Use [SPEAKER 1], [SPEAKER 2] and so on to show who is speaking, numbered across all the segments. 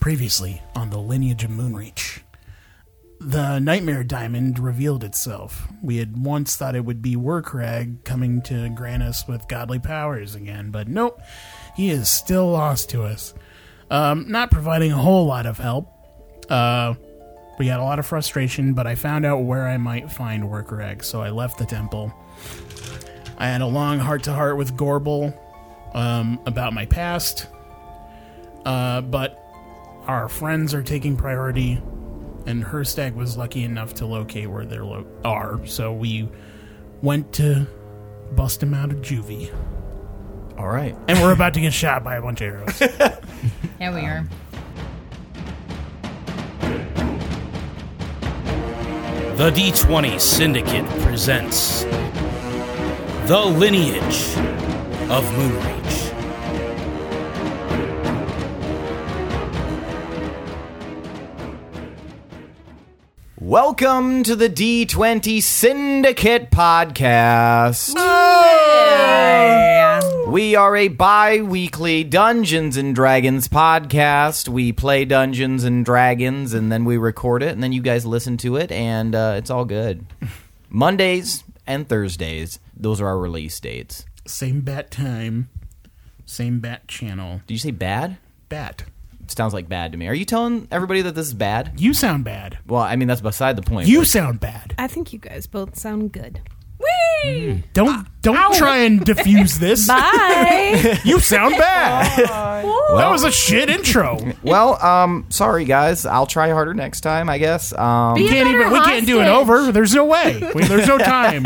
[SPEAKER 1] Previously on the lineage of Moonreach, the Nightmare Diamond revealed itself. We had once thought it would be Warcrag coming to grant us with godly powers again, but nope, he is still lost to us. Um, not providing a whole lot of help. Uh, we got a lot of frustration, but I found out where I might find Warcrag, so I left the temple. I had a long heart to heart with Gorbel um, about my past, uh, but our friends are taking priority, and Herstag was lucky enough to locate where they lo- are, so we went to bust him out of juvie.
[SPEAKER 2] All right.
[SPEAKER 1] And we're about to get shot by a bunch of arrows.
[SPEAKER 3] Yeah, we are.
[SPEAKER 4] The D20 Syndicate presents The Lineage of Moonreach.
[SPEAKER 2] Welcome to the D20 Syndicate Podcast. We are a bi weekly Dungeons and Dragons podcast. We play Dungeons and Dragons and then we record it and then you guys listen to it and uh, it's all good. Mondays and Thursdays, those are our release dates.
[SPEAKER 1] same bat time, same bat channel.
[SPEAKER 2] Did you say bad?
[SPEAKER 1] Bat.
[SPEAKER 2] Sounds like bad to me. Are you telling everybody that this is bad?
[SPEAKER 1] You sound bad.
[SPEAKER 2] Well, I mean, that's beside the point.
[SPEAKER 1] You sound bad.
[SPEAKER 5] I think you guys both sound good.
[SPEAKER 6] Mm-hmm.
[SPEAKER 1] Don't don't try and diffuse this.
[SPEAKER 5] Bye.
[SPEAKER 1] You sound bad. that was a shit intro.
[SPEAKER 2] Well, um, sorry guys. I'll try harder next time, I guess. Um,
[SPEAKER 1] We can't even. We can't do it over. There's no way. We- there's no time.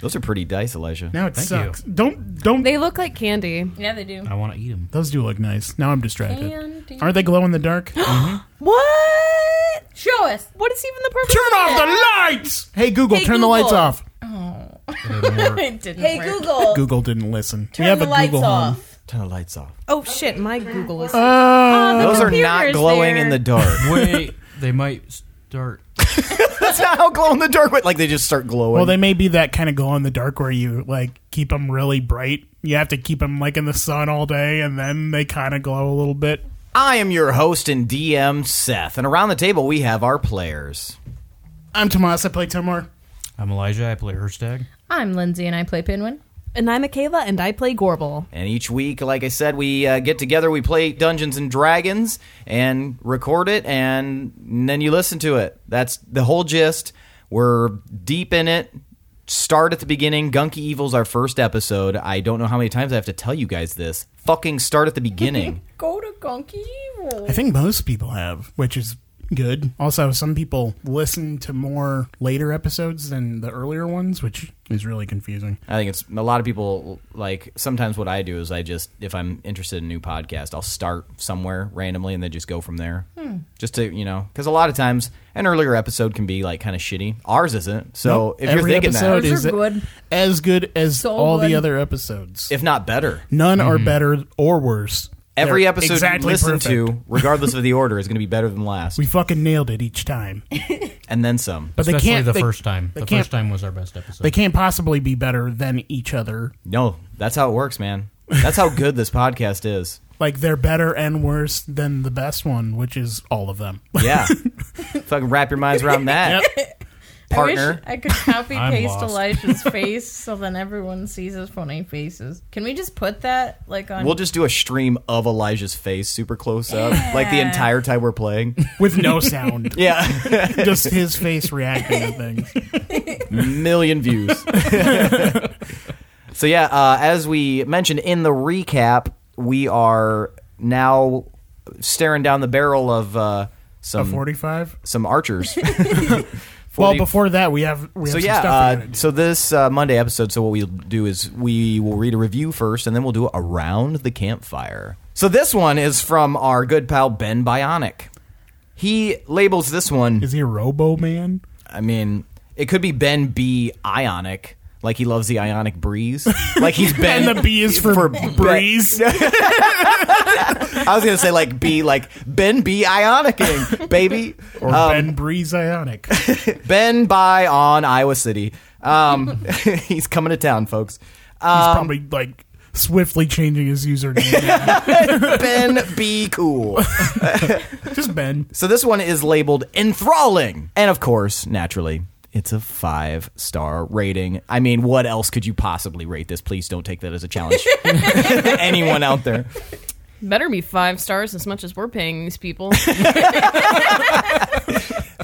[SPEAKER 2] those are pretty dice, Elijah.
[SPEAKER 1] Now it
[SPEAKER 4] you.
[SPEAKER 1] sucks. Don't don't.
[SPEAKER 5] they look like candy.
[SPEAKER 3] Yeah, they do.
[SPEAKER 4] I want to eat him.
[SPEAKER 1] those do look nice. Now I'm distracted.
[SPEAKER 3] Candy.
[SPEAKER 1] Aren't they glow in the dark? Turn
[SPEAKER 5] What?
[SPEAKER 3] Show us.
[SPEAKER 5] What is even the purpose?
[SPEAKER 1] off the lights. Hey Google, turn the lights
[SPEAKER 3] Google. Oh.
[SPEAKER 1] off.
[SPEAKER 3] It didn't hey, Google.
[SPEAKER 1] Google didn't listen. we have a Google home.
[SPEAKER 2] Turn the lights off.
[SPEAKER 5] Oh shit! My Google is.
[SPEAKER 1] Uh,
[SPEAKER 2] Oh, Those are not
[SPEAKER 5] computer's
[SPEAKER 2] glowing
[SPEAKER 5] there.
[SPEAKER 2] in the dark.
[SPEAKER 7] Wait, they might start.
[SPEAKER 2] That's not how glow in the dark. Like they just start glowing.
[SPEAKER 1] well, they may be that kind of glow in the dark where you like keep them really bright. You have to keep them like in the sun all day, and then they kind of glow a little bit.
[SPEAKER 2] I am your host and DM Seth, and around the table we have our players.
[SPEAKER 1] I'm Tomas. I play Timor.
[SPEAKER 7] I'm Elijah. I play Herstag.
[SPEAKER 3] I'm Lindsay and I play Pinwin.
[SPEAKER 5] and I'm Michaela, and I play Gorbel.
[SPEAKER 2] And each week, like I said, we uh, get together, we play Dungeons and Dragons, and record it, and then you listen to it. That's the whole gist. We're deep in it. Start at the beginning. Gunky Evil's our first episode. I don't know how many times I have to tell you guys this. Fucking start at the beginning.
[SPEAKER 3] Go to Gunky Evil.
[SPEAKER 1] I think most people have, which is good. Also, some people listen to more later episodes than the earlier ones, which is really confusing.
[SPEAKER 2] I think it's a lot of people like sometimes what I do is I just if I'm interested in a new podcast, I'll start somewhere randomly and then just go from there. Just to, you know, cuz a lot of times an earlier episode can be like kind of shitty. Ours isn't. So
[SPEAKER 1] Nope.
[SPEAKER 2] if you're
[SPEAKER 1] Every
[SPEAKER 2] thinking
[SPEAKER 1] episode
[SPEAKER 2] that,
[SPEAKER 3] Those
[SPEAKER 1] is
[SPEAKER 3] are good.
[SPEAKER 1] as good as
[SPEAKER 3] So
[SPEAKER 1] all the
[SPEAKER 3] good.
[SPEAKER 1] other episodes.
[SPEAKER 2] if not better.
[SPEAKER 1] None are better or worse.
[SPEAKER 2] Mm-hmm. Every
[SPEAKER 1] They're
[SPEAKER 2] episode you listen to, regardless of the order, is going to be better than last,
[SPEAKER 1] we fucking nailed it each time.
[SPEAKER 2] and then some.
[SPEAKER 1] But they
[SPEAKER 7] Especially
[SPEAKER 1] can't
[SPEAKER 7] the
[SPEAKER 1] they-
[SPEAKER 7] first time.
[SPEAKER 1] they
[SPEAKER 7] The
[SPEAKER 1] can't-
[SPEAKER 7] first time was our best episode.
[SPEAKER 1] They can't possibly be better than each other.
[SPEAKER 2] No, that's how it works, man. That's how good this podcast is.
[SPEAKER 1] Like they're better and worse than the best one, which is all of them.
[SPEAKER 2] Yeah, fucking wrap your minds around that,
[SPEAKER 3] I
[SPEAKER 2] partner.
[SPEAKER 3] wish I could copy
[SPEAKER 7] I'm
[SPEAKER 3] paste
[SPEAKER 7] lost.
[SPEAKER 3] Elijah's face so then everyone sees his funny faces. Can we just put that like on?
[SPEAKER 2] We'll just do a stream of Elijah's face super close up, like the
[SPEAKER 3] Yeah.
[SPEAKER 2] entire time we're playing.
[SPEAKER 1] With no sound.
[SPEAKER 2] Yeah,
[SPEAKER 1] Just his face reacting to things.
[SPEAKER 2] Hmm. million views. so yeah, uh, as we mentioned in the recap, we are now staring down the barrel of uh, some
[SPEAKER 1] Forty five?
[SPEAKER 2] some archers.
[SPEAKER 1] Well,
[SPEAKER 2] 40
[SPEAKER 1] before that, we have we have
[SPEAKER 2] so
[SPEAKER 1] some
[SPEAKER 2] yeah,
[SPEAKER 1] stuff. we
[SPEAKER 2] uh,
[SPEAKER 1] gotta do.
[SPEAKER 2] so this uh, Monday episode, so what we'll do is we will read a review first, and then we'll do around the campfire. So this one is from our good pal Ben Bionic. He labels this one.
[SPEAKER 1] is he a Robo Man?
[SPEAKER 2] I mean, it could be Ben B. Ionic, like he loves the ionic breeze. Like he's Ben.
[SPEAKER 1] And the B is for, breeze.
[SPEAKER 2] I was gonna say like B, like Ben B. Ionicing, baby.
[SPEAKER 1] Or
[SPEAKER 2] Um,
[SPEAKER 1] Ben Breeze Ionic.
[SPEAKER 2] ben by on Iowa City. Um, he's coming to town, folks.
[SPEAKER 1] He's probably like swiftly changing his username.
[SPEAKER 2] Ben, be cool.
[SPEAKER 1] Just Ben.
[SPEAKER 2] So this one is labeled enthralling. And of course, naturally, it's a five star rating. I mean, what else could you possibly rate this? Please don't take that as a challenge. Anyone out there.
[SPEAKER 6] Better be five stars as much as we're paying these people.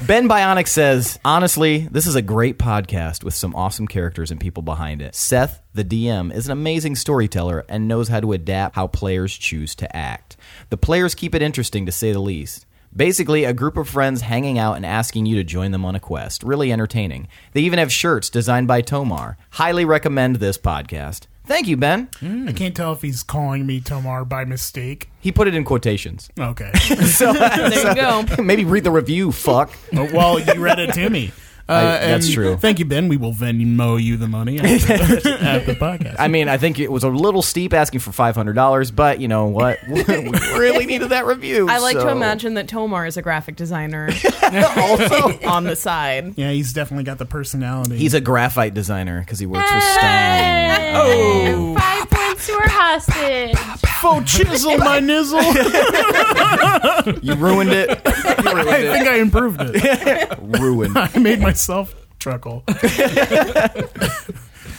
[SPEAKER 2] Ben Bionic says, honestly, this is a great podcast with some awesome characters and people behind it. Seth, the DM, is an amazing storyteller and knows how to adapt how players choose to act. The players keep it interesting, to say the least. Basically, a group of friends hanging out and asking you to join them on a quest. Really entertaining. They even have shirts designed by Tomar. Highly recommend this podcast. Thank you, Ben.
[SPEAKER 1] I can't tell if he's calling me Tomar by mistake.
[SPEAKER 2] He put it in quotations.
[SPEAKER 1] Okay.
[SPEAKER 2] So,
[SPEAKER 6] There you go.
[SPEAKER 2] maybe read the review, fuck.
[SPEAKER 1] Oh, well, you read it to me. Uh,
[SPEAKER 2] I- that's
[SPEAKER 1] and
[SPEAKER 2] true.
[SPEAKER 1] Thank you, Ben. We will Venmo you the money after, after the podcast.
[SPEAKER 2] I mean, I think it was a little steep asking for five hundred dollars, but you know what? we really needed that review.
[SPEAKER 6] I like
[SPEAKER 2] so-
[SPEAKER 6] to imagine that Tomar is a graphic designer
[SPEAKER 2] also,
[SPEAKER 6] on the side.
[SPEAKER 1] yeah, he's definitely got the personality.
[SPEAKER 2] he's a graphite designer because he works with stone.
[SPEAKER 6] Ah!
[SPEAKER 8] Oh. Five points to our hostage.
[SPEAKER 1] faux Oh, chisel my nizzle.
[SPEAKER 2] You ruined it. You ruined
[SPEAKER 1] I think I improved it.
[SPEAKER 2] it. Ruined.
[SPEAKER 1] I made myself truckle.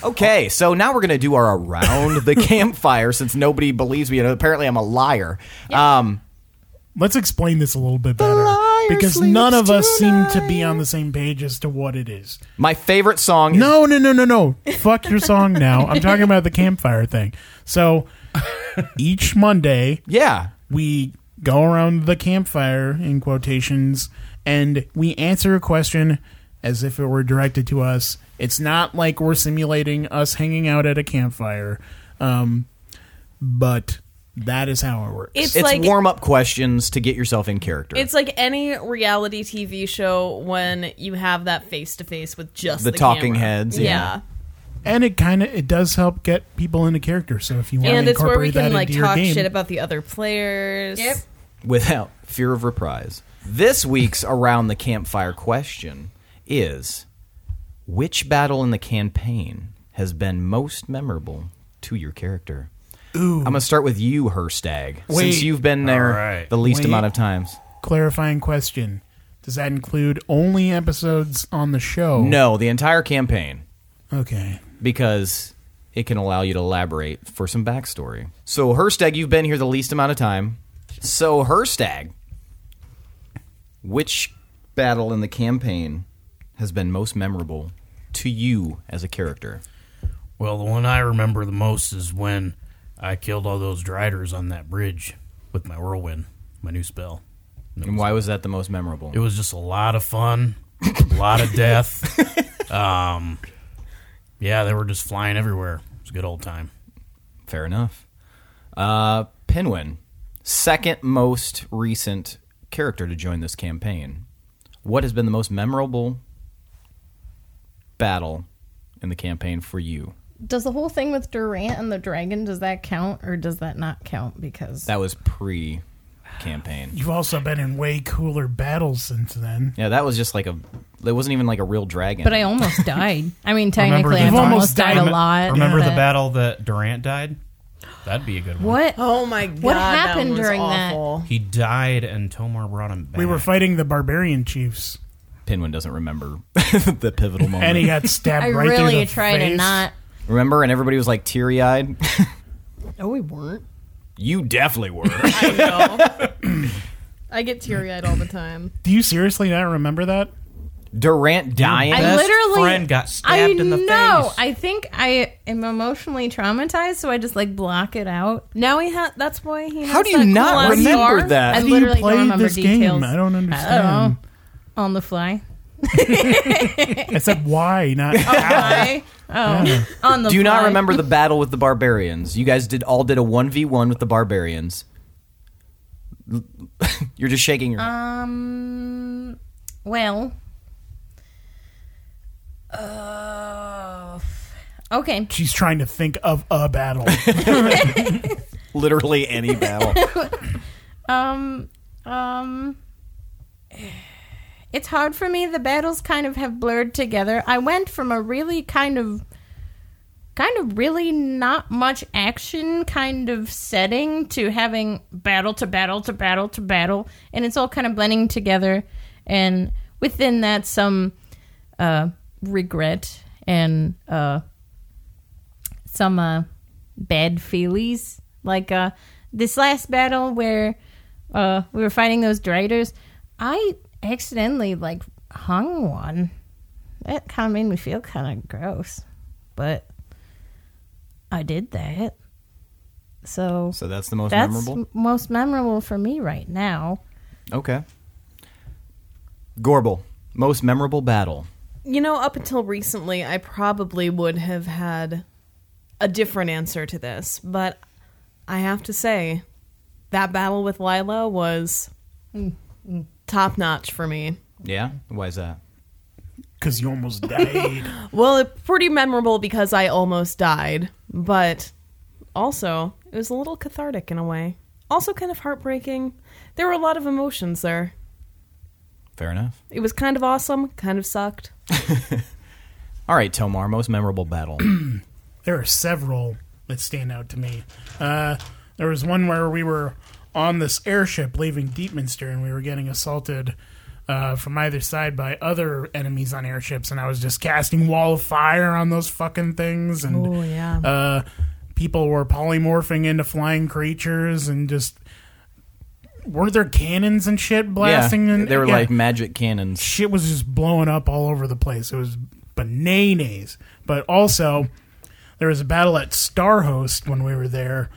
[SPEAKER 2] Okay, so now we're gonna do our around the campfire since nobody believes me, and apparently I'm a liar. Um,
[SPEAKER 1] Let's explain this a little bit better
[SPEAKER 2] liar
[SPEAKER 1] because
[SPEAKER 2] sleeps
[SPEAKER 1] none of us seem
[SPEAKER 2] tonight.
[SPEAKER 1] to be on the same page as to what it is.
[SPEAKER 2] my favorite song. is
[SPEAKER 1] No, no, no, no, no. Fuck your song now. I'm talking about the campfire thing. So each Monday,
[SPEAKER 2] Yeah.
[SPEAKER 1] we go around the campfire in quotations and we answer a question as if it were directed to us. It's not like we're simulating us hanging out at a campfire, um, but that is how it works.
[SPEAKER 6] It's,
[SPEAKER 2] It's
[SPEAKER 6] like
[SPEAKER 2] warm up questions to get yourself in character.
[SPEAKER 6] it's like any reality TV show when you have that face to face with just
[SPEAKER 2] The
[SPEAKER 6] the,
[SPEAKER 2] talking
[SPEAKER 6] camera.
[SPEAKER 2] heads, yeah.
[SPEAKER 1] and it kind of it does help get people into character. So if you want
[SPEAKER 6] and
[SPEAKER 1] to
[SPEAKER 6] it's
[SPEAKER 1] incorporate
[SPEAKER 6] where we
[SPEAKER 1] that
[SPEAKER 6] can
[SPEAKER 1] into
[SPEAKER 6] like
[SPEAKER 1] your
[SPEAKER 6] talk
[SPEAKER 1] game,
[SPEAKER 6] shit about the other players.
[SPEAKER 3] Yep.
[SPEAKER 2] without fear of reprise. This week's Around the Campfire question is Which battle in the campaign has been most memorable to your character? Ooh. I'm going to start with you, Herstag, since
[SPEAKER 1] Wait.
[SPEAKER 2] you've been there
[SPEAKER 7] All right.
[SPEAKER 2] the least
[SPEAKER 1] Wait.
[SPEAKER 2] amount of times.
[SPEAKER 1] clarifying question: Does that include only episodes on the show?
[SPEAKER 2] No, the entire campaign,
[SPEAKER 1] Okay.
[SPEAKER 2] because it can allow you to elaborate for some backstory. So, Herstag, you've been here the least amount of time. So, Herstag, which battle in the campaign has been most memorable to you as a character?
[SPEAKER 7] Well, the one I remember the most is when I killed all those driders on that bridge with my whirlwind, my new spell.
[SPEAKER 2] And why was that the most memorable?
[SPEAKER 7] It was just a lot of fun, a lot of death. Um, yeah, they were just flying everywhere. It was a good old time.
[SPEAKER 2] Fair enough. Uh, Pinwin, second most recent character to join this campaign. What has been the most memorable battle in the campaign for you?
[SPEAKER 3] Does the whole thing with Durant and the dragon does that count or does that not count? Because
[SPEAKER 2] That was pre campaign.
[SPEAKER 1] You've also been in way cooler battles since then.
[SPEAKER 2] Yeah, that was just like a. It wasn't even like a real dragon.
[SPEAKER 3] but I almost died. I mean, technically,
[SPEAKER 7] the
[SPEAKER 3] I've
[SPEAKER 7] time-
[SPEAKER 3] almost died a
[SPEAKER 7] Remem-
[SPEAKER 3] lot.
[SPEAKER 7] Remember the
[SPEAKER 3] but-
[SPEAKER 7] battle that Durant died? That'd be a good one.
[SPEAKER 3] What?
[SPEAKER 6] Oh my god.
[SPEAKER 3] What
[SPEAKER 6] that
[SPEAKER 3] happened
[SPEAKER 6] one was
[SPEAKER 3] during that?
[SPEAKER 6] awful.
[SPEAKER 7] He died, and Tomar brought him back.
[SPEAKER 1] We were fighting the barbarian chiefs,
[SPEAKER 2] Pinwin doesn't remember the pivotal moment.
[SPEAKER 1] and he got stabbed
[SPEAKER 3] I
[SPEAKER 1] right through
[SPEAKER 3] really
[SPEAKER 1] the
[SPEAKER 3] try to
[SPEAKER 1] face.
[SPEAKER 3] not.
[SPEAKER 2] remember, and everybody was like teary eyed.
[SPEAKER 6] Oh, we weren't.
[SPEAKER 2] you definitely were.
[SPEAKER 6] I know. I get teary eyed all the time.
[SPEAKER 1] Do you seriously not remember that?
[SPEAKER 2] Durant dying.
[SPEAKER 3] I
[SPEAKER 7] Best
[SPEAKER 3] literally
[SPEAKER 7] friend got stabbed
[SPEAKER 3] I
[SPEAKER 7] in the
[SPEAKER 3] know.
[SPEAKER 7] face.
[SPEAKER 3] I think I am emotionally traumatized, so I just like block it out.
[SPEAKER 5] Now he ha That's why he.
[SPEAKER 2] How do you not
[SPEAKER 3] cool-ass
[SPEAKER 2] remember
[SPEAKER 3] scar?
[SPEAKER 2] that?
[SPEAKER 3] I
[SPEAKER 1] How do you
[SPEAKER 3] literally
[SPEAKER 1] play
[SPEAKER 3] don't remember
[SPEAKER 1] this
[SPEAKER 3] details.
[SPEAKER 1] game? I don't
[SPEAKER 3] I don't
[SPEAKER 1] understand.
[SPEAKER 3] know. On the fly.
[SPEAKER 1] I said why not? how?
[SPEAKER 3] Why? Oh, on the
[SPEAKER 2] Do you
[SPEAKER 3] fly.
[SPEAKER 2] not remember the battle with the barbarians? You guys did all did a one v one with the barbarians. You're just shaking your.
[SPEAKER 3] Uh.
[SPEAKER 2] head.
[SPEAKER 3] Um. Well. Uh, okay.
[SPEAKER 1] She's trying to think of a battle.
[SPEAKER 2] Literally any battle.
[SPEAKER 3] Um. Um. It's hard for me. The battles kind of have blurred together. I went from a really kind of kind of really not much action kind of setting to having battle to battle to battle to battle and it's all kind of blending together and within that some uh regret and uh some uh bad feelies like uh this last battle where uh we were fighting those driders i accidentally like hung one that kind of made me feel kind of gross but I did that. So,
[SPEAKER 2] So that's the most
[SPEAKER 3] that's
[SPEAKER 2] memorable.
[SPEAKER 3] m- most memorable for me right now.
[SPEAKER 2] Okay. Gorbel, most memorable battle.
[SPEAKER 6] You know, up until recently, I probably would have had a different answer to this, but I have to say that battle with Lila was top notch for me.
[SPEAKER 2] Yeah. Why is that?
[SPEAKER 1] because you almost died.
[SPEAKER 6] Well, it- pretty memorable because I almost died, but also it was a little cathartic in a way. Also, kind of heartbreaking. There were a lot of emotions there.
[SPEAKER 2] Fair enough.
[SPEAKER 6] It was kind of awesome, kind of sucked.
[SPEAKER 2] All right, Tomar, most memorable battle.
[SPEAKER 1] there are several that stand out to me. Uh, there was one where we were on this airship leaving Deepminster, and we were getting assaulted uh, from either side by other enemies on airships, and I was just casting wall of fire on those fucking things, and
[SPEAKER 6] Oh, yeah.
[SPEAKER 1] uh, people were polymorphing into flying creatures, and just were there cannons and shit blasting?
[SPEAKER 2] yeah,
[SPEAKER 1] and
[SPEAKER 2] they were
[SPEAKER 1] yeah
[SPEAKER 2] like magic cannons.
[SPEAKER 1] shit was just blowing up all over the place. It was bananas. But also, there was a battle at Starhost when we were there,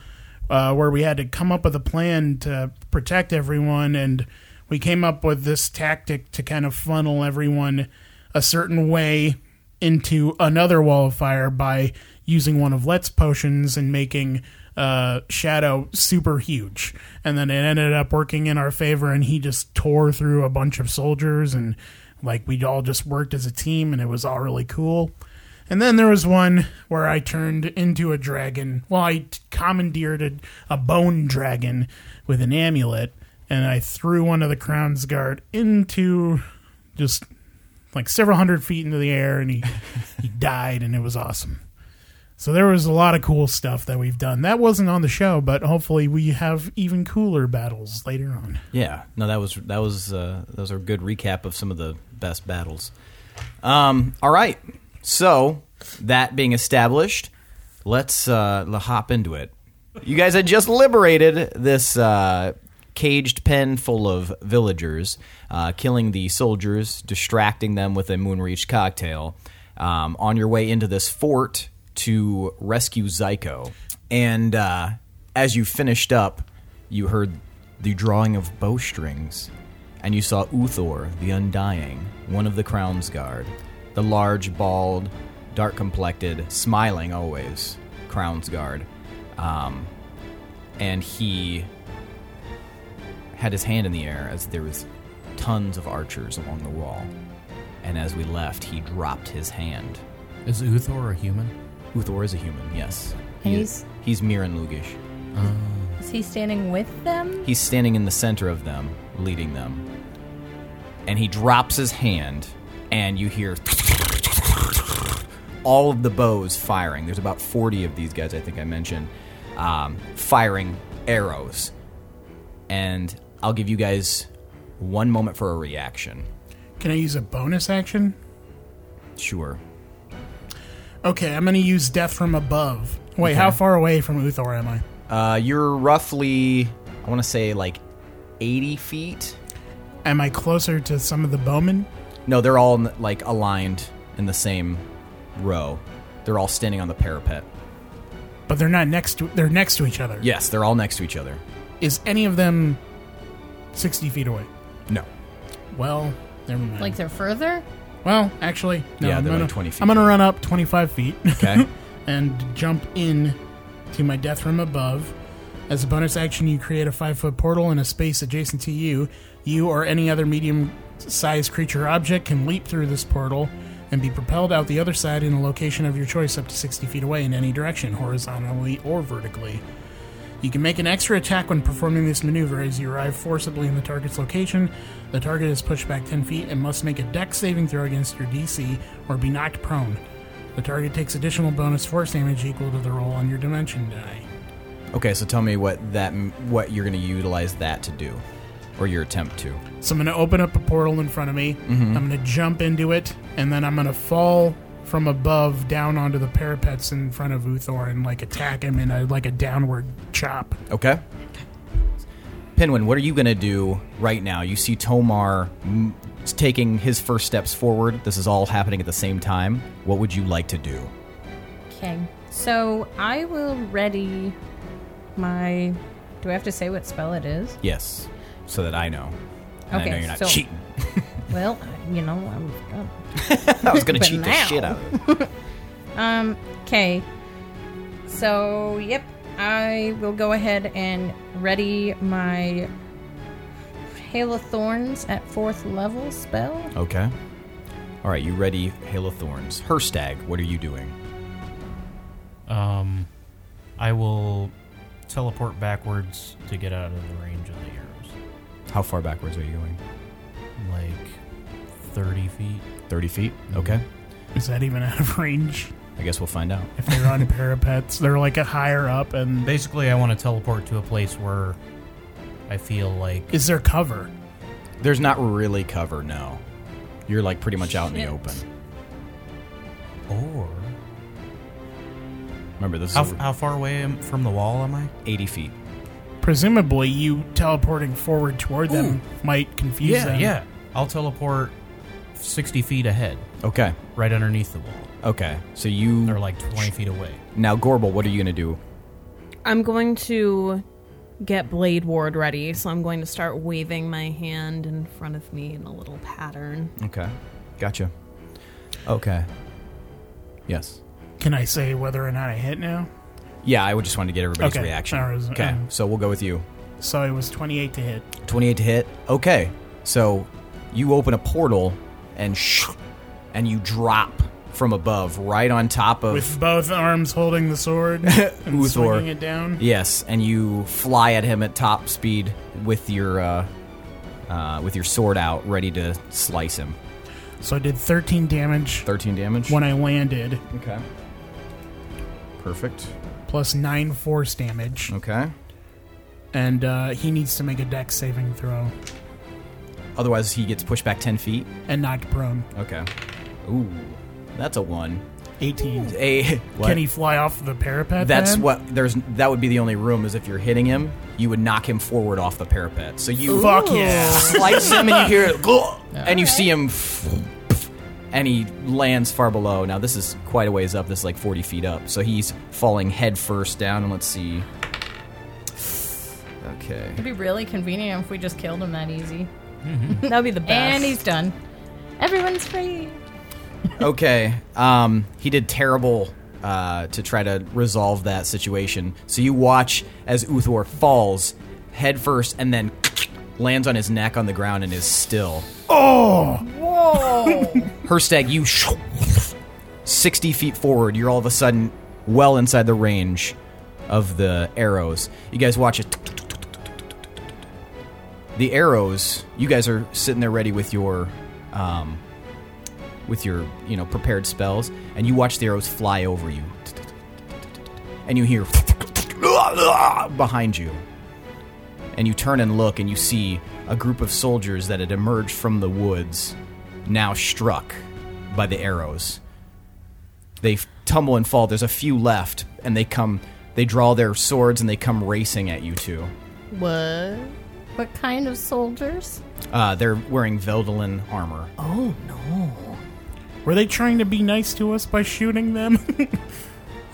[SPEAKER 1] uh, where we had to come up with a plan to protect everyone, and we came up with this tactic to kind of funnel everyone a certain way into another wall of fire by using one of Let's potions and making uh, Shadow super huge. And then it ended up working in our favor, and he just tore through a bunch of soldiers, and like we all just worked as a team, and it was all really cool. And then there was one where I turned into a dragon. Well, I t- commandeered a, a bone dragon with an amulet, and I threw one of the crown's guard into just like several hundred feet into the air, and he, he died, and it was awesome. So there was a lot of cool stuff that we've done. That wasn't on the show, but hopefully we have even cooler battles later on.
[SPEAKER 2] Yeah, no, that was that was uh, those are good recap of some of the best battles. Um, all right, so that being established, let's uh, l- hop into it. You guys had just liberated this uh, caged pen full of villagers, uh, killing the soldiers, distracting them with a moonreach cocktail. Um, on your way into this fort to rescue Zyko, and uh, as you finished up, you heard the drawing of bowstrings, and you saw Uthor the Undying, one of the Crown's Guard, the large, bald, dark complected, smiling always Crown's Guard. Um, and he had his hand in the air as there was tons of archers along the wall. And as we left, he dropped his hand.
[SPEAKER 7] Is Uthor a human?
[SPEAKER 2] Uthor is a human, yes.
[SPEAKER 3] And
[SPEAKER 2] He-
[SPEAKER 3] he's-
[SPEAKER 2] he's Miran Lugish.
[SPEAKER 3] Is he standing with them?
[SPEAKER 2] He's standing in the center of them, leading them. And he drops his hand, and you hear all of the bows firing. There's about 40 of these guys, I think I mentioned, um, firing arrows. And I'll give you guys one moment for a reaction.
[SPEAKER 1] Can I use a bonus action?
[SPEAKER 2] Sure.
[SPEAKER 1] Okay, I'm going to use Death from Above. Wait, how far away from Uthor am I?
[SPEAKER 2] Uh, you're roughly, I want to say, like 80 feet.
[SPEAKER 1] Am I closer to some of the bowmen?
[SPEAKER 2] No, they're all like aligned in the same row. They're all standing on the parapet.
[SPEAKER 1] But they're not next to they're next to each other.
[SPEAKER 2] Yes, they're all next to each other.
[SPEAKER 1] Is any of them sixty feet away?
[SPEAKER 2] No.
[SPEAKER 1] Well, never mind.
[SPEAKER 3] Like they're further?
[SPEAKER 1] well, actually, no,
[SPEAKER 2] Yeah,
[SPEAKER 1] I'm
[SPEAKER 2] they're
[SPEAKER 1] gonna,
[SPEAKER 2] like 20 feet
[SPEAKER 1] I'm gonna run up twenty five feet
[SPEAKER 2] Okay.
[SPEAKER 1] and jump in to my death from above. As a bonus action, you create a five foot portal in a space adjacent to you. You or any other medium sized creature or object can leap through this portal and be propelled out the other side in a location of your choice up to 60 feet away in any direction, horizontally or vertically. You can make an extra attack when performing this maneuver as you arrive forcibly in the target's location. The target is pushed back 10 feet and must make a dex saving throw against your DC or be knocked prone. The target takes additional bonus force damage equal to the roll on your dimension die.
[SPEAKER 2] Okay, so tell me what that what you're going to utilize that to do, or your attempt to.
[SPEAKER 1] So I'm going to open up a portal in front of me.
[SPEAKER 7] Mm-hmm.
[SPEAKER 1] I'm going to jump into it, and then I'm going to fall from above down onto the parapets in front of Uthor and like attack him in a like a downward chop.
[SPEAKER 2] Okay. Pinwin, what are you going to do right now? You see Tomar mm, taking his first steps forward. This is all happening at the same time. What would you like to do?
[SPEAKER 3] Okay. So I will ready my. Do I have to say what spell it is?
[SPEAKER 2] Yes, so that I know. And
[SPEAKER 3] Okay,
[SPEAKER 2] I know you're not
[SPEAKER 3] so-
[SPEAKER 2] cheating.
[SPEAKER 3] Well, you know, I'm. I'm
[SPEAKER 2] I was going to
[SPEAKER 3] But
[SPEAKER 2] cheat the
[SPEAKER 3] now-
[SPEAKER 2] shit out of it.
[SPEAKER 3] Um, okay. So, yep, I will go ahead and ready my Hail of Thorns at fourth level spell.
[SPEAKER 2] Okay. All right, you ready, Halo Thorns? Herstag, what are you doing?
[SPEAKER 7] Um, I will teleport backwards to get out of the range of the arrows,
[SPEAKER 2] How far backwards are you going?
[SPEAKER 7] like thirty feet.
[SPEAKER 2] 30 feet?
[SPEAKER 3] Mm-hmm.
[SPEAKER 2] Okay.
[SPEAKER 1] Is that even out of range?
[SPEAKER 2] I guess we'll find out.
[SPEAKER 1] If they're on parapets, they're like a higher up, and
[SPEAKER 7] Basically, I want to teleport to a place where I feel like
[SPEAKER 1] is there cover?
[SPEAKER 2] There's not really cover, no. You're like pretty much out in the
[SPEAKER 3] Shit.
[SPEAKER 2] open.
[SPEAKER 7] or
[SPEAKER 2] Remember, this
[SPEAKER 7] how,
[SPEAKER 2] is
[SPEAKER 7] how far away am, from the wall am I?
[SPEAKER 2] 80 feet.
[SPEAKER 1] Presumably, you teleporting forward toward them might confuse them.
[SPEAKER 7] yeah. uh, I'll teleport sixty feet ahead,
[SPEAKER 2] Okay.
[SPEAKER 7] right underneath the wall,
[SPEAKER 2] Okay. So you.
[SPEAKER 7] or like twenty feet away.
[SPEAKER 2] Now, Gorbel, what are you going to do?
[SPEAKER 6] I'm going to get Blade Ward ready, so I'm going to start waving my hand in front of me in a little pattern.
[SPEAKER 2] Okay. Gotcha. Okay. Yes.
[SPEAKER 1] Can I say whether or not I hit now?
[SPEAKER 2] Yeah, I would just wanted to get everybody's
[SPEAKER 1] Okay.
[SPEAKER 2] reaction.
[SPEAKER 1] I was-
[SPEAKER 2] okay.
[SPEAKER 1] um,
[SPEAKER 2] so we'll go with you.
[SPEAKER 1] So it was 28 to hit.
[SPEAKER 2] 28 to hit. Okay. So you open a portal and sh- and you drop from above right on top of
[SPEAKER 1] With both arms holding the sword and
[SPEAKER 2] Uthor.
[SPEAKER 1] swinging it down.
[SPEAKER 2] Yes, and you fly at him at top speed with your uh, uh, with your sword out, ready to slice him.
[SPEAKER 1] So I did 13 damage
[SPEAKER 2] Thirteen damage.
[SPEAKER 1] when I landed,
[SPEAKER 2] Okay. Perfect.
[SPEAKER 1] plus 9 force damage.
[SPEAKER 7] Oh.
[SPEAKER 2] Okay.
[SPEAKER 1] And uh, he needs to make a dex saving throw
[SPEAKER 2] Otherwise, he gets pushed back ten feet.
[SPEAKER 1] and knocked prone.
[SPEAKER 2] Okay. Ooh, that's a one.
[SPEAKER 1] 18.
[SPEAKER 2] A. what?
[SPEAKER 1] Can he fly off the parapet?
[SPEAKER 2] That's
[SPEAKER 1] then?
[SPEAKER 2] what there's. That would be the only room is if you're hitting him, you would knock him forward off the parapet. So you
[SPEAKER 1] Fuck yeah.
[SPEAKER 2] slice him, and you hear it, "Gah!" and you see him, and he lands far below. Now this is quite a ways up. This is like forty feet up. So he's falling head first down. And let's see. Okay.
[SPEAKER 3] It'd be really convenient if we just killed him that easy.
[SPEAKER 6] That would be the best.
[SPEAKER 3] And he's done. Everyone's free.
[SPEAKER 2] Okay. Um, he did terrible uh, to try to resolve that situation. So you watch as Uthor falls head first and then lands on his neck on the ground and is still. Oh! Whoa! Herstag, you. sh- 60 feet forward, you're all of a sudden well inside the range of the arrows. You guys watch it. The arrows, you guys are sitting there ready with your um, with your you know prepared spells, and you watch the arrows fly over you, and you hear behind you, and you turn and look, and you see a group of soldiers that had emerged from the woods, now struck by the arrows. They f- tumble and fall. There's a few left, and they come. They draw their swords and they come racing at you two.
[SPEAKER 6] What?
[SPEAKER 3] What kind of soldiers?
[SPEAKER 2] Uh, they're wearing Veldolin armor.
[SPEAKER 6] Oh.
[SPEAKER 1] Were they trying to be nice to us by shooting them?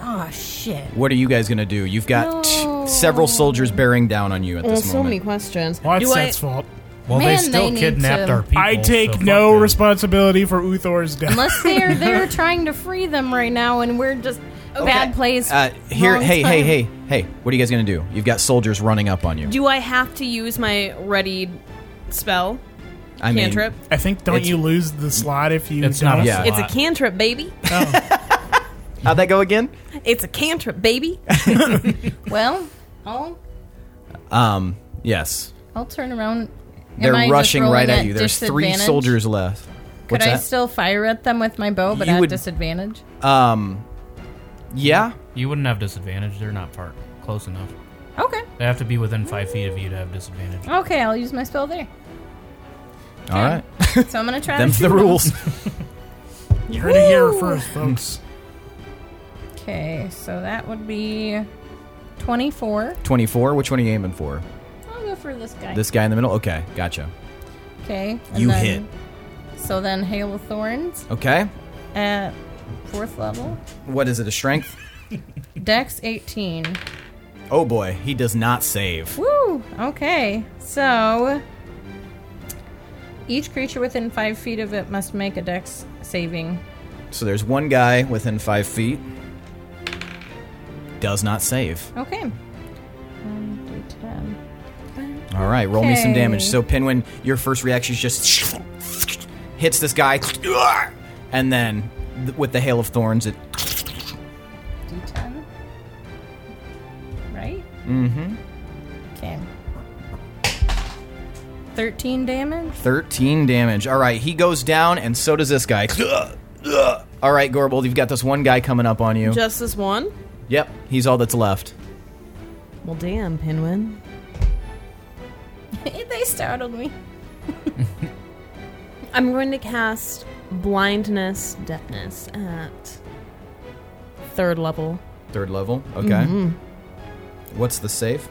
[SPEAKER 3] Oh, shit.
[SPEAKER 2] What are you guys gonna do? You've got several soldiers bearing down on you at
[SPEAKER 6] Well,
[SPEAKER 2] this
[SPEAKER 6] so
[SPEAKER 2] moment.
[SPEAKER 6] many questions.
[SPEAKER 1] well, that's
[SPEAKER 6] Do I-
[SPEAKER 1] Seth's fault.
[SPEAKER 7] Well,
[SPEAKER 3] Man,
[SPEAKER 7] they still
[SPEAKER 3] they need
[SPEAKER 7] kidnapped
[SPEAKER 3] to-
[SPEAKER 7] our people.
[SPEAKER 1] I take
[SPEAKER 7] so fuck
[SPEAKER 1] no
[SPEAKER 7] them.
[SPEAKER 1] responsibility for Uthor's death.
[SPEAKER 3] Unless they're they're trying to free them right now, and we're just bad place.
[SPEAKER 2] Uh, here,
[SPEAKER 3] wrong
[SPEAKER 2] hey, hey,
[SPEAKER 3] time.
[SPEAKER 2] hey, hey! What are you guys gonna do? You've got soldiers running up on you.
[SPEAKER 6] Do I have to use my ready spell?
[SPEAKER 2] I mean,
[SPEAKER 6] cantrip?
[SPEAKER 1] I think don't
[SPEAKER 2] It's-
[SPEAKER 1] you lose the slot if you
[SPEAKER 7] It's
[SPEAKER 1] don't?
[SPEAKER 7] not a
[SPEAKER 2] Yeah.
[SPEAKER 6] It's a
[SPEAKER 7] slot.
[SPEAKER 6] cantrip, baby.
[SPEAKER 2] how'd that go again?
[SPEAKER 6] It's a cantrip, baby.
[SPEAKER 3] Well, I'll
[SPEAKER 2] Um, yes,
[SPEAKER 3] I'll turn around. Am
[SPEAKER 2] they're
[SPEAKER 3] I just
[SPEAKER 2] rushing right
[SPEAKER 3] rolling
[SPEAKER 2] at
[SPEAKER 3] at
[SPEAKER 2] you. There's three
[SPEAKER 3] disadvantage?
[SPEAKER 2] soldiers left.
[SPEAKER 3] Could
[SPEAKER 2] What's
[SPEAKER 3] I
[SPEAKER 2] that?
[SPEAKER 3] still fire at them with my bow, but
[SPEAKER 2] You
[SPEAKER 3] at
[SPEAKER 2] would-
[SPEAKER 3] disadvantage?
[SPEAKER 2] Um, yeah,
[SPEAKER 7] You wouldn't have disadvantage. They're not far close enough.
[SPEAKER 3] Okay.
[SPEAKER 7] They have to be within five feet of you to have disadvantage.
[SPEAKER 3] Okay, I'll use my spell there.
[SPEAKER 2] all right.
[SPEAKER 3] So I'm gonna try. to
[SPEAKER 2] Them's
[SPEAKER 3] shoot
[SPEAKER 2] the rules.
[SPEAKER 1] You heard it here first, folks.
[SPEAKER 3] Okay, so that would be 24.
[SPEAKER 2] Twenty-four. Which one are you aiming for?
[SPEAKER 3] I'll go for this guy.
[SPEAKER 2] This guy in the middle. Okay, gotcha.
[SPEAKER 3] okay.
[SPEAKER 2] You hit.
[SPEAKER 3] So then Hail of Thorns
[SPEAKER 2] Okay,
[SPEAKER 3] at fourth level.
[SPEAKER 2] what is it? A strength?
[SPEAKER 3] Dex 18.
[SPEAKER 2] Oh boy, he does not save.
[SPEAKER 3] Woo! Okay, so each creature within five feet of it must make a dex saving.
[SPEAKER 2] So there's one guy within five feet. Does not save.
[SPEAKER 3] Okay. One, two, ten.
[SPEAKER 2] All right, roll me some
[SPEAKER 3] Okay.
[SPEAKER 2] damage. So Pinwin, your first reaction is just hits this guy, and then th- with the hail of thorns, it
[SPEAKER 3] d10. Right? Mm-hmm. Okay. 13 damage?
[SPEAKER 2] 13 damage. All right, he goes down, and so does this guy. All right, Gorbold, you've got this one guy coming up on you.
[SPEAKER 6] Just this one?
[SPEAKER 2] yep, he's all that's left.
[SPEAKER 6] Well, damn, Pinwin.
[SPEAKER 3] they startled me.
[SPEAKER 6] I'm going to cast blindness, deafness at third level.
[SPEAKER 2] Third level. Okay. What's the save?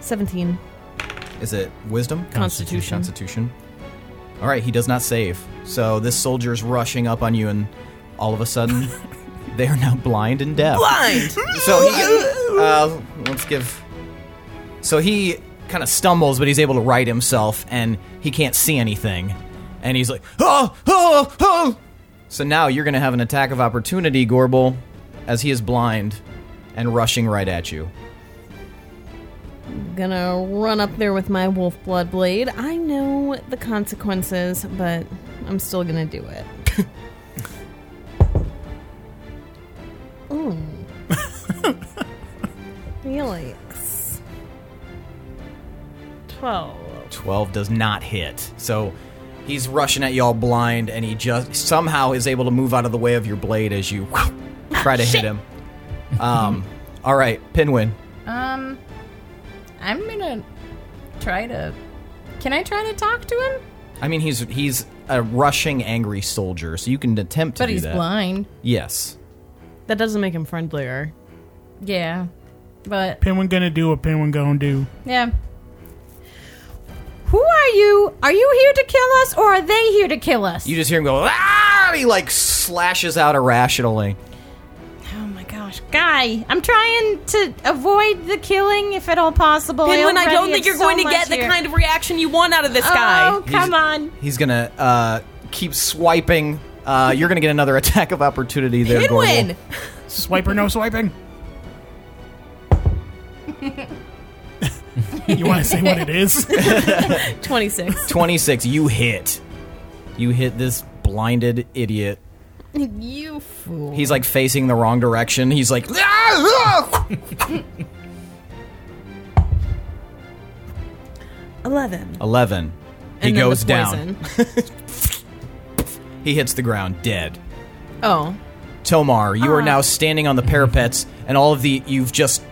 [SPEAKER 6] 17.
[SPEAKER 2] Is it wisdom?
[SPEAKER 6] Constitution.
[SPEAKER 2] Constitution. All right, he does not save. So this soldier is rushing up on you, and all of a sudden, they are now blind and deaf.
[SPEAKER 6] Blind!
[SPEAKER 2] So he, uh, let's give. So he kind of stumbles, but he's able to right himself, and he can't see anything. And he's like, oh, oh, oh. So now you're going to have an attack of opportunity, Gorbel, as he is blind and rushing right at you.
[SPEAKER 6] Gonna run up there with my wolf blood blade. I know the consequences, but I'm still gonna do it. Ooh. Felix. 12.
[SPEAKER 2] 12 does not hit. So he's rushing at y'all blind, and he just somehow is able to move out of the way of your blade as you try to hit him. Um, all right, Pinwin.
[SPEAKER 3] Um, I'm gonna try to. Can I try to talk to him?
[SPEAKER 2] I mean, he's he's a rushing, angry soldier, so you can attempt to
[SPEAKER 3] But
[SPEAKER 2] do
[SPEAKER 3] he's
[SPEAKER 2] that.
[SPEAKER 3] blind.
[SPEAKER 2] Yes.
[SPEAKER 6] That doesn't make him friendlier.
[SPEAKER 3] Yeah. But,
[SPEAKER 1] Penguin gonna do what Penguin gonna do.
[SPEAKER 3] yeah. Who are you? Are you here to kill us or are they here to kill us?
[SPEAKER 2] You just hear him go, ah! He like slashes out irrationally.
[SPEAKER 3] oh my gosh. Guy, I'm trying to avoid the killing if at all possible.
[SPEAKER 6] Pinwin, I don't
[SPEAKER 3] already have
[SPEAKER 6] think you're
[SPEAKER 3] so
[SPEAKER 6] going to
[SPEAKER 3] much
[SPEAKER 6] get the
[SPEAKER 3] here.
[SPEAKER 6] kind of reaction you want out of this guy.
[SPEAKER 3] Oh, come on.
[SPEAKER 2] He's gonna uh, keep swiping. Uh, you're gonna get another attack of opportunity there, Gorbel.
[SPEAKER 6] Pinwin!
[SPEAKER 1] Swipe or no swiping? you want to say what it is?
[SPEAKER 6] 26.
[SPEAKER 2] 26. You hit. You hit this blinded idiot.
[SPEAKER 6] you fool.
[SPEAKER 2] He's like facing the wrong direction. He's like, "Ah, ah!"
[SPEAKER 6] 11.
[SPEAKER 2] 11. He
[SPEAKER 6] And then the
[SPEAKER 2] goes down.
[SPEAKER 6] poison.
[SPEAKER 2] He hits the ground dead.
[SPEAKER 6] Oh.
[SPEAKER 2] Tomar, you are now standing on the parapets, and all of the you've just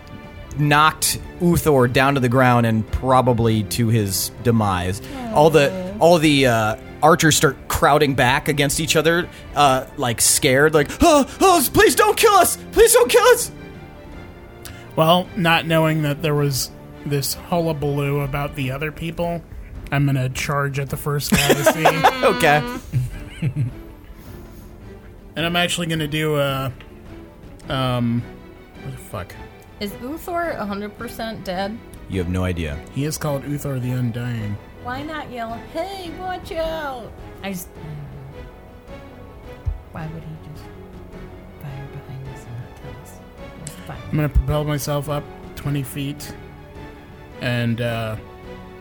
[SPEAKER 2] knocked Uthor down to the ground and probably to his demise. All the all the uh, archers start crowding back against each other, uh, like scared, like oh, oh, please don't kill us, please don't kill us.
[SPEAKER 1] Well, not knowing that there was this hullabaloo about the other people, I'm gonna charge at the first guy to see.
[SPEAKER 2] Okay,
[SPEAKER 1] and I'm actually gonna do a, um, what the fuck?
[SPEAKER 3] Is Uthor 100% dead?
[SPEAKER 2] you have no idea.
[SPEAKER 1] He is called Uthor the Undying.
[SPEAKER 3] Why not yell, hey, watch out? I just. Why would he just fire behind us and not tell us? It was fine.
[SPEAKER 1] I'm gonna propel myself up 20 feet, and uh,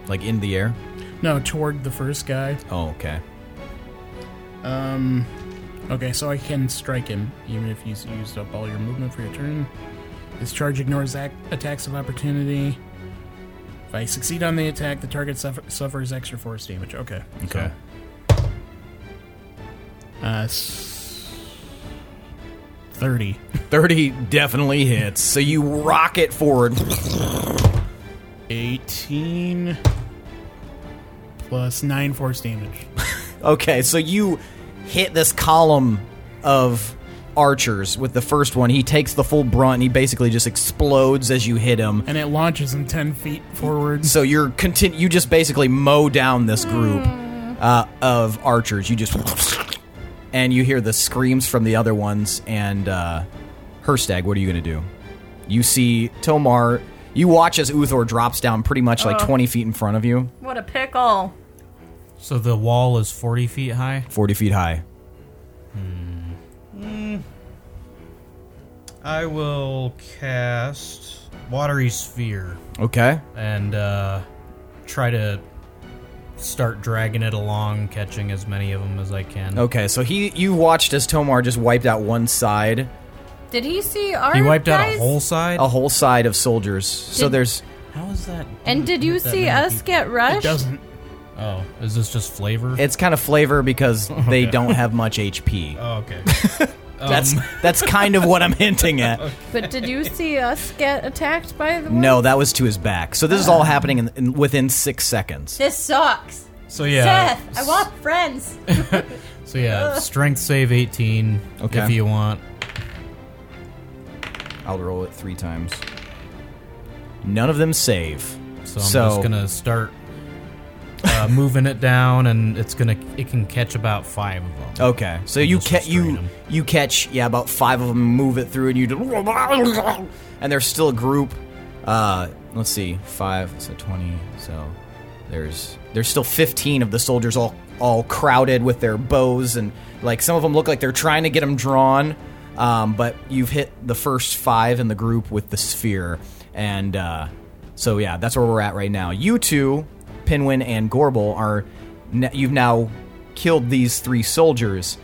[SPEAKER 2] Like in the air.
[SPEAKER 1] no, toward the first guy.
[SPEAKER 2] Oh, okay.
[SPEAKER 1] Um, okay, so I can strike him, even if he's used up all your movement for your turn. This charge ignores ac- attacks of opportunity. If I succeed on the attack, the target suffer- suffers extra force damage. Okay.
[SPEAKER 2] Okay.
[SPEAKER 1] Uh, s- 30.
[SPEAKER 2] 30 definitely hits. So you rock it forward.
[SPEAKER 1] 18 plus 9 force damage.
[SPEAKER 2] Okay, so you hit this column of archers with the first one. He takes the full brunt and he basically just explodes as you hit him.
[SPEAKER 1] And it launches him 10 feet forward.
[SPEAKER 2] So you're contin- you just basically mow down this group uh, of archers. You just and you hear the screams from the other ones. And uh, Herstag, what are you gonna do? You see Tomar. You watch as Uthor drops down pretty much like 20 feet in front of you,
[SPEAKER 3] What a pickle.
[SPEAKER 7] So the wall is 40 feet high?
[SPEAKER 2] 40 feet high.
[SPEAKER 7] I will cast Watery Sphere
[SPEAKER 2] Okay.
[SPEAKER 7] and uh, try to start dragging it along, catching as many of them as I can.
[SPEAKER 2] Okay, so he you watched as Tomar just wiped out one side,
[SPEAKER 8] Did he see our
[SPEAKER 7] He wiped out
[SPEAKER 8] guys?
[SPEAKER 7] a whole side?
[SPEAKER 2] a whole side of soldiers. So
[SPEAKER 8] Did-
[SPEAKER 2] there's
[SPEAKER 7] How is that?
[SPEAKER 8] And did you
[SPEAKER 7] That
[SPEAKER 8] see
[SPEAKER 7] many
[SPEAKER 8] us get rushed?
[SPEAKER 1] Doesn't.
[SPEAKER 7] people- Oh, is this just flavor?
[SPEAKER 2] it's kind of flavor because they don't have much HP.
[SPEAKER 7] oh, okay.
[SPEAKER 2] That's that's kind of what I'm hinting at.
[SPEAKER 8] But did you see us get attacked by the
[SPEAKER 2] No, that was to his back. So this is all happening in, in, within six seconds.
[SPEAKER 3] This sucks.
[SPEAKER 7] So yeah.
[SPEAKER 3] Seth, I want friends.
[SPEAKER 7] So yeah, strength save 18
[SPEAKER 2] Okay.
[SPEAKER 7] if you want.
[SPEAKER 2] I'll roll it three times. None of them save.
[SPEAKER 7] So I'm
[SPEAKER 2] So-
[SPEAKER 7] just gonna start uh, moving it down, and it's gonna it can catch about five of them.
[SPEAKER 2] Okay, so you
[SPEAKER 7] just
[SPEAKER 2] catch you
[SPEAKER 7] restrain 'em.
[SPEAKER 2] you catch yeah about five of them, move it through, and you just, and there's still a group. Uh, let's see, five so twenty. So there's there's still fifteen of the soldiers all all crowded with their bows and like some of them look like they're trying to get them drawn. Um, but you've hit the first five in the group with the sphere, and uh, so yeah, that's where we're at right now. You two, Pinwin and Gorbel, are n- you've now killed these three soldiers.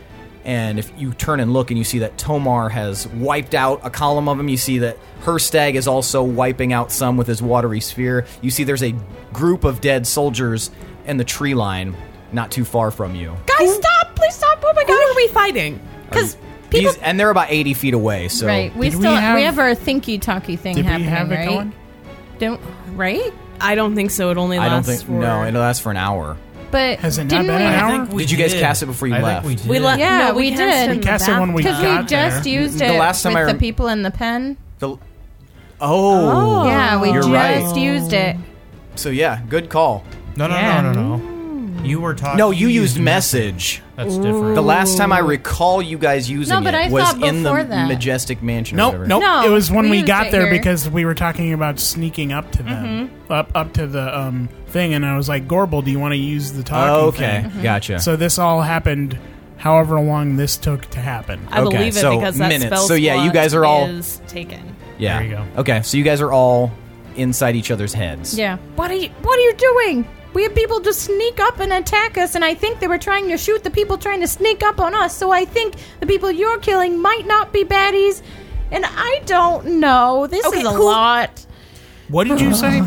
[SPEAKER 2] And if you turn and look and you see that Tomar has wiped out a column of them, you see that Herstag is also wiping out some with his watery sphere. You see there's a group of dead soldiers in the tree line not too far from you.
[SPEAKER 6] Guys, stop! Please stop! Oh my god! Who are we fighting?
[SPEAKER 3] Because people.
[SPEAKER 2] These, and they're about 80 feet away, so.
[SPEAKER 3] right. We
[SPEAKER 1] Did
[SPEAKER 3] still
[SPEAKER 1] we
[SPEAKER 3] we have,
[SPEAKER 1] have-
[SPEAKER 3] our thinky talky thing
[SPEAKER 1] Did we
[SPEAKER 3] happening,
[SPEAKER 1] have
[SPEAKER 3] right?
[SPEAKER 1] it going?
[SPEAKER 3] Don't right?
[SPEAKER 6] I don't think so. It only
[SPEAKER 2] I
[SPEAKER 6] lasts
[SPEAKER 2] don't think.
[SPEAKER 6] for
[SPEAKER 2] No, it'll last for an hour.
[SPEAKER 3] But
[SPEAKER 1] Has it not
[SPEAKER 3] didn't
[SPEAKER 1] been
[SPEAKER 3] we?
[SPEAKER 1] an hour?
[SPEAKER 2] Did you guys cast it before you
[SPEAKER 7] I
[SPEAKER 2] left?
[SPEAKER 7] Think we did.
[SPEAKER 6] we let
[SPEAKER 3] Yeah,
[SPEAKER 6] no,
[SPEAKER 3] we
[SPEAKER 6] cast
[SPEAKER 3] did.
[SPEAKER 6] it in
[SPEAKER 3] We
[SPEAKER 6] the
[SPEAKER 1] cast it
[SPEAKER 6] back.
[SPEAKER 1] when we
[SPEAKER 3] Because
[SPEAKER 1] got
[SPEAKER 3] we just
[SPEAKER 1] there.
[SPEAKER 3] used
[SPEAKER 2] The
[SPEAKER 3] it
[SPEAKER 2] last time
[SPEAKER 3] with
[SPEAKER 2] I
[SPEAKER 3] the
[SPEAKER 2] rem-
[SPEAKER 3] people in the pen.
[SPEAKER 2] The, oh.
[SPEAKER 3] yeah, we
[SPEAKER 2] You're
[SPEAKER 3] just
[SPEAKER 2] right.
[SPEAKER 3] used it.
[SPEAKER 2] So, yeah, good call.
[SPEAKER 7] No, no,
[SPEAKER 3] Yeah.
[SPEAKER 7] no, no, no. You were talking.
[SPEAKER 2] No, you used message.
[SPEAKER 7] That's different.
[SPEAKER 2] The last time I recall you guys using
[SPEAKER 3] No, but
[SPEAKER 2] it
[SPEAKER 3] I
[SPEAKER 2] was
[SPEAKER 3] thought
[SPEAKER 2] in the
[SPEAKER 3] before that.
[SPEAKER 2] majestic mansion. or
[SPEAKER 1] Nope,
[SPEAKER 2] whatever.
[SPEAKER 1] nope.
[SPEAKER 3] No,
[SPEAKER 1] it was when
[SPEAKER 3] we
[SPEAKER 1] we,
[SPEAKER 3] used
[SPEAKER 1] got
[SPEAKER 3] it
[SPEAKER 1] there
[SPEAKER 3] here. Mm-hmm.
[SPEAKER 1] because we were talking about sneaking up to them, up up to the um, thing, and I was like, "Gorbel, do you want to use the talking?"
[SPEAKER 2] Oh, okay,
[SPEAKER 3] Mm-hmm.
[SPEAKER 1] thing?"
[SPEAKER 2] gotcha.
[SPEAKER 1] So this all happened, however long this took to happen.
[SPEAKER 6] I
[SPEAKER 2] Okay,
[SPEAKER 6] believe it
[SPEAKER 2] so
[SPEAKER 6] because that
[SPEAKER 2] minutes.
[SPEAKER 6] spell
[SPEAKER 2] So yeah, you
[SPEAKER 6] slot
[SPEAKER 2] guys are all-
[SPEAKER 6] is taken.
[SPEAKER 2] yeah.
[SPEAKER 7] There you go.
[SPEAKER 2] Okay, so you guys are all inside each other's heads.
[SPEAKER 3] Yeah. What are you what are you doing? We had people just sneak up and attack us and I think they were trying to shoot the people trying to sneak up on us. So I think the people you're killing might not be baddies. And I don't know. This
[SPEAKER 6] Okay,
[SPEAKER 3] is a
[SPEAKER 6] who-
[SPEAKER 3] lot.
[SPEAKER 1] What did you say?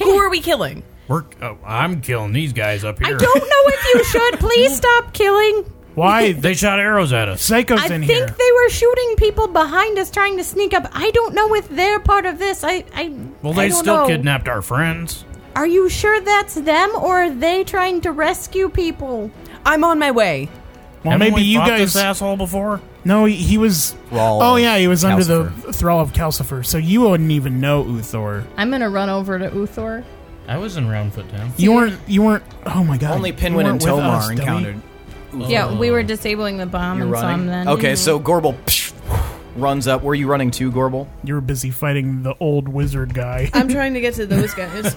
[SPEAKER 6] Who are we killing?
[SPEAKER 7] We're, oh, I'm killing these guys up
[SPEAKER 3] I
[SPEAKER 7] here.
[SPEAKER 3] don't know if you should. Please stop killing.
[SPEAKER 1] Why the
[SPEAKER 7] They shot arrows at us.
[SPEAKER 1] psychos
[SPEAKER 3] I
[SPEAKER 1] in
[SPEAKER 3] think
[SPEAKER 1] here?
[SPEAKER 3] they were shooting people behind us trying to sneak up. I don't know if they're part of this. I I
[SPEAKER 7] Well,
[SPEAKER 3] I
[SPEAKER 7] they
[SPEAKER 3] don't
[SPEAKER 7] still
[SPEAKER 3] know.
[SPEAKER 7] kidnapped our friends.
[SPEAKER 3] Are you sure that's them or are they trying to rescue people?
[SPEAKER 6] I'm on my way.
[SPEAKER 1] well,
[SPEAKER 7] Haven't
[SPEAKER 1] maybe
[SPEAKER 7] we
[SPEAKER 1] you
[SPEAKER 7] fought
[SPEAKER 1] guys.
[SPEAKER 7] this asshole before.
[SPEAKER 1] no, he, he was.
[SPEAKER 2] Thrall
[SPEAKER 1] oh
[SPEAKER 2] of
[SPEAKER 1] yeah, he was under the
[SPEAKER 2] Calcifer.
[SPEAKER 1] thrall of Calcifer, so you wouldn't even know Uthor.
[SPEAKER 3] I'm gonna run over to Uthor.
[SPEAKER 7] I was in Roundfoot Town.
[SPEAKER 1] You weren't. You weren't. Oh my god!
[SPEAKER 2] Only
[SPEAKER 1] you
[SPEAKER 2] Pinwin and
[SPEAKER 1] weren't with
[SPEAKER 2] Tomar
[SPEAKER 1] us, dummy.
[SPEAKER 2] encountered.
[SPEAKER 3] Yeah, we were disabling the bomb
[SPEAKER 2] You're
[SPEAKER 3] and so I'm
[SPEAKER 2] running.
[SPEAKER 3] then.
[SPEAKER 2] Okay, so Gorbel psh, runs up. Were you running too, Gorbel?
[SPEAKER 1] You were busy fighting the old wizard guy.
[SPEAKER 6] I'm trying to get to those guys.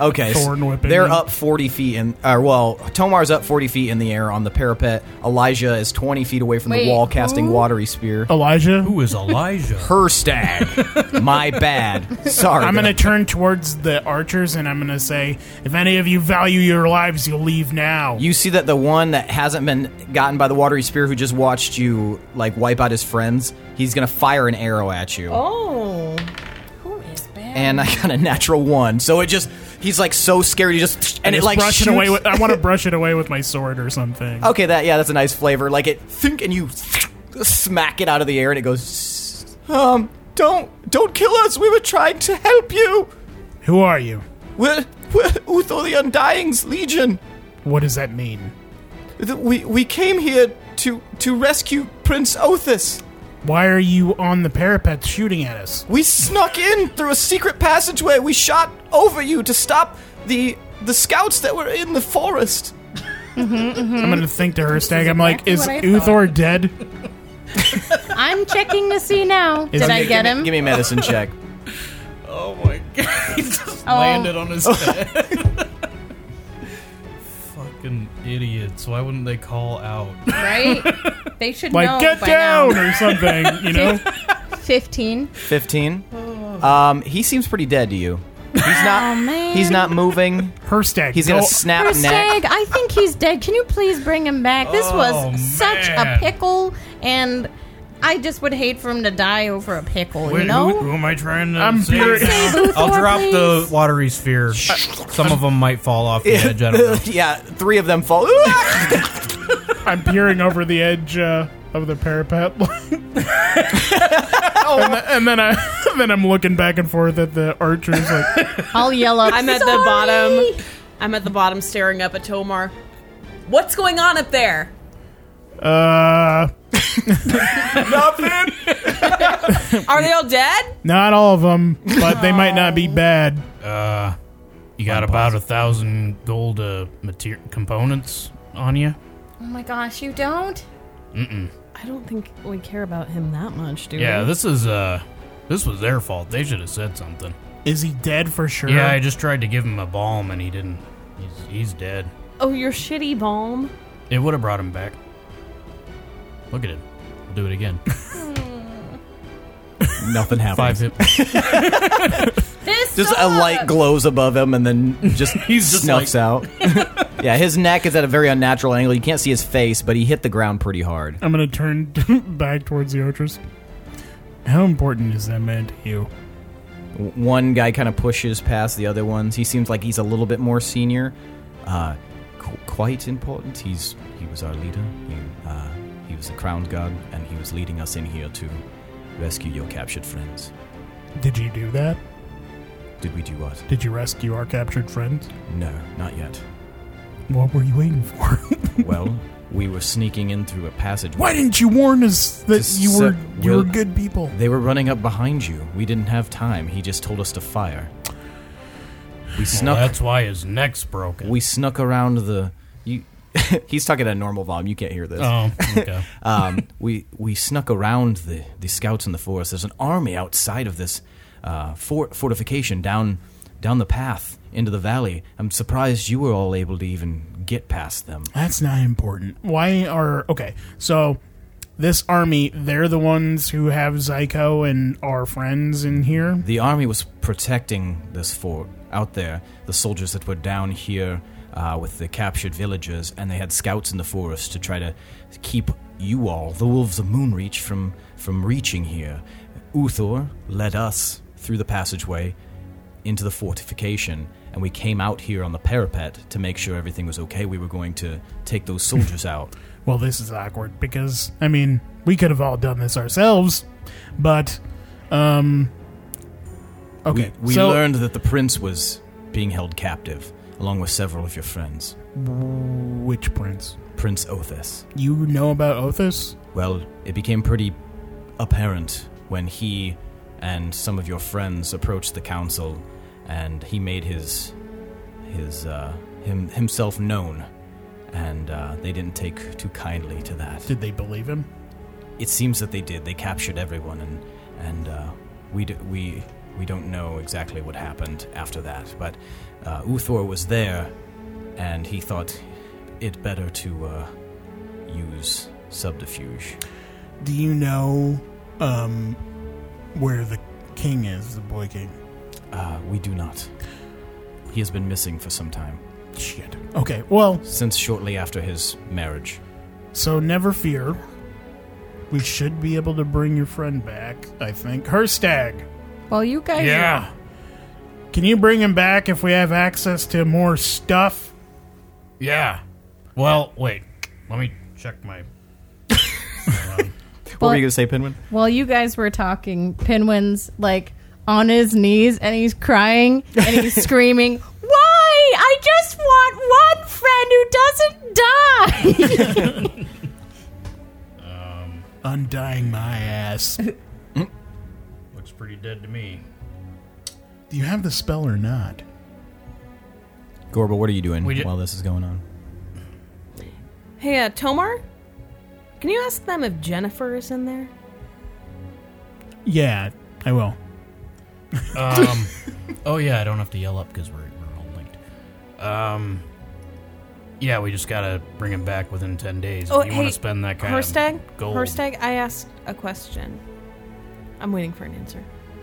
[SPEAKER 2] Okay, so
[SPEAKER 1] Thorn whipping
[SPEAKER 2] they're
[SPEAKER 1] him.
[SPEAKER 2] up forty feet in. Uh, well, Tomar's up forty feet in the air on the parapet. Elijah is twenty feet away from
[SPEAKER 3] Wait,
[SPEAKER 2] the wall, casting
[SPEAKER 3] who?
[SPEAKER 2] watery spear.
[SPEAKER 1] Oh. Elijah.
[SPEAKER 7] Who is Elijah?
[SPEAKER 2] Her stag. My bad. Sorry.
[SPEAKER 1] I'm going to turn towards the archers and I'm going to say, if any of you value your lives, you'll leave now.
[SPEAKER 2] You see that the one that hasn't been gotten by the watery spear who just watched you like wipe out his friends, he's gonna fire an arrow at you.
[SPEAKER 6] oh,
[SPEAKER 2] And I got a natural one, so it just he's like so scared. He just and,
[SPEAKER 1] I
[SPEAKER 2] it
[SPEAKER 1] just
[SPEAKER 2] like
[SPEAKER 1] brush it
[SPEAKER 2] shoots-
[SPEAKER 1] away. With, I want to brush it away with my sword or something.
[SPEAKER 2] Okay, that yeah, that's a nice flavor. Like it think and you smack it out of the air and it goes um don't don't kill us. We were trying to help you.
[SPEAKER 1] Who are you?
[SPEAKER 2] We're, we're Utho the Undying's Legion.
[SPEAKER 1] What does that mean?
[SPEAKER 2] Th- We we came here to to rescue Prince Othis.
[SPEAKER 1] Why are you on the parapet shooting at us?
[SPEAKER 2] We snuck in through a secret passageway. We shot over you to stop the the scouts that were in the forest. Hmm?
[SPEAKER 1] I'm gonna think to her stag. I'm like, is
[SPEAKER 8] exactly what I
[SPEAKER 1] Uthor dead?
[SPEAKER 3] I'm checking to see now.
[SPEAKER 1] Is
[SPEAKER 3] Did I
[SPEAKER 1] it-
[SPEAKER 3] get him?
[SPEAKER 2] Give me a medicine check.
[SPEAKER 7] Oh my god. he just
[SPEAKER 3] Oh.
[SPEAKER 7] landed on his head. Fucking idiots. Why wouldn't they call out?
[SPEAKER 8] right? They should
[SPEAKER 1] Like,
[SPEAKER 8] know.
[SPEAKER 1] get
[SPEAKER 8] by
[SPEAKER 1] down
[SPEAKER 8] Now.
[SPEAKER 1] or something, you know?
[SPEAKER 3] 15.
[SPEAKER 2] Fifteen. Um, he seems pretty dead to you. He's not.
[SPEAKER 3] Oh, man.
[SPEAKER 2] He's not moving.
[SPEAKER 1] Her stag.
[SPEAKER 2] He's gonna snap
[SPEAKER 3] Her
[SPEAKER 2] neck.
[SPEAKER 3] stag, I think he's dead. Can you please bring him back? This was
[SPEAKER 7] Oh,
[SPEAKER 3] such a
[SPEAKER 7] man.
[SPEAKER 3] pickle, and I just would hate for him to die over a pickle, you know?
[SPEAKER 7] who, who am I trying to
[SPEAKER 1] I'm
[SPEAKER 7] save?
[SPEAKER 1] very-
[SPEAKER 3] Save Uthor,
[SPEAKER 4] I'll drop the
[SPEAKER 3] please.
[SPEAKER 4] watery sphere. Some of them might fall off the edge. I don't know.
[SPEAKER 2] yeah, three of them fall.
[SPEAKER 1] I'm peering over the edge uh, of the parapet, and, then, and then I then I'm looking back and forth at the archers. Like,
[SPEAKER 3] I'll yell up.
[SPEAKER 6] I'm at
[SPEAKER 3] "Sorry!"
[SPEAKER 6] the bottom. I'm at the bottom staring up at Tomar. What's going on up there?
[SPEAKER 1] uh,
[SPEAKER 6] Are they all dead?
[SPEAKER 1] not all of them, but they might not be bad.
[SPEAKER 7] Uh, you got about a thousand gold uh, mater- components on you?
[SPEAKER 8] Oh my gosh, you don't?
[SPEAKER 6] I don't think we care about him that much, do
[SPEAKER 7] Yeah,
[SPEAKER 6] we?
[SPEAKER 7] this is, uh, this was their fault. They should have said something.
[SPEAKER 1] Is he dead for sure?
[SPEAKER 7] Yeah, I just tried to give him a balm and he didn't. He's, he's dead.
[SPEAKER 6] Oh, your shitty balm.
[SPEAKER 7] It would have brought him back. Look at him. We'll do it again.
[SPEAKER 2] Nothing happens.
[SPEAKER 7] Five hit.
[SPEAKER 8] This
[SPEAKER 2] Just a light glows above him, and then just
[SPEAKER 7] He's just
[SPEAKER 2] snuffs out. yeah, his neck is at a very unnatural angle. You can't see his face, but he hit the ground pretty hard.
[SPEAKER 1] I'm gonna turn back towards the archers. How important is that man to you?
[SPEAKER 2] W- One guy kind of pushes past the other ones. He seems like he's a little bit more senior. Uh, qu- quite important. He's he was our leader. He uh, he was a crown guard, and he was leading us in here to rescue your captured friends.
[SPEAKER 1] Did you do that?
[SPEAKER 2] Did we do what?
[SPEAKER 1] Did you rescue our captured friends?
[SPEAKER 2] No, not yet.
[SPEAKER 1] What were you waiting for?
[SPEAKER 2] well, we were sneaking in through a passage.
[SPEAKER 1] Why didn't you warn us that
[SPEAKER 2] Just
[SPEAKER 1] you were
[SPEAKER 2] so-
[SPEAKER 1] you were
[SPEAKER 2] we'll-
[SPEAKER 1] good people?
[SPEAKER 2] They were running up behind you. We didn't have time. He just told us to fire. We
[SPEAKER 7] Well,
[SPEAKER 2] snuck.
[SPEAKER 7] that's why his neck's broken.
[SPEAKER 2] we snuck around the. You, he's talking at a normal volume. You can't hear this.
[SPEAKER 7] oh, okay.
[SPEAKER 2] Um, we we snuck around the the scouts in the forest. There's an army outside of this uh, fort fortification down down the path into the valley. I'm surprised you were all able to even get past them.
[SPEAKER 1] That's not important. Why are okay? So this army, they're the ones who have Zyko and our friends in here.
[SPEAKER 2] The army was protecting this fort out there. The soldiers that were down here uh, with the captured villagers, and they had scouts in the forest to try to keep you all, the wolves of Moonreach, from from reaching here. Uthor led us through the passageway into the fortification, and we came out here on the parapet to make sure everything was okay. We were going to take those soldiers out.
[SPEAKER 1] Well, this is awkward because I mean we could have all done this ourselves, but um, okay.
[SPEAKER 2] we, we
[SPEAKER 1] so
[SPEAKER 2] learned that the prince was being held captive, along with several of your friends.
[SPEAKER 1] which prince?
[SPEAKER 2] Prince Othis.
[SPEAKER 1] You know about Othis?
[SPEAKER 2] Well, it became pretty apparent when he and some of your friends approached the council, and he made his his uh, him himself known, and uh, they didn't take too kindly to that.
[SPEAKER 1] Did they believe him?
[SPEAKER 2] It seems that they did. They captured everyone, and and uh, we d- we we don't know exactly what happened after that. But uh, Uthor was there, and he thought it better to uh, use subterfuge.
[SPEAKER 1] Do you know um where the king is? The boy king.
[SPEAKER 2] Uh, we do not. He has been missing for some time,
[SPEAKER 1] Shit. Okay. Well,
[SPEAKER 2] since shortly after his marriage.
[SPEAKER 1] So never fear. We should be able to bring your friend back, I think. Her stag.
[SPEAKER 8] Well, you guys.
[SPEAKER 7] yeah.
[SPEAKER 1] Can you bring him back if we have access to more stuff?
[SPEAKER 7] Yeah. Well, wait. Let me check my.
[SPEAKER 2] What were you gonna say, Penguin?
[SPEAKER 3] While you guys were talking, Pinwin's like on his knees and he's crying and he's screaming, Why? I just want one friend who doesn't die.
[SPEAKER 1] Undying my ass. Do
[SPEAKER 7] Looks pretty dead to me.
[SPEAKER 1] you have the spell or not?
[SPEAKER 2] Gorba, what are you doing
[SPEAKER 7] We ju-
[SPEAKER 2] while this is going on?
[SPEAKER 6] Hey, uh, Tomar, can you ask them if Jennifer is in there?
[SPEAKER 1] Yeah, I will.
[SPEAKER 7] Um. oh yeah, I don't have to yell up because we're we're all linked. Um. Yeah, we just gotta bring him back within ten days. If
[SPEAKER 6] Oh,
[SPEAKER 7] you
[SPEAKER 6] hey,
[SPEAKER 7] want to spend that kind
[SPEAKER 6] Herstag?
[SPEAKER 7] of gold?
[SPEAKER 6] Herstag, I asked a question. I'm waiting for an answer.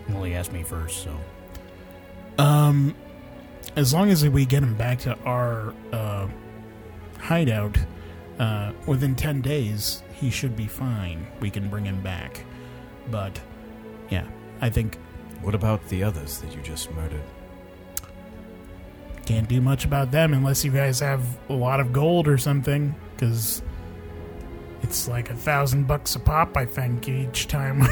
[SPEAKER 7] Well, he asked me first, so
[SPEAKER 1] Um, as long as we get him back to our uh, hideout uh, within ten days, he should be fine. We can bring him back. But yeah, I think
[SPEAKER 9] What about the others that you just murdered?
[SPEAKER 1] can't do much about them unless you guys have a lot of gold or something, because it's like a thousand bucks a pop. I think each time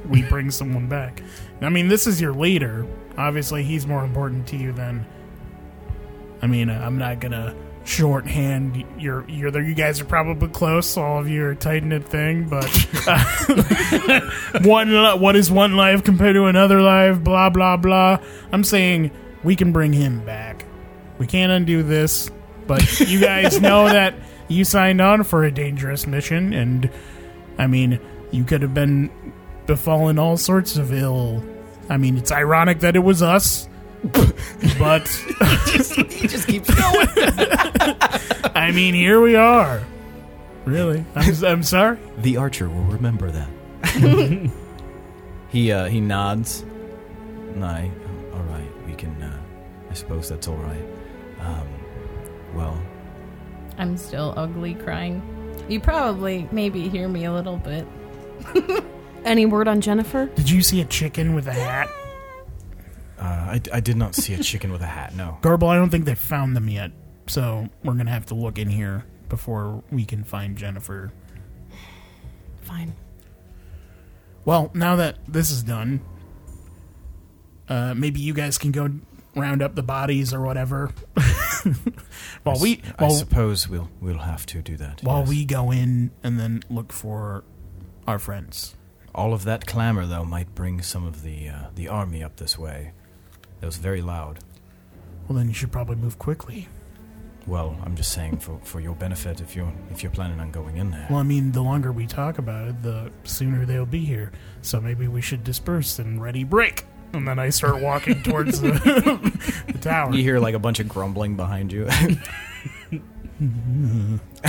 [SPEAKER 1] we bring someone back. I mean, this is your leader. Obviously, he's more important to you than. I mean, I'm not gonna shorthand your your. You guys are probably close. All of you are tight knit thing, but uh, one li- what is one life compared to another life blah blah blah i'm saying we can bring him back we can't undo this but you guys know that you signed on for a dangerous mission and i mean you could have been befallen all sorts of ill i mean it's ironic that it was us but
[SPEAKER 2] He just keeps going.
[SPEAKER 1] i mean here we are really i'm, I'm sorry
[SPEAKER 2] The archer will remember that. he uh, he nods. And I, all right, we can. Uh, I suppose that's all right. Um, well,
[SPEAKER 3] I'm still ugly crying. You probably maybe hear me a little bit.
[SPEAKER 6] Any word on Jennifer?
[SPEAKER 1] did you see a chicken with a hat
[SPEAKER 9] Uh, I, I did not see a chicken with a hat. No.
[SPEAKER 1] Garble, I don't think they found them yet, so we're gonna have to look in here before we can find Jennifer.
[SPEAKER 6] Fine.
[SPEAKER 1] Well, now that this is done, uh, maybe you guys can go round up the bodies or whatever. while we
[SPEAKER 9] I
[SPEAKER 1] while,
[SPEAKER 9] suppose we'll we'll have to do that.
[SPEAKER 1] while
[SPEAKER 9] yes.
[SPEAKER 1] we go in and then look for our friends.
[SPEAKER 9] all of that clamor though might bring some of the uh, the army up this way. That was very loud.
[SPEAKER 1] Well, then you should probably move quickly.
[SPEAKER 9] Well, I'm just saying for, for your benefit if you're if you're planning on going in there.
[SPEAKER 1] Well, I mean, the longer we talk about it, the sooner they'll be here. So maybe we should disperse and ready break. And then I start walking towards the, the tower.
[SPEAKER 2] you hear like a bunch of grumbling behind you.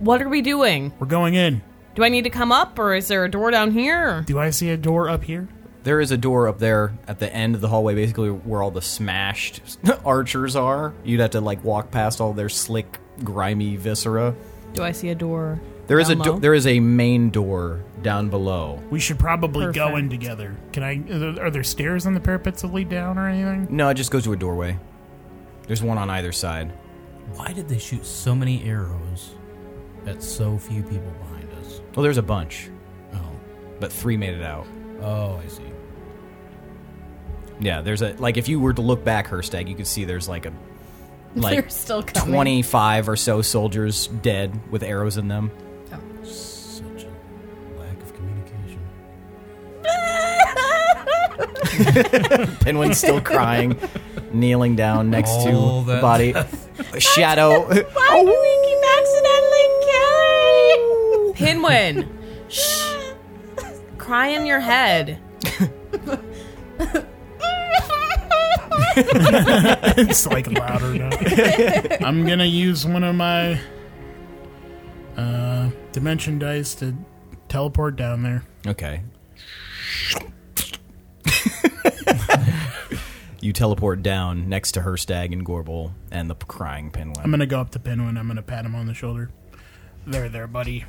[SPEAKER 6] What are we doing?
[SPEAKER 1] We're going in.
[SPEAKER 6] Do I need to come up, or is there a door down here?
[SPEAKER 1] Do I see a door up here?
[SPEAKER 2] there is a door up there at the end of the hallway, basically where all the smashed archers are. You'd have to like walk past all their slick, grimy viscera.
[SPEAKER 6] Do I see a door?
[SPEAKER 2] There is a
[SPEAKER 6] down
[SPEAKER 2] do-
[SPEAKER 6] low?
[SPEAKER 2] there is a main door down below.
[SPEAKER 1] We should probably go in
[SPEAKER 6] Perfect.
[SPEAKER 1] together. Can I? Are there stairs on the parapets that lead down or anything?
[SPEAKER 2] No, it just goes to a doorway. There's one on either side.
[SPEAKER 7] why did they shoot so many arrows at so few people behind us?
[SPEAKER 2] Well, there's a bunch,
[SPEAKER 7] Oh,
[SPEAKER 2] but three made it out.
[SPEAKER 7] oh, I see.
[SPEAKER 2] Yeah, there's a like if you were to look back, Herstag, you could see there's like a like
[SPEAKER 3] They're still coming.
[SPEAKER 2] 25 or so soldiers dead with arrows in them.
[SPEAKER 7] Such a lack of communication.
[SPEAKER 2] Penguin's still crying, kneeling down next
[SPEAKER 4] All
[SPEAKER 2] to the
[SPEAKER 4] that
[SPEAKER 2] body. Shadow.
[SPEAKER 3] Why do we keep accidentally killing?
[SPEAKER 6] Pinwin! Shh! Cry in your head.
[SPEAKER 1] It's like louder now. I'm gonna use one of my uh, dimension dice to teleport down there.
[SPEAKER 2] Okay. you teleport down next to Herstag and Gorbel and the crying Penguin.
[SPEAKER 1] I'm gonna go up to Penguin. I'm gonna pat him on the shoulder. There, there, buddy.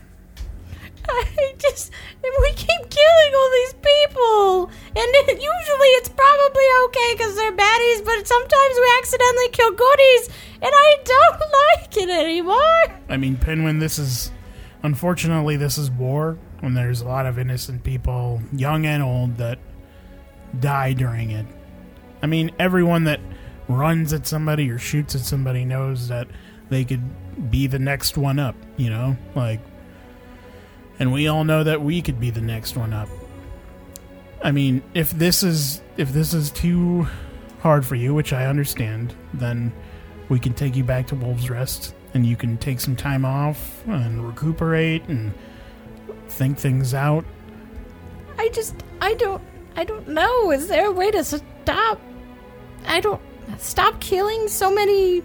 [SPEAKER 3] I just we keep killing all these people, and it, usually it's probably okay because they're baddies, but sometimes we accidentally kill goodies, and I don't like it anymore.
[SPEAKER 1] I mean, Penguin, this is unfortunately this is war, and there's a lot of innocent people, young and old, that die during it. I mean, everyone that runs at somebody or shoots at somebody knows that they could be the next one up, you know? Like and we all know that we could be the next one up. I mean, if this is if this is too hard for you, which I understand, then we can take you back to Wolves Rest and you can take some time off and recuperate and think things out.
[SPEAKER 3] I just I don't I don't know. Is there a way to stop? I don't stop killing so many.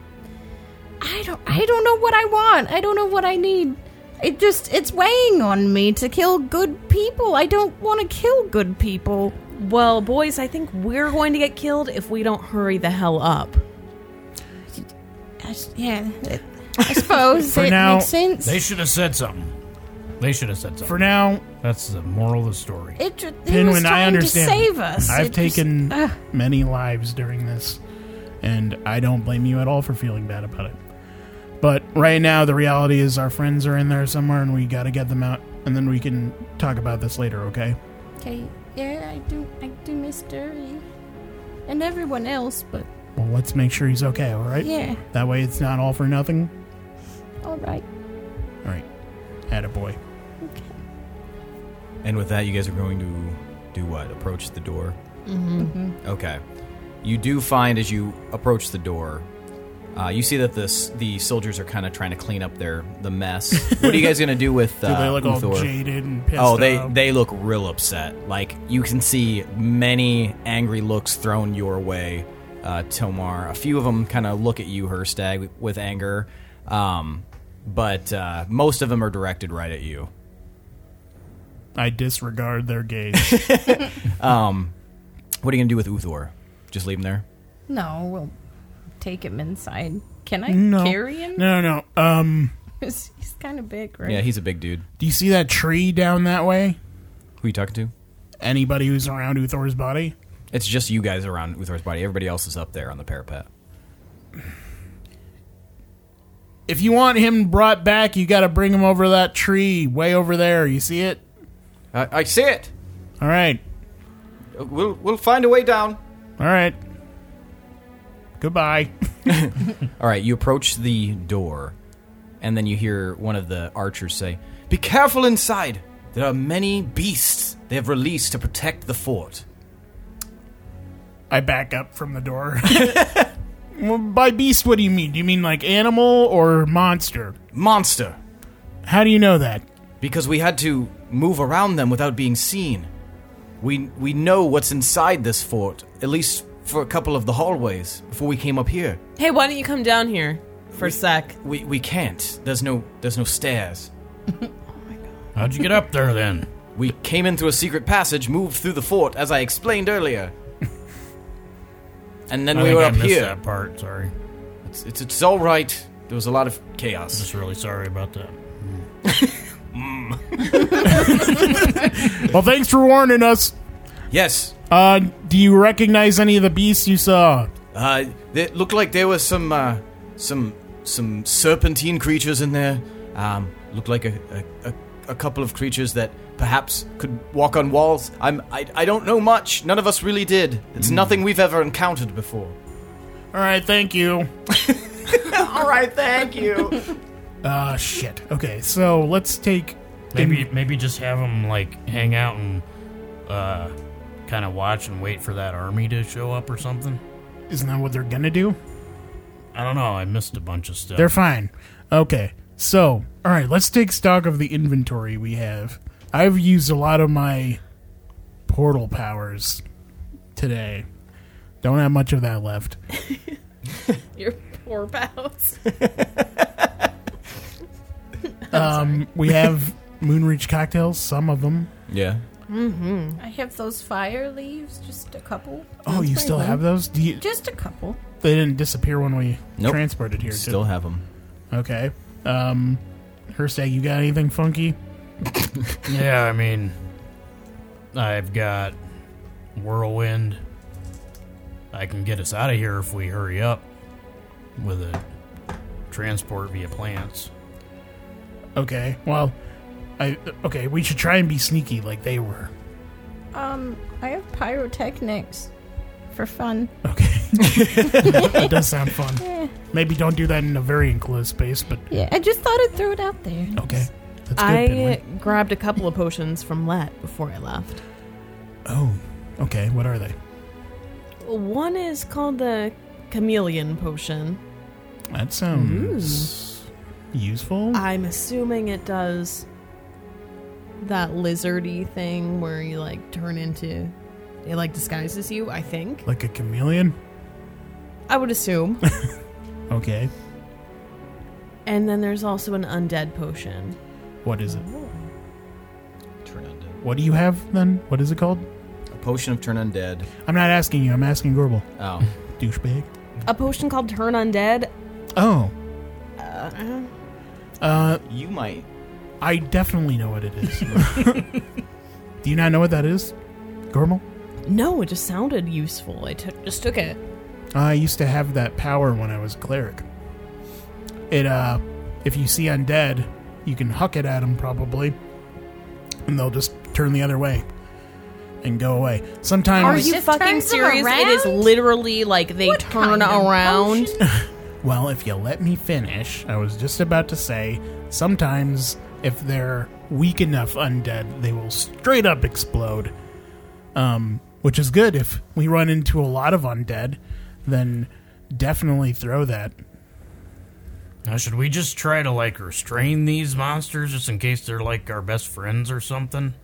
[SPEAKER 3] I don't I don't know what I want. I don't know what I need. It just it's weighing on me to kill good people. I don't want to kill good people.
[SPEAKER 6] Well, boys, I think we're going to get killed if we don't hurry the hell up.
[SPEAKER 3] I s- yeah, it- I suppose
[SPEAKER 1] For
[SPEAKER 3] it
[SPEAKER 1] now-
[SPEAKER 3] makes sense.
[SPEAKER 7] They should have said something. They should have said something.
[SPEAKER 1] For now,
[SPEAKER 7] That's the moral of the story.
[SPEAKER 3] it ju- he was
[SPEAKER 1] Pinwin,
[SPEAKER 3] trying
[SPEAKER 1] I understand.
[SPEAKER 3] to save us.
[SPEAKER 1] I've
[SPEAKER 3] It just-
[SPEAKER 1] taken
[SPEAKER 3] Ugh.
[SPEAKER 1] many lives during this, and I don't blame you at all for feeling bad about it. But right now, the reality is our friends are in there somewhere, and we got to get them out, and then we can talk about this later, okay?
[SPEAKER 3] Okay, yeah, I do. I do miss Derry and everyone else, but
[SPEAKER 1] Well, let's make sure he's okay, all right?
[SPEAKER 3] yeah,
[SPEAKER 1] That way it's not all for nothing.
[SPEAKER 3] all right.
[SPEAKER 1] All right. Attaboy.
[SPEAKER 9] And with that, you guys are going to do what? Approach the door? Mm-hmm. Okay. You do find as you approach the door, uh, you see that the s- the soldiers are kind of trying to clean up their the mess. what are you guys going to do with?
[SPEAKER 1] Do
[SPEAKER 9] Uh,
[SPEAKER 1] they look all
[SPEAKER 9] Uthor?
[SPEAKER 1] jaded and pissed
[SPEAKER 9] Oh, they
[SPEAKER 1] off?
[SPEAKER 9] they look real upset. Like you can see many angry looks thrown your way, uh, Tomar. A few of them kind of look at you, Herstag, with anger, um, but uh, most of them are directed right at you.
[SPEAKER 1] I disregard their gaze.
[SPEAKER 9] What are you gonna do with Uthor? Just leave him there.
[SPEAKER 3] No, we'll take him inside. Can I
[SPEAKER 1] no.
[SPEAKER 3] carry him?
[SPEAKER 1] No, no, no. Um,
[SPEAKER 3] he's kind of big, right?
[SPEAKER 9] Yeah, he's a big dude.
[SPEAKER 1] do you see that tree down that way?
[SPEAKER 9] Who you talking to?
[SPEAKER 1] Anybody who's around Uthor's body?
[SPEAKER 9] It's just you guys around Uthor's body. Everybody else is up there on the parapet.
[SPEAKER 1] If you want him brought back, you got to bring him over that tree way over there. You see it?
[SPEAKER 2] I, I see it.
[SPEAKER 1] All right.
[SPEAKER 2] We'll we'll find a way down.
[SPEAKER 1] All right. Goodbye.
[SPEAKER 9] All right, you approach the door, and then you hear one of the archers say,
[SPEAKER 2] Be careful inside. There are many beasts they have released to protect the fort.
[SPEAKER 1] I back up from the door. Well, By beast, what do you mean? Do you mean like animal or monster?
[SPEAKER 2] Monster,
[SPEAKER 1] How do you know that?
[SPEAKER 2] because we had to move around them without being seen. We we know what's inside this fort, at least for a couple of the hallways before we came up here.
[SPEAKER 6] Hey, why don't you come down here for a sec?
[SPEAKER 2] We we can't. There's no there's no stairs.
[SPEAKER 7] How'd you get up there then?
[SPEAKER 2] We came in through a secret passage, moved through the fort, as I explained earlier. And then
[SPEAKER 7] I
[SPEAKER 2] we
[SPEAKER 7] think
[SPEAKER 2] were
[SPEAKER 7] I
[SPEAKER 2] up
[SPEAKER 7] missed
[SPEAKER 2] here.
[SPEAKER 7] that part. Sorry.
[SPEAKER 2] It's, it's, it's all right. There was a lot of chaos.
[SPEAKER 7] Just really sorry about that.
[SPEAKER 1] Well, thanks for warning us.
[SPEAKER 2] Yes,
[SPEAKER 1] Uh, do you recognize any of the beasts you saw?
[SPEAKER 2] uh, it looked like there was some uh, some some serpentine creatures in there. Um, looked like a, a, a, a couple of creatures that perhaps could walk on walls. I'm I, I don't know much. None of us really did. It's nothing we've ever encountered before.
[SPEAKER 1] All right, thank you.
[SPEAKER 2] all right, thank you.
[SPEAKER 1] Uh, shit. Okay, so let's take.
[SPEAKER 7] Maybe maybe just have them like hang out and uh, kind of watch and wait for that army to show up or something.
[SPEAKER 1] Isn't that what they're gonna do?
[SPEAKER 7] I don't know. I missed a bunch of stuff.
[SPEAKER 1] They're fine. Okay, so all right, let's take stock of the inventory we have. I've used a lot of my portal powers today. Don't have much of that left.
[SPEAKER 6] Your poor pals.
[SPEAKER 1] Um, we have Moonreach cocktails, some of them.
[SPEAKER 9] "Yeah,
[SPEAKER 3] I have those fire leaves, just a couple.
[SPEAKER 1] Oh, you still have those? Do you,
[SPEAKER 3] Just a couple.
[SPEAKER 1] they didn't disappear when we
[SPEAKER 9] Nope.
[SPEAKER 1] transported here. did
[SPEAKER 9] still have them."
[SPEAKER 1] Okay. Um, Herstag, you got anything funky?
[SPEAKER 7] yeah, I mean, I've got whirlwind. I can get us out of here if we hurry up with a transport via plants.
[SPEAKER 1] Okay, well, I okay. We should try and be sneaky like they were.
[SPEAKER 3] Um, I have pyrotechnics for fun.
[SPEAKER 1] Okay, that does sound fun. Maybe don't do that in a very enclosed space, but
[SPEAKER 3] Yeah, I just thought I'd throw it out there.
[SPEAKER 1] okay, that's good.
[SPEAKER 6] I
[SPEAKER 1] Pinwin.
[SPEAKER 6] grabbed a couple of potions from Let before I left.
[SPEAKER 1] Oh, okay. What are they?
[SPEAKER 6] One is called the chameleon potion.
[SPEAKER 1] That sounds useful.
[SPEAKER 6] I'm assuming it does that lizardy thing where you like turn into it like disguises you, I think.
[SPEAKER 1] like a chameleon.
[SPEAKER 6] I would assume.
[SPEAKER 1] Okay,
[SPEAKER 6] and then there's also an undead potion.
[SPEAKER 1] what is it? What do you have then? What is it called?
[SPEAKER 9] A potion of turn undead.
[SPEAKER 1] I'm not asking you. I'm asking Gorbel.
[SPEAKER 9] Oh,
[SPEAKER 1] Douchebag.
[SPEAKER 6] A potion called Turn Undead.
[SPEAKER 1] Oh,
[SPEAKER 6] Uh,
[SPEAKER 1] uh,
[SPEAKER 9] you might.
[SPEAKER 1] I definitely know what it is. do you not know what that is, Gorbel?
[SPEAKER 6] no, it just sounded useful. I t- just took it.
[SPEAKER 1] I used to have that power when I was a cleric. It, uh, if you see undead, you can huck it at them probably, and they'll just turn the other way and go away.
[SPEAKER 6] Are
[SPEAKER 1] Sometimes,
[SPEAKER 6] you
[SPEAKER 8] just
[SPEAKER 6] fucking
[SPEAKER 8] turns them
[SPEAKER 6] serious? It is
[SPEAKER 8] around?
[SPEAKER 6] literally like they turn around.
[SPEAKER 1] well, if you let me finish, I was just about to say, sometimes if they're weak enough undead, they will straight up explode. Um, which is good. If we run into a lot of undead, then definitely throw that.
[SPEAKER 7] Now, should we just try to like restrain these monsters just in case they're like our best friends or something?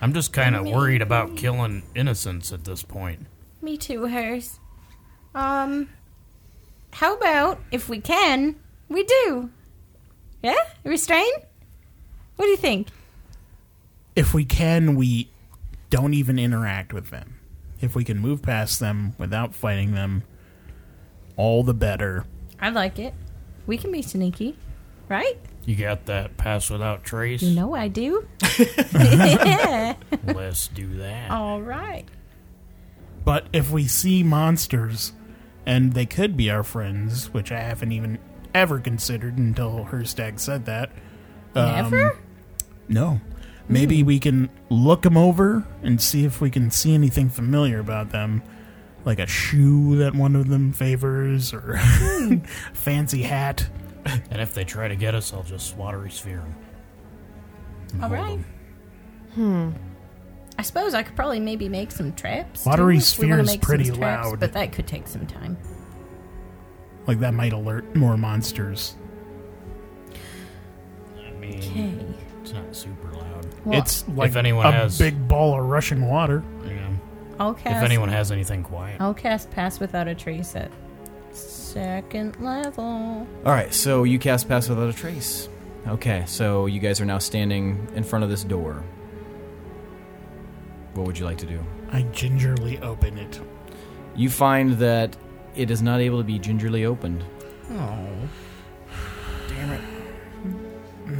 [SPEAKER 7] I'm just kind of worried about killing innocents at this point.
[SPEAKER 3] Me too, hers. Um, how about if we can, we do? Yeah, restrain. What do you think?
[SPEAKER 1] if we can, we don't even interact with them. If we can move past them without fighting them, all the better.
[SPEAKER 3] I like it. We can be sneaky, right?
[SPEAKER 7] You got that pass without trace?
[SPEAKER 3] You know I do. yeah.
[SPEAKER 7] Let's do that.
[SPEAKER 3] All right.
[SPEAKER 1] But if we see monsters, and they could be our friends, which I haven't even ever considered until Herstag said that. um,
[SPEAKER 3] Never. Hmm.
[SPEAKER 1] No. Maybe we can look them over and see if we can see anything familiar about them, like a shoe that one of them favors, or
[SPEAKER 3] Hmm.
[SPEAKER 1] fancy hat.
[SPEAKER 7] And if they try to get us, I'll just watery sphere them.
[SPEAKER 3] All right. Hmm. I suppose I could probably maybe make some traps. too,
[SPEAKER 1] Watery
[SPEAKER 3] if we wanna
[SPEAKER 1] sphere's
[SPEAKER 3] make some
[SPEAKER 1] pretty
[SPEAKER 3] traps,
[SPEAKER 1] loud.
[SPEAKER 3] but that could take some time.
[SPEAKER 1] Like that might alert more monsters.
[SPEAKER 7] I mean,
[SPEAKER 3] Okay.
[SPEAKER 7] it's not super loud.
[SPEAKER 3] Well,
[SPEAKER 1] it's like
[SPEAKER 7] If anyone
[SPEAKER 1] a
[SPEAKER 7] has-
[SPEAKER 1] big ball of rushing water.
[SPEAKER 7] Yeah.
[SPEAKER 3] I'll
[SPEAKER 7] If
[SPEAKER 3] cast.
[SPEAKER 7] anyone has anything quiet.
[SPEAKER 3] I'll cast pass without a trace at second level.
[SPEAKER 9] All right, so you cast Pass Without a Trace. Okay, so you guys are now standing in front of this door. What would you like to do?
[SPEAKER 1] I gingerly open it.
[SPEAKER 9] You find that it is not able to be gingerly opened.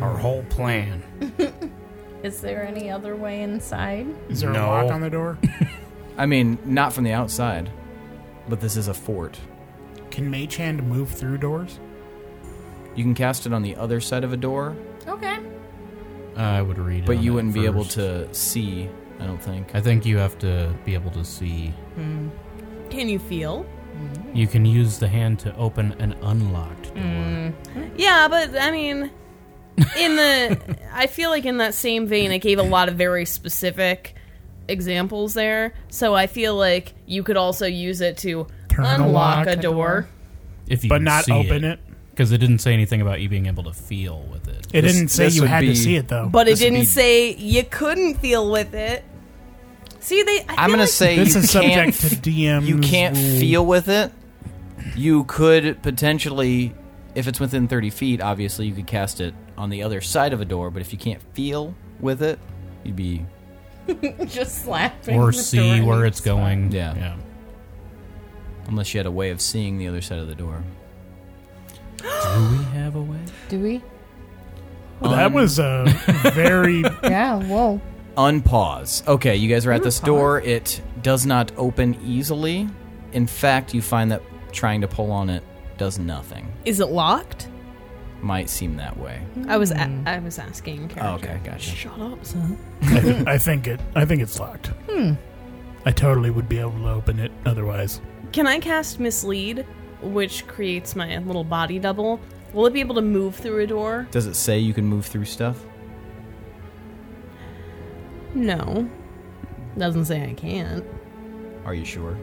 [SPEAKER 7] Our whole plan.
[SPEAKER 3] Is there any other way inside?
[SPEAKER 1] Is there a
[SPEAKER 7] No.
[SPEAKER 1] lock on the door?
[SPEAKER 9] I mean, not from the outside, but this is a fort.
[SPEAKER 1] Can Mage Hand move through doors?
[SPEAKER 9] You can cast it on the other side of a door,
[SPEAKER 3] Okay.
[SPEAKER 7] I would read it.
[SPEAKER 9] but
[SPEAKER 7] on
[SPEAKER 9] you
[SPEAKER 7] that
[SPEAKER 9] wouldn't be able
[SPEAKER 7] first.
[SPEAKER 9] to see, I don't think.
[SPEAKER 7] I think you have to be able to see.
[SPEAKER 6] Can you feel?
[SPEAKER 7] You can use the hand to open an unlocked door.
[SPEAKER 6] Yeah, but I mean, in the I feel like in that same vein, I gave a lot of very specific examples there. So I feel like you could also use it to
[SPEAKER 1] Turn a lock.
[SPEAKER 6] unlock a door.
[SPEAKER 7] If you
[SPEAKER 1] But
[SPEAKER 7] can
[SPEAKER 1] not
[SPEAKER 7] see
[SPEAKER 1] open
[SPEAKER 7] it.
[SPEAKER 1] it.
[SPEAKER 7] Because it didn't say anything about you being able to feel with it.
[SPEAKER 1] It
[SPEAKER 9] This-
[SPEAKER 1] didn't say
[SPEAKER 9] this
[SPEAKER 1] you
[SPEAKER 9] would
[SPEAKER 1] had
[SPEAKER 9] be-
[SPEAKER 1] to see it though.
[SPEAKER 6] But it
[SPEAKER 9] This would
[SPEAKER 6] didn't
[SPEAKER 9] be-
[SPEAKER 6] say you couldn't feel with it. See, they. I feel
[SPEAKER 2] I'm gonna
[SPEAKER 6] like
[SPEAKER 2] say
[SPEAKER 1] this
[SPEAKER 2] you
[SPEAKER 1] is
[SPEAKER 2] can't
[SPEAKER 1] subject to DMs.
[SPEAKER 2] you can't
[SPEAKER 1] rules.
[SPEAKER 2] feel with it. You could potentially, if it's within 30 feet, obviously you could cast it on the other side of a door. But if you can't feel with it, you'd be
[SPEAKER 3] Just slapping.
[SPEAKER 7] Or
[SPEAKER 3] the door
[SPEAKER 7] see
[SPEAKER 3] in
[SPEAKER 7] where
[SPEAKER 3] the
[SPEAKER 7] it's going.
[SPEAKER 2] Yeah.
[SPEAKER 7] yeah.
[SPEAKER 2] unless you had a way of seeing the other side of the door.
[SPEAKER 7] Do we have a way?
[SPEAKER 3] Do we?
[SPEAKER 1] That was a very
[SPEAKER 3] yeah, whoa.
[SPEAKER 2] unpause. Okay, you guys are at this door. It does not open easily. In fact, you find that trying to pull on it does nothing.
[SPEAKER 6] Is it locked?
[SPEAKER 2] Might seem that way.
[SPEAKER 6] I was a- I was asking. Character.
[SPEAKER 2] Oh, Okay, gotcha.
[SPEAKER 6] Shut up, son.
[SPEAKER 1] I, th- I think it. I think it's locked.
[SPEAKER 3] Hmm.
[SPEAKER 1] I totally would be able to open it otherwise.
[SPEAKER 6] Can I cast mislead, which creates my little body double? Will it be able to move through a door?
[SPEAKER 2] Does it say you can move through stuff?
[SPEAKER 6] No. Doesn't say I can't.
[SPEAKER 2] Are you sure?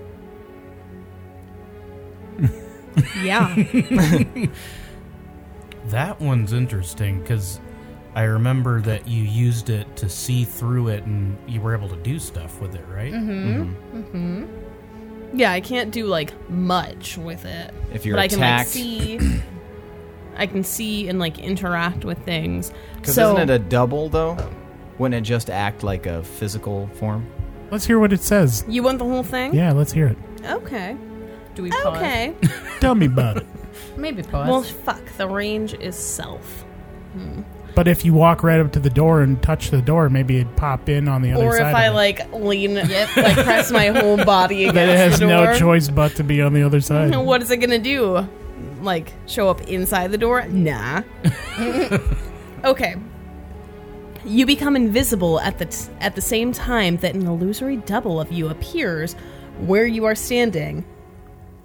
[SPEAKER 5] Yeah.
[SPEAKER 7] That one's interesting because I remember that you used it to see through it and you were able to do stuff with it, right?
[SPEAKER 6] Yeah, I can't do like much with it.
[SPEAKER 2] If you're
[SPEAKER 6] but
[SPEAKER 2] attacked-
[SPEAKER 6] I can like see. I can see and like interact with things.
[SPEAKER 2] Because
[SPEAKER 6] So
[SPEAKER 2] isn't it a double though? Wouldn't it just act like a physical form?
[SPEAKER 1] Let's hear what it says.
[SPEAKER 6] you want the whole thing?
[SPEAKER 1] Yeah, let's hear it.
[SPEAKER 6] Okay.
[SPEAKER 3] Do we pause?
[SPEAKER 6] Okay.
[SPEAKER 1] Tell me about it.
[SPEAKER 3] Maybe pause.
[SPEAKER 6] well, fuck. The range is self.
[SPEAKER 1] But if you walk right up to the door and touch the door, maybe it'd pop in on the other
[SPEAKER 6] Or
[SPEAKER 1] side.
[SPEAKER 6] if I
[SPEAKER 1] of it.
[SPEAKER 6] like lean, like press my whole body against
[SPEAKER 1] Then it has
[SPEAKER 6] the door.
[SPEAKER 1] no choice but to be on the other side.
[SPEAKER 6] What is it gonna do? Like show up inside the door? Nah. okay. You become invisible at the t- at the same time that an illusory double of you appears where you are standing.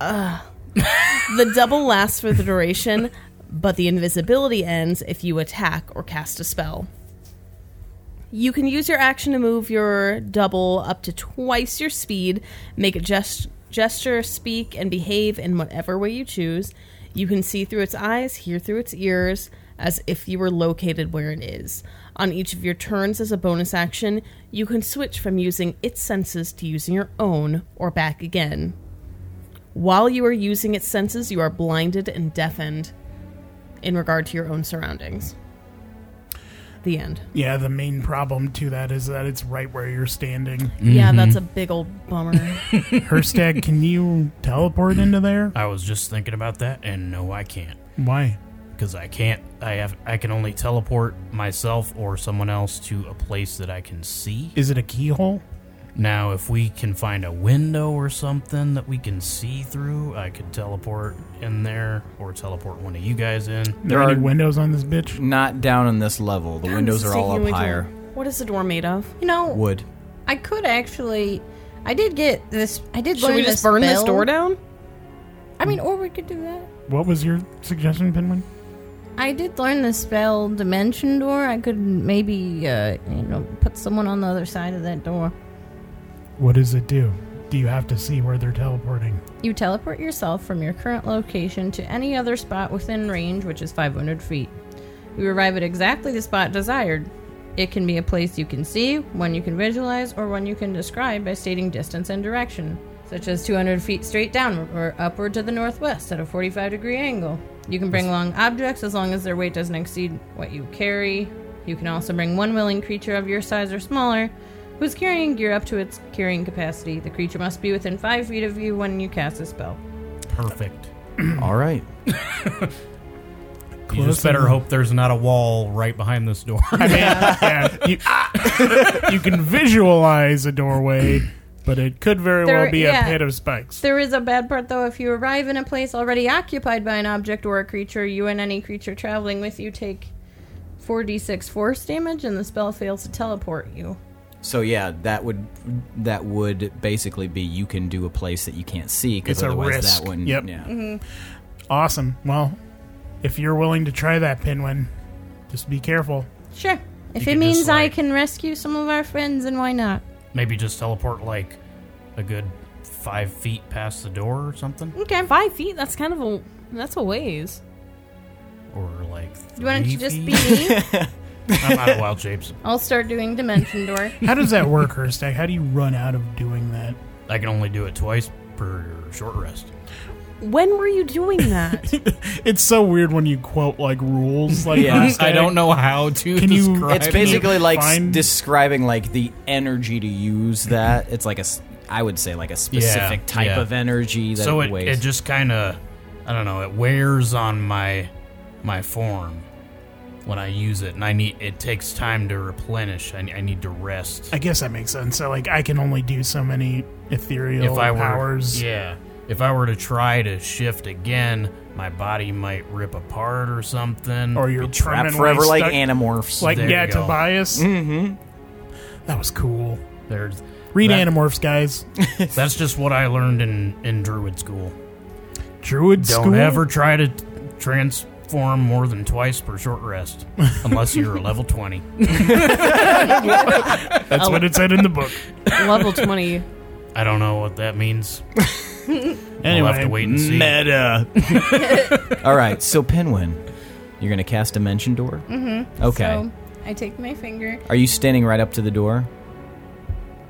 [SPEAKER 6] Ugh. the double lasts for the duration, but the invisibility ends if you attack or cast a spell. You can use your action to move your double up to twice your speed, make a gest- gesture, speak, and behave in whatever way you choose. You can see through its eyes, hear through its ears, as if you were located where it is. On each of your turns as a bonus action, you can switch from using its senses to using your own, or back again. While you are using its senses, you are blinded and deafened in regard to your own surroundings. The end.
[SPEAKER 1] Yeah, the main problem to that is that it's right where you're standing.
[SPEAKER 2] Mm-hmm.
[SPEAKER 6] Yeah, that's a big old bummer.
[SPEAKER 1] Herstag, can you teleport into there?
[SPEAKER 7] I was just thinking about that and no, I can't.
[SPEAKER 1] Why?
[SPEAKER 7] Because I can't. I have. I can only teleport myself or someone else to a place that I can see.
[SPEAKER 1] Is it a keyhole?
[SPEAKER 7] Now, if we can find a window or something that we can see through, I could teleport in there or teleport one of you guys in.
[SPEAKER 1] There,
[SPEAKER 2] There
[SPEAKER 1] are any
[SPEAKER 2] are-
[SPEAKER 1] windows on this bitch?
[SPEAKER 2] Not down on this level. The windows are all up higher.
[SPEAKER 6] What is the door made of?
[SPEAKER 3] you know,
[SPEAKER 2] Wood.
[SPEAKER 3] I could actually. I did get this. I did.
[SPEAKER 6] Should
[SPEAKER 3] learn
[SPEAKER 6] we just burn this
[SPEAKER 3] spell.
[SPEAKER 6] door down?
[SPEAKER 3] I mean, or we could do that.
[SPEAKER 1] What was your suggestion, Penguin?
[SPEAKER 3] I did learn the spell Dimension Door. I could maybe, uh, you know, put someone on the other side of that door.
[SPEAKER 1] What does it do? Do you have to see where they're teleporting?
[SPEAKER 3] You teleport yourself from your current location to any other spot within range, which is 500 feet. You arrive at exactly the spot desired. It can be a place you can see, one you can visualize, or one you can describe by stating distance and direction, such as 200 feet straight downward or upward to the northwest at a 45 degree angle. You can bring along objects as long as their weight doesn't exceed what you carry. You can also bring one willing creature of your size or smaller who's carrying gear up to its carrying capacity. The creature must be within 5 feet of you when you cast a spell.
[SPEAKER 7] Perfect.
[SPEAKER 2] all right.
[SPEAKER 7] You just better hope there's not a wall right behind this door.
[SPEAKER 1] I mean, yeah, you, you can visualize a doorway, but it could very
[SPEAKER 3] There-
[SPEAKER 1] well be
[SPEAKER 3] yeah.
[SPEAKER 1] a pit of spikes.
[SPEAKER 3] There is a bad part though. If you arrive in a place already occupied by an object or a creature, you and any creature traveling with you take 4d6 force damage, and the spell fails to teleport you.
[SPEAKER 2] So yeah, that would that would basically be you can do a place that you can't see
[SPEAKER 1] It's
[SPEAKER 2] because
[SPEAKER 1] a
[SPEAKER 2] otherwise
[SPEAKER 1] risk.
[SPEAKER 2] that wouldn't.
[SPEAKER 1] Yep.
[SPEAKER 2] Yeah.
[SPEAKER 1] Awesome. Well, if you're willing to try that, Pinwin, just be careful.
[SPEAKER 3] Sure. If
[SPEAKER 7] You
[SPEAKER 3] it
[SPEAKER 7] could just,
[SPEAKER 3] means I
[SPEAKER 7] like-
[SPEAKER 3] can rescue some of our friends, then why not?
[SPEAKER 7] Maybe just teleport like a good five feet past the door or something,
[SPEAKER 3] Okay.
[SPEAKER 6] Five feet? That's kind of a that's a ways.
[SPEAKER 7] or like.
[SPEAKER 3] You want it
[SPEAKER 7] three
[SPEAKER 3] to just be
[SPEAKER 7] feet?
[SPEAKER 3] me?
[SPEAKER 7] I'm out of wild shapes.
[SPEAKER 3] I'll start doing Dimension Door.
[SPEAKER 1] How does that work, Herstag? How do you run out of doing that?
[SPEAKER 7] I can only do it twice per short rest.
[SPEAKER 6] When were you doing that?
[SPEAKER 1] It's so weird when you quote like rules. Like
[SPEAKER 2] Yeah.
[SPEAKER 1] Herstag.
[SPEAKER 4] I don't know how to
[SPEAKER 1] Can you-
[SPEAKER 4] describe
[SPEAKER 1] It's
[SPEAKER 2] It's
[SPEAKER 1] Can
[SPEAKER 4] it.
[SPEAKER 2] basically
[SPEAKER 1] you
[SPEAKER 2] like s-
[SPEAKER 1] find-
[SPEAKER 2] describing like the energy to use that. It's like a, s- I would say like a specific type
[SPEAKER 7] yeah.
[SPEAKER 2] of energy that
[SPEAKER 7] so
[SPEAKER 2] it
[SPEAKER 7] it,
[SPEAKER 2] weighs.
[SPEAKER 7] it just kind of i don't know it wears on my my form when I use it, and I need it takes time to replenish. I, I need to rest.
[SPEAKER 1] I guess that makes sense. So like I can only do so many ethereal
[SPEAKER 7] if I were,
[SPEAKER 1] powers.
[SPEAKER 7] yeah, if I were to try to shift again, my body might rip apart or something.
[SPEAKER 1] Or you're
[SPEAKER 7] Be trapped
[SPEAKER 1] permanently
[SPEAKER 7] forever like
[SPEAKER 1] stuck-
[SPEAKER 7] Animorphs.
[SPEAKER 1] Like
[SPEAKER 7] There
[SPEAKER 1] yeah,
[SPEAKER 7] you go.
[SPEAKER 1] Tobias. Mm-hmm. That was cool.
[SPEAKER 7] There's
[SPEAKER 1] Read
[SPEAKER 7] that-
[SPEAKER 1] Animorphs, guys.
[SPEAKER 7] That's just what I learned in in Druid school.
[SPEAKER 1] Druid
[SPEAKER 7] Don't
[SPEAKER 1] school?
[SPEAKER 7] ever try to t- transform more than twice per short rest, unless you're a level twenty.
[SPEAKER 1] That's what it said in the book.
[SPEAKER 6] Level 20.
[SPEAKER 7] I don't know what that means.
[SPEAKER 2] Anyway,
[SPEAKER 7] we'll have to wait and see.
[SPEAKER 2] meta. All right, so Penguin, you're gonna cast Dimension Door.
[SPEAKER 3] Mm-hmm.
[SPEAKER 2] Okay.
[SPEAKER 3] So I take my finger.
[SPEAKER 2] Are you standing right up to the door?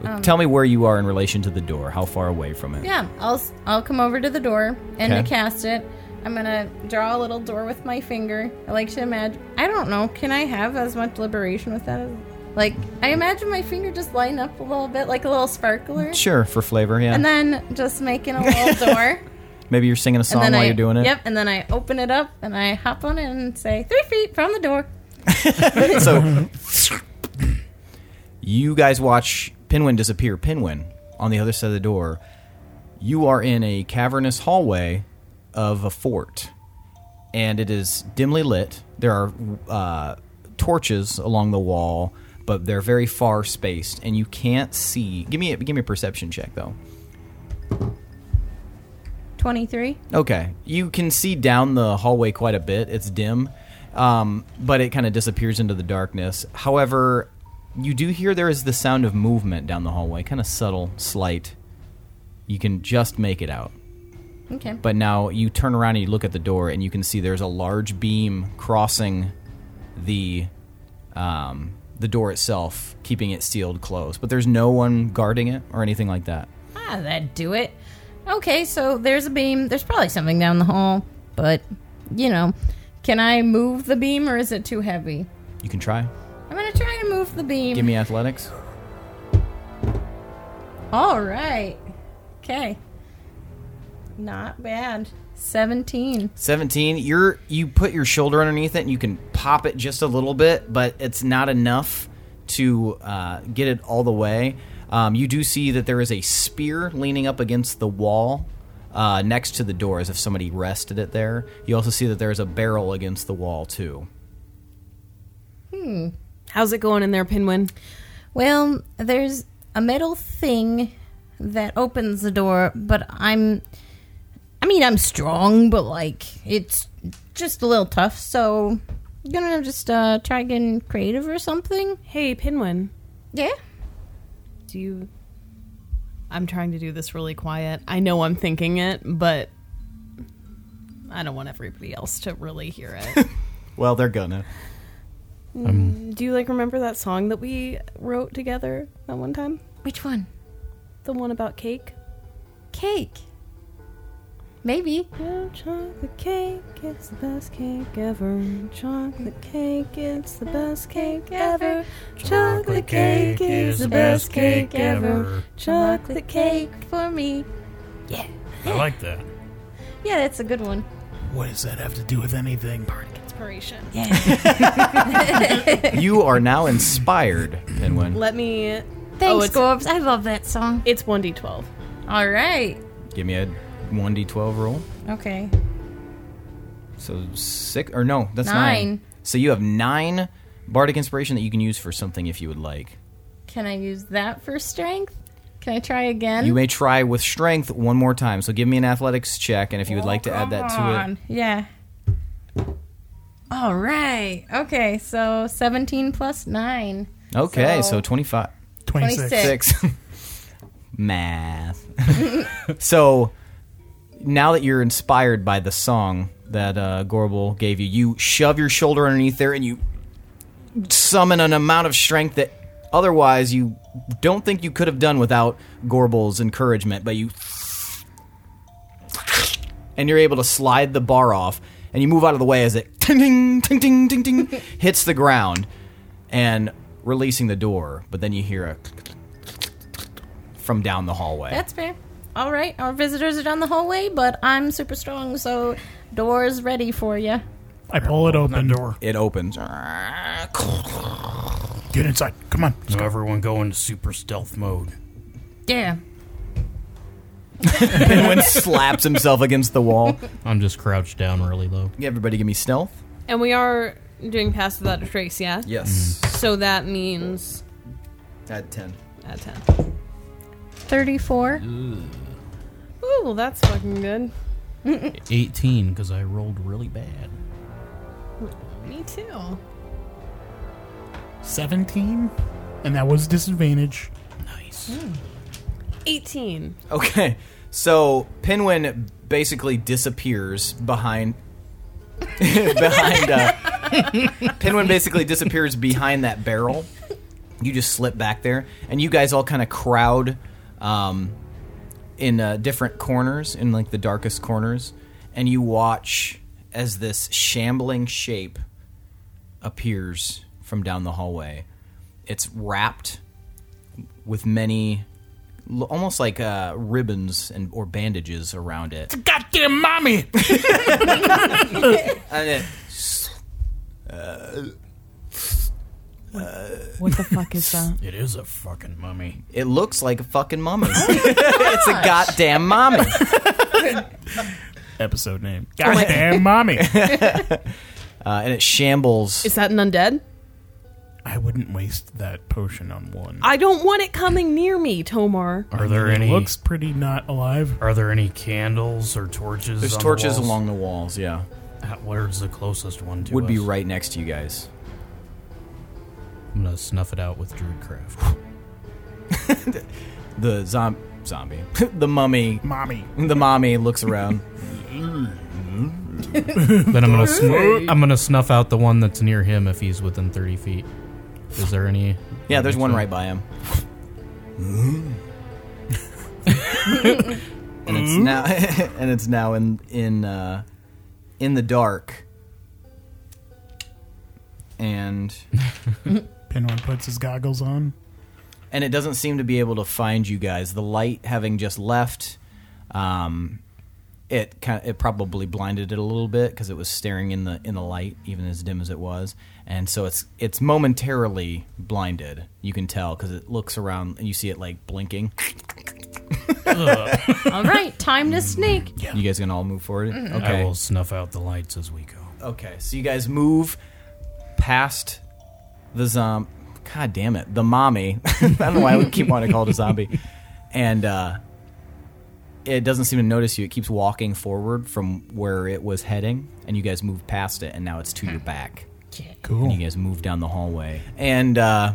[SPEAKER 3] Um,
[SPEAKER 2] Tell me where you are in relation to the door. How far away from it?
[SPEAKER 3] Yeah, I'll s- I'll come over to the door and
[SPEAKER 2] Okay.
[SPEAKER 3] to cast it. I'm gonna draw a little door with my finger. I like to imagine. I don't know. Can I have as much liberation with that? as- Like I imagine my finger just lighting up a little bit, like a little sparkler.
[SPEAKER 2] Sure, for flavor, yeah.
[SPEAKER 3] And then just making a little door.
[SPEAKER 2] Maybe you're singing a song
[SPEAKER 3] and then
[SPEAKER 2] while
[SPEAKER 3] I,
[SPEAKER 2] you're doing it.
[SPEAKER 3] Yep. And then I open it up and I hop on it and say three feet from the door.
[SPEAKER 2] so you guys watch Pinwin disappear. Pinwin on the other side of the door. You are in a cavernous hallway of a fort, and it is dimly lit. There are uh, torches along the wall, but they're very far spaced, and you can't see. Give me a, give me a perception check though.
[SPEAKER 3] Twenty three.
[SPEAKER 2] Okay. You can see down the hallway quite a bit. It's dim, um, but it kind of disappears into the darkness. However, you do hear there is the sound of movement down the hallway, kind of subtle, slight. You can just make it out.
[SPEAKER 3] Okay.
[SPEAKER 2] But now you turn around and you look at the door, and you can see there's a large beam crossing the um, the door itself, keeping it sealed closed. But there's no one guarding it or anything like that.
[SPEAKER 3] Ah, that'd do it. Okay, so there's a beam. There's probably something down the hall, but you know, can I move the beam or is it too heavy?
[SPEAKER 2] You can try.
[SPEAKER 3] I'm gonna try to move the beam.
[SPEAKER 2] Give me athletics.
[SPEAKER 3] All right. Okay. Not bad. Seventeen.
[SPEAKER 2] 17 you're you put your shoulder underneath it and you can pop it just a little bit but it's not enough to uh, get it all the way um, you do see that there is a spear leaning up against the wall uh, next to the door as if somebody rested it there you also see that there is a barrel against the wall too
[SPEAKER 3] Hmm.
[SPEAKER 6] How's it going in there, Pinwin?
[SPEAKER 3] Well, there's a metal thing that opens the door, but I'm. I mean, I'm strong, but like, it's just a little tough, so. I'm gonna just uh, try getting creative or something.
[SPEAKER 6] Hey, Pinwin.
[SPEAKER 3] Yeah?
[SPEAKER 6] Do you. I'm trying to do this really quiet. I know I'm thinking it, but I don't want everybody else to really hear it.
[SPEAKER 2] well they're gonna
[SPEAKER 6] Mm, do you like remember that song that we wrote together that one time?
[SPEAKER 3] Which one?
[SPEAKER 6] The one about cake.
[SPEAKER 3] Cake. Maybe.
[SPEAKER 6] Yeah, chocolate cake, it's the best cake ever. Chocolate cake, it's the best cake ever. Chocolate cake is the best cake ever.
[SPEAKER 3] Chocolate cake for me. Yeah.
[SPEAKER 7] I like that.
[SPEAKER 3] Yeah, that's a good one.
[SPEAKER 1] What does that have to do with anything?
[SPEAKER 6] Inspiration.
[SPEAKER 3] Yeah.
[SPEAKER 2] you are now inspired penguin
[SPEAKER 6] Let me.
[SPEAKER 3] Thanks,
[SPEAKER 6] it's-
[SPEAKER 3] Gorbs. I love that song.
[SPEAKER 6] It's 1d12.
[SPEAKER 3] Oh, All right.
[SPEAKER 2] give me a 1d12 roll
[SPEAKER 3] Okay.
[SPEAKER 2] So six or no, that's nine.
[SPEAKER 3] Nine.
[SPEAKER 2] So you have nine bardic inspiration that you can use for something if you would like.
[SPEAKER 3] Can I use that for strength? Can I try again?
[SPEAKER 2] you may try with strength one more time. So give me an athletics check, and if you would like to add that to it,
[SPEAKER 3] on. Yeah. All right. Okay. So 17 plus 9.
[SPEAKER 2] okay. So, twenty five.
[SPEAKER 3] 26.
[SPEAKER 2] Math. so now that you're inspired by the song that uh, Gorbel gave you, you shove your shoulder underneath there and you summon an amount of strength that otherwise you don't think you could have done without Gorbel's encouragement, but you. And you're able to slide the bar off, and you move out of the way as it ting ting ting ting ting ting hits the ground, and releasing the door. But then you hear a from down the hallway.
[SPEAKER 3] That's fair. All right. Our visitors are down the hallway, but I'm super strong, so door's ready for you.
[SPEAKER 1] I pull it open.
[SPEAKER 7] door.
[SPEAKER 9] It opens.
[SPEAKER 1] Get inside. Come on.
[SPEAKER 7] So everyone go into super stealth mode.
[SPEAKER 3] Yeah.
[SPEAKER 2] Penguin slaps himself against the wall.
[SPEAKER 7] I'm just crouched down really low.
[SPEAKER 2] Everybody give me stealth.
[SPEAKER 6] And we are doing pass without a trace, yeah?
[SPEAKER 2] Yes.
[SPEAKER 6] So that means uh,
[SPEAKER 2] At 10.
[SPEAKER 6] at 10.
[SPEAKER 3] 34.
[SPEAKER 6] Ooh, that's fucking good.
[SPEAKER 7] 18 because I rolled really bad.
[SPEAKER 6] Me too.
[SPEAKER 1] 17? And that was disadvantage.
[SPEAKER 6] 18.
[SPEAKER 2] Okay. So Pinwin basically disappears behind behind uh Pinwin basically disappears behind that barrel. You just slip back there and you guys all kind of crowd um in uh, different corners in like the darkest corners and you watch as this shambling shape appears from down the hallway. It's wrapped with many l- almost like uh, ribbons and or bandages around it.
[SPEAKER 1] Goddamn mommy!
[SPEAKER 2] And it
[SPEAKER 6] What the fuck is that?
[SPEAKER 7] It is a fucking mummy.
[SPEAKER 2] It looks like a fucking mummy. it's a goddamn mummy.
[SPEAKER 1] Episode name. Goddamn mommy!
[SPEAKER 2] Uh, and it shambles.
[SPEAKER 6] Is that an undead?
[SPEAKER 1] I wouldn't waste that potion on one.
[SPEAKER 6] I don't want it coming near me, Tomar.
[SPEAKER 7] Are there
[SPEAKER 1] It
[SPEAKER 7] any?
[SPEAKER 1] looks pretty not alive.
[SPEAKER 7] Are there any candles or torches?
[SPEAKER 2] There's
[SPEAKER 7] on
[SPEAKER 2] torches
[SPEAKER 7] the walls?
[SPEAKER 2] along the walls, yeah.
[SPEAKER 7] How- Where's the closest one to
[SPEAKER 2] Would be
[SPEAKER 7] us?
[SPEAKER 2] right next to you guys.
[SPEAKER 7] I'm gonna snuff it out with druidcraft.
[SPEAKER 2] The zom- zombie. the mummy.
[SPEAKER 1] Mommy.
[SPEAKER 2] The mommy looks around.
[SPEAKER 7] then I'm gonna snu- I'm gonna snuff out the one that's near him if he's within 30 feet. Is there any?
[SPEAKER 2] yeah, there's one right by him. and it's now and it's now in in uh, in the dark. And
[SPEAKER 1] Pinwin puts his goggles on.
[SPEAKER 2] and it doesn't seem to be able to find you guys. The light having just left, um, it kind it probably blinded it a little bit because it was staring in the in the light, even as dim as it was, and so it's it's momentarily blinded. You can tell because it looks around and you see it like blinking.
[SPEAKER 3] All right, time to sneak.
[SPEAKER 2] You guys can all move forward.
[SPEAKER 7] I
[SPEAKER 2] Okay.
[SPEAKER 7] will snuff out the lights as we go.
[SPEAKER 2] Okay. So you guys move past the zom. God damn it, the mommy. I don't know why we keep wanting to call it a zombie. And uh, it doesn't seem to notice you. It keeps walking forward from where it was heading, and you guys move past it, and now it's to your back. And
[SPEAKER 1] Cool.
[SPEAKER 2] you guys move down the hallway, and uh,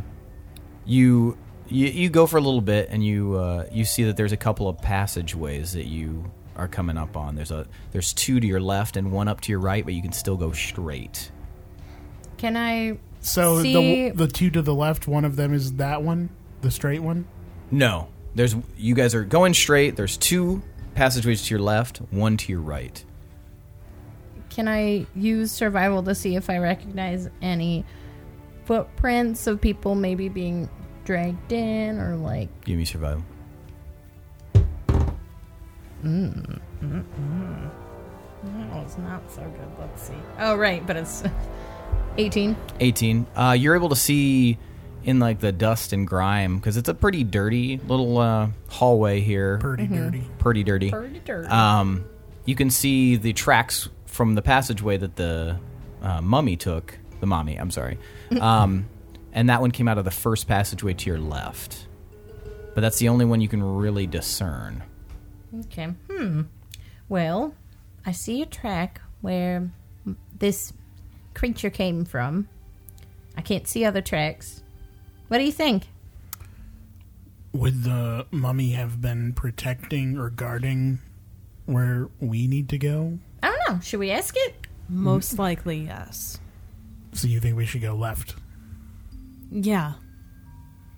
[SPEAKER 2] you, you you go for a little bit, and you uh, you see that there's a couple of passageways that you are coming up on. There's a there's two to your left and one up to your right, but you can still go straight.
[SPEAKER 3] Can I
[SPEAKER 1] So
[SPEAKER 3] see?
[SPEAKER 1] the the two to the left, one of them is that one, the straight one.
[SPEAKER 2] No, there's you guys are going straight. There's two passageways to your left, one to your right.
[SPEAKER 3] can I use survival to see if I recognize any footprints of people maybe being dragged in or like
[SPEAKER 2] Give me survival.
[SPEAKER 3] Oh, it's not so good. Let's see. Oh, right, but it's 18.
[SPEAKER 2] 18 uh, you're able to see in like the dust and grime because it's a pretty dirty little uh, hallway here
[SPEAKER 1] Pretty dirty.
[SPEAKER 2] pretty dirty
[SPEAKER 3] Pretty dirty.
[SPEAKER 2] um, you can see the tracks from the passageway that the uh, mummy took the mommy i'm sorry um, and that one came out of the first passageway to your left but that's the only one you can really discern
[SPEAKER 3] Okay. Hmm. Well, I see a track where this creature came from. I can't see other tracks. What do you think?
[SPEAKER 1] Would the mummy have been protecting or guarding where we need to go?
[SPEAKER 3] I don't know. Should we ask it?
[SPEAKER 6] Most likely, yes.
[SPEAKER 1] So you think we should go left?
[SPEAKER 6] Yeah.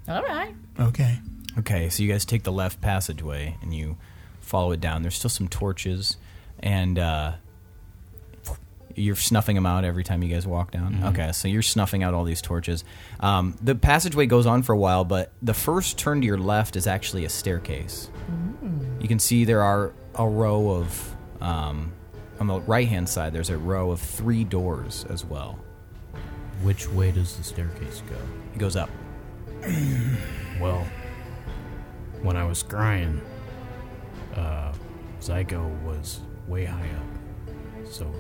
[SPEAKER 3] All right.
[SPEAKER 1] Okay.
[SPEAKER 2] Okay, so you guys take the left passageway and you follow it down. There's still some torches, and uh, you're snuffing them out every time you guys walk down. Okay, so you're snuffing out all these torches. Um, the passageway goes on for a while, but the first turn to your left is actually a staircase. You can see there are a row of um, on the right hand side, there's a row of three doors as well.
[SPEAKER 7] Which way does the staircase go?
[SPEAKER 2] It goes up.
[SPEAKER 7] well, when I was scrying, uh, Zygo was way high up. So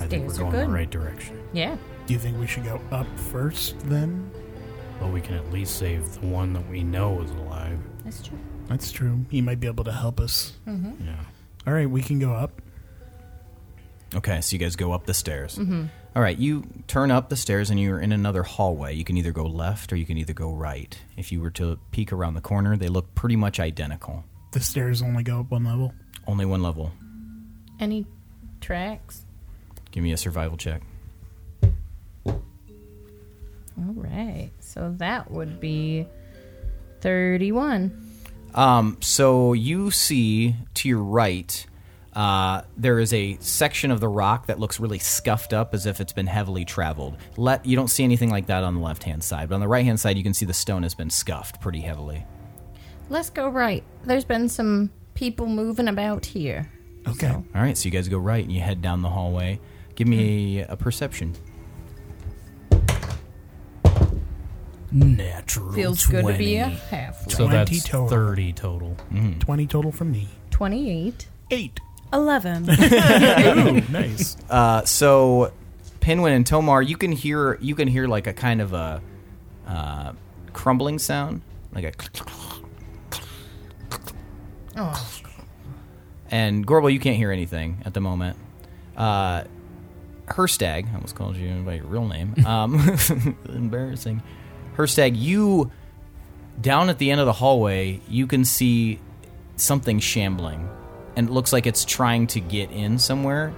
[SPEAKER 7] I think we're
[SPEAKER 3] Stairs are
[SPEAKER 7] going
[SPEAKER 3] good.
[SPEAKER 7] the right direction.
[SPEAKER 3] Yeah.
[SPEAKER 1] Do you think we should go up first then?
[SPEAKER 7] But we can at least save the one that we know is alive.
[SPEAKER 3] That's true.
[SPEAKER 1] That's true. He might be able to help us.
[SPEAKER 3] Mhm.
[SPEAKER 7] Yeah.
[SPEAKER 1] All right, we can go up.
[SPEAKER 2] Okay, so you guys go up the stairs. Mm-hmm.
[SPEAKER 1] Mhm.
[SPEAKER 2] All right, you turn up the stairs and you're in another hallway. You can either go left or you can either go right. If you were to peek around the corner, they look pretty much identical.
[SPEAKER 1] The stairs only go up one level.
[SPEAKER 2] Only one level.
[SPEAKER 3] Any tracks?
[SPEAKER 2] Give me a survival check.
[SPEAKER 3] All right. So that would be 31.
[SPEAKER 2] Um, so you see to your right, uh, there is a section of the rock that looks really scuffed up as if it's been heavily traveled. Let, you don't see anything like that on the left hand side, but on the right hand side, you can see the stone has been scuffed pretty heavily.
[SPEAKER 3] Let's go right. There's been some people moving about here.
[SPEAKER 1] Okay.
[SPEAKER 2] All right, so you guys go right and you head down the hallway. Give me a perception.
[SPEAKER 7] Natural.
[SPEAKER 3] Feels good to be a half.
[SPEAKER 7] So that's
[SPEAKER 1] 20 total.
[SPEAKER 7] 30 total.
[SPEAKER 1] 20 total from me.
[SPEAKER 3] 28.
[SPEAKER 1] 8.
[SPEAKER 6] 11.
[SPEAKER 1] Oh, nice.
[SPEAKER 2] Uh, so, Pinwin and Tomar, you can hear you can hear like a kind of a uh, crumbling sound, like a.
[SPEAKER 3] Oh.
[SPEAKER 2] And Gorble, you can't hear anything at the moment. Uh, Herstag, I almost called you by your real name. Um, embarrassing. Herstag, you down at the end of the hallway, you can see something shambling, and it looks like it's trying to get in somewhere,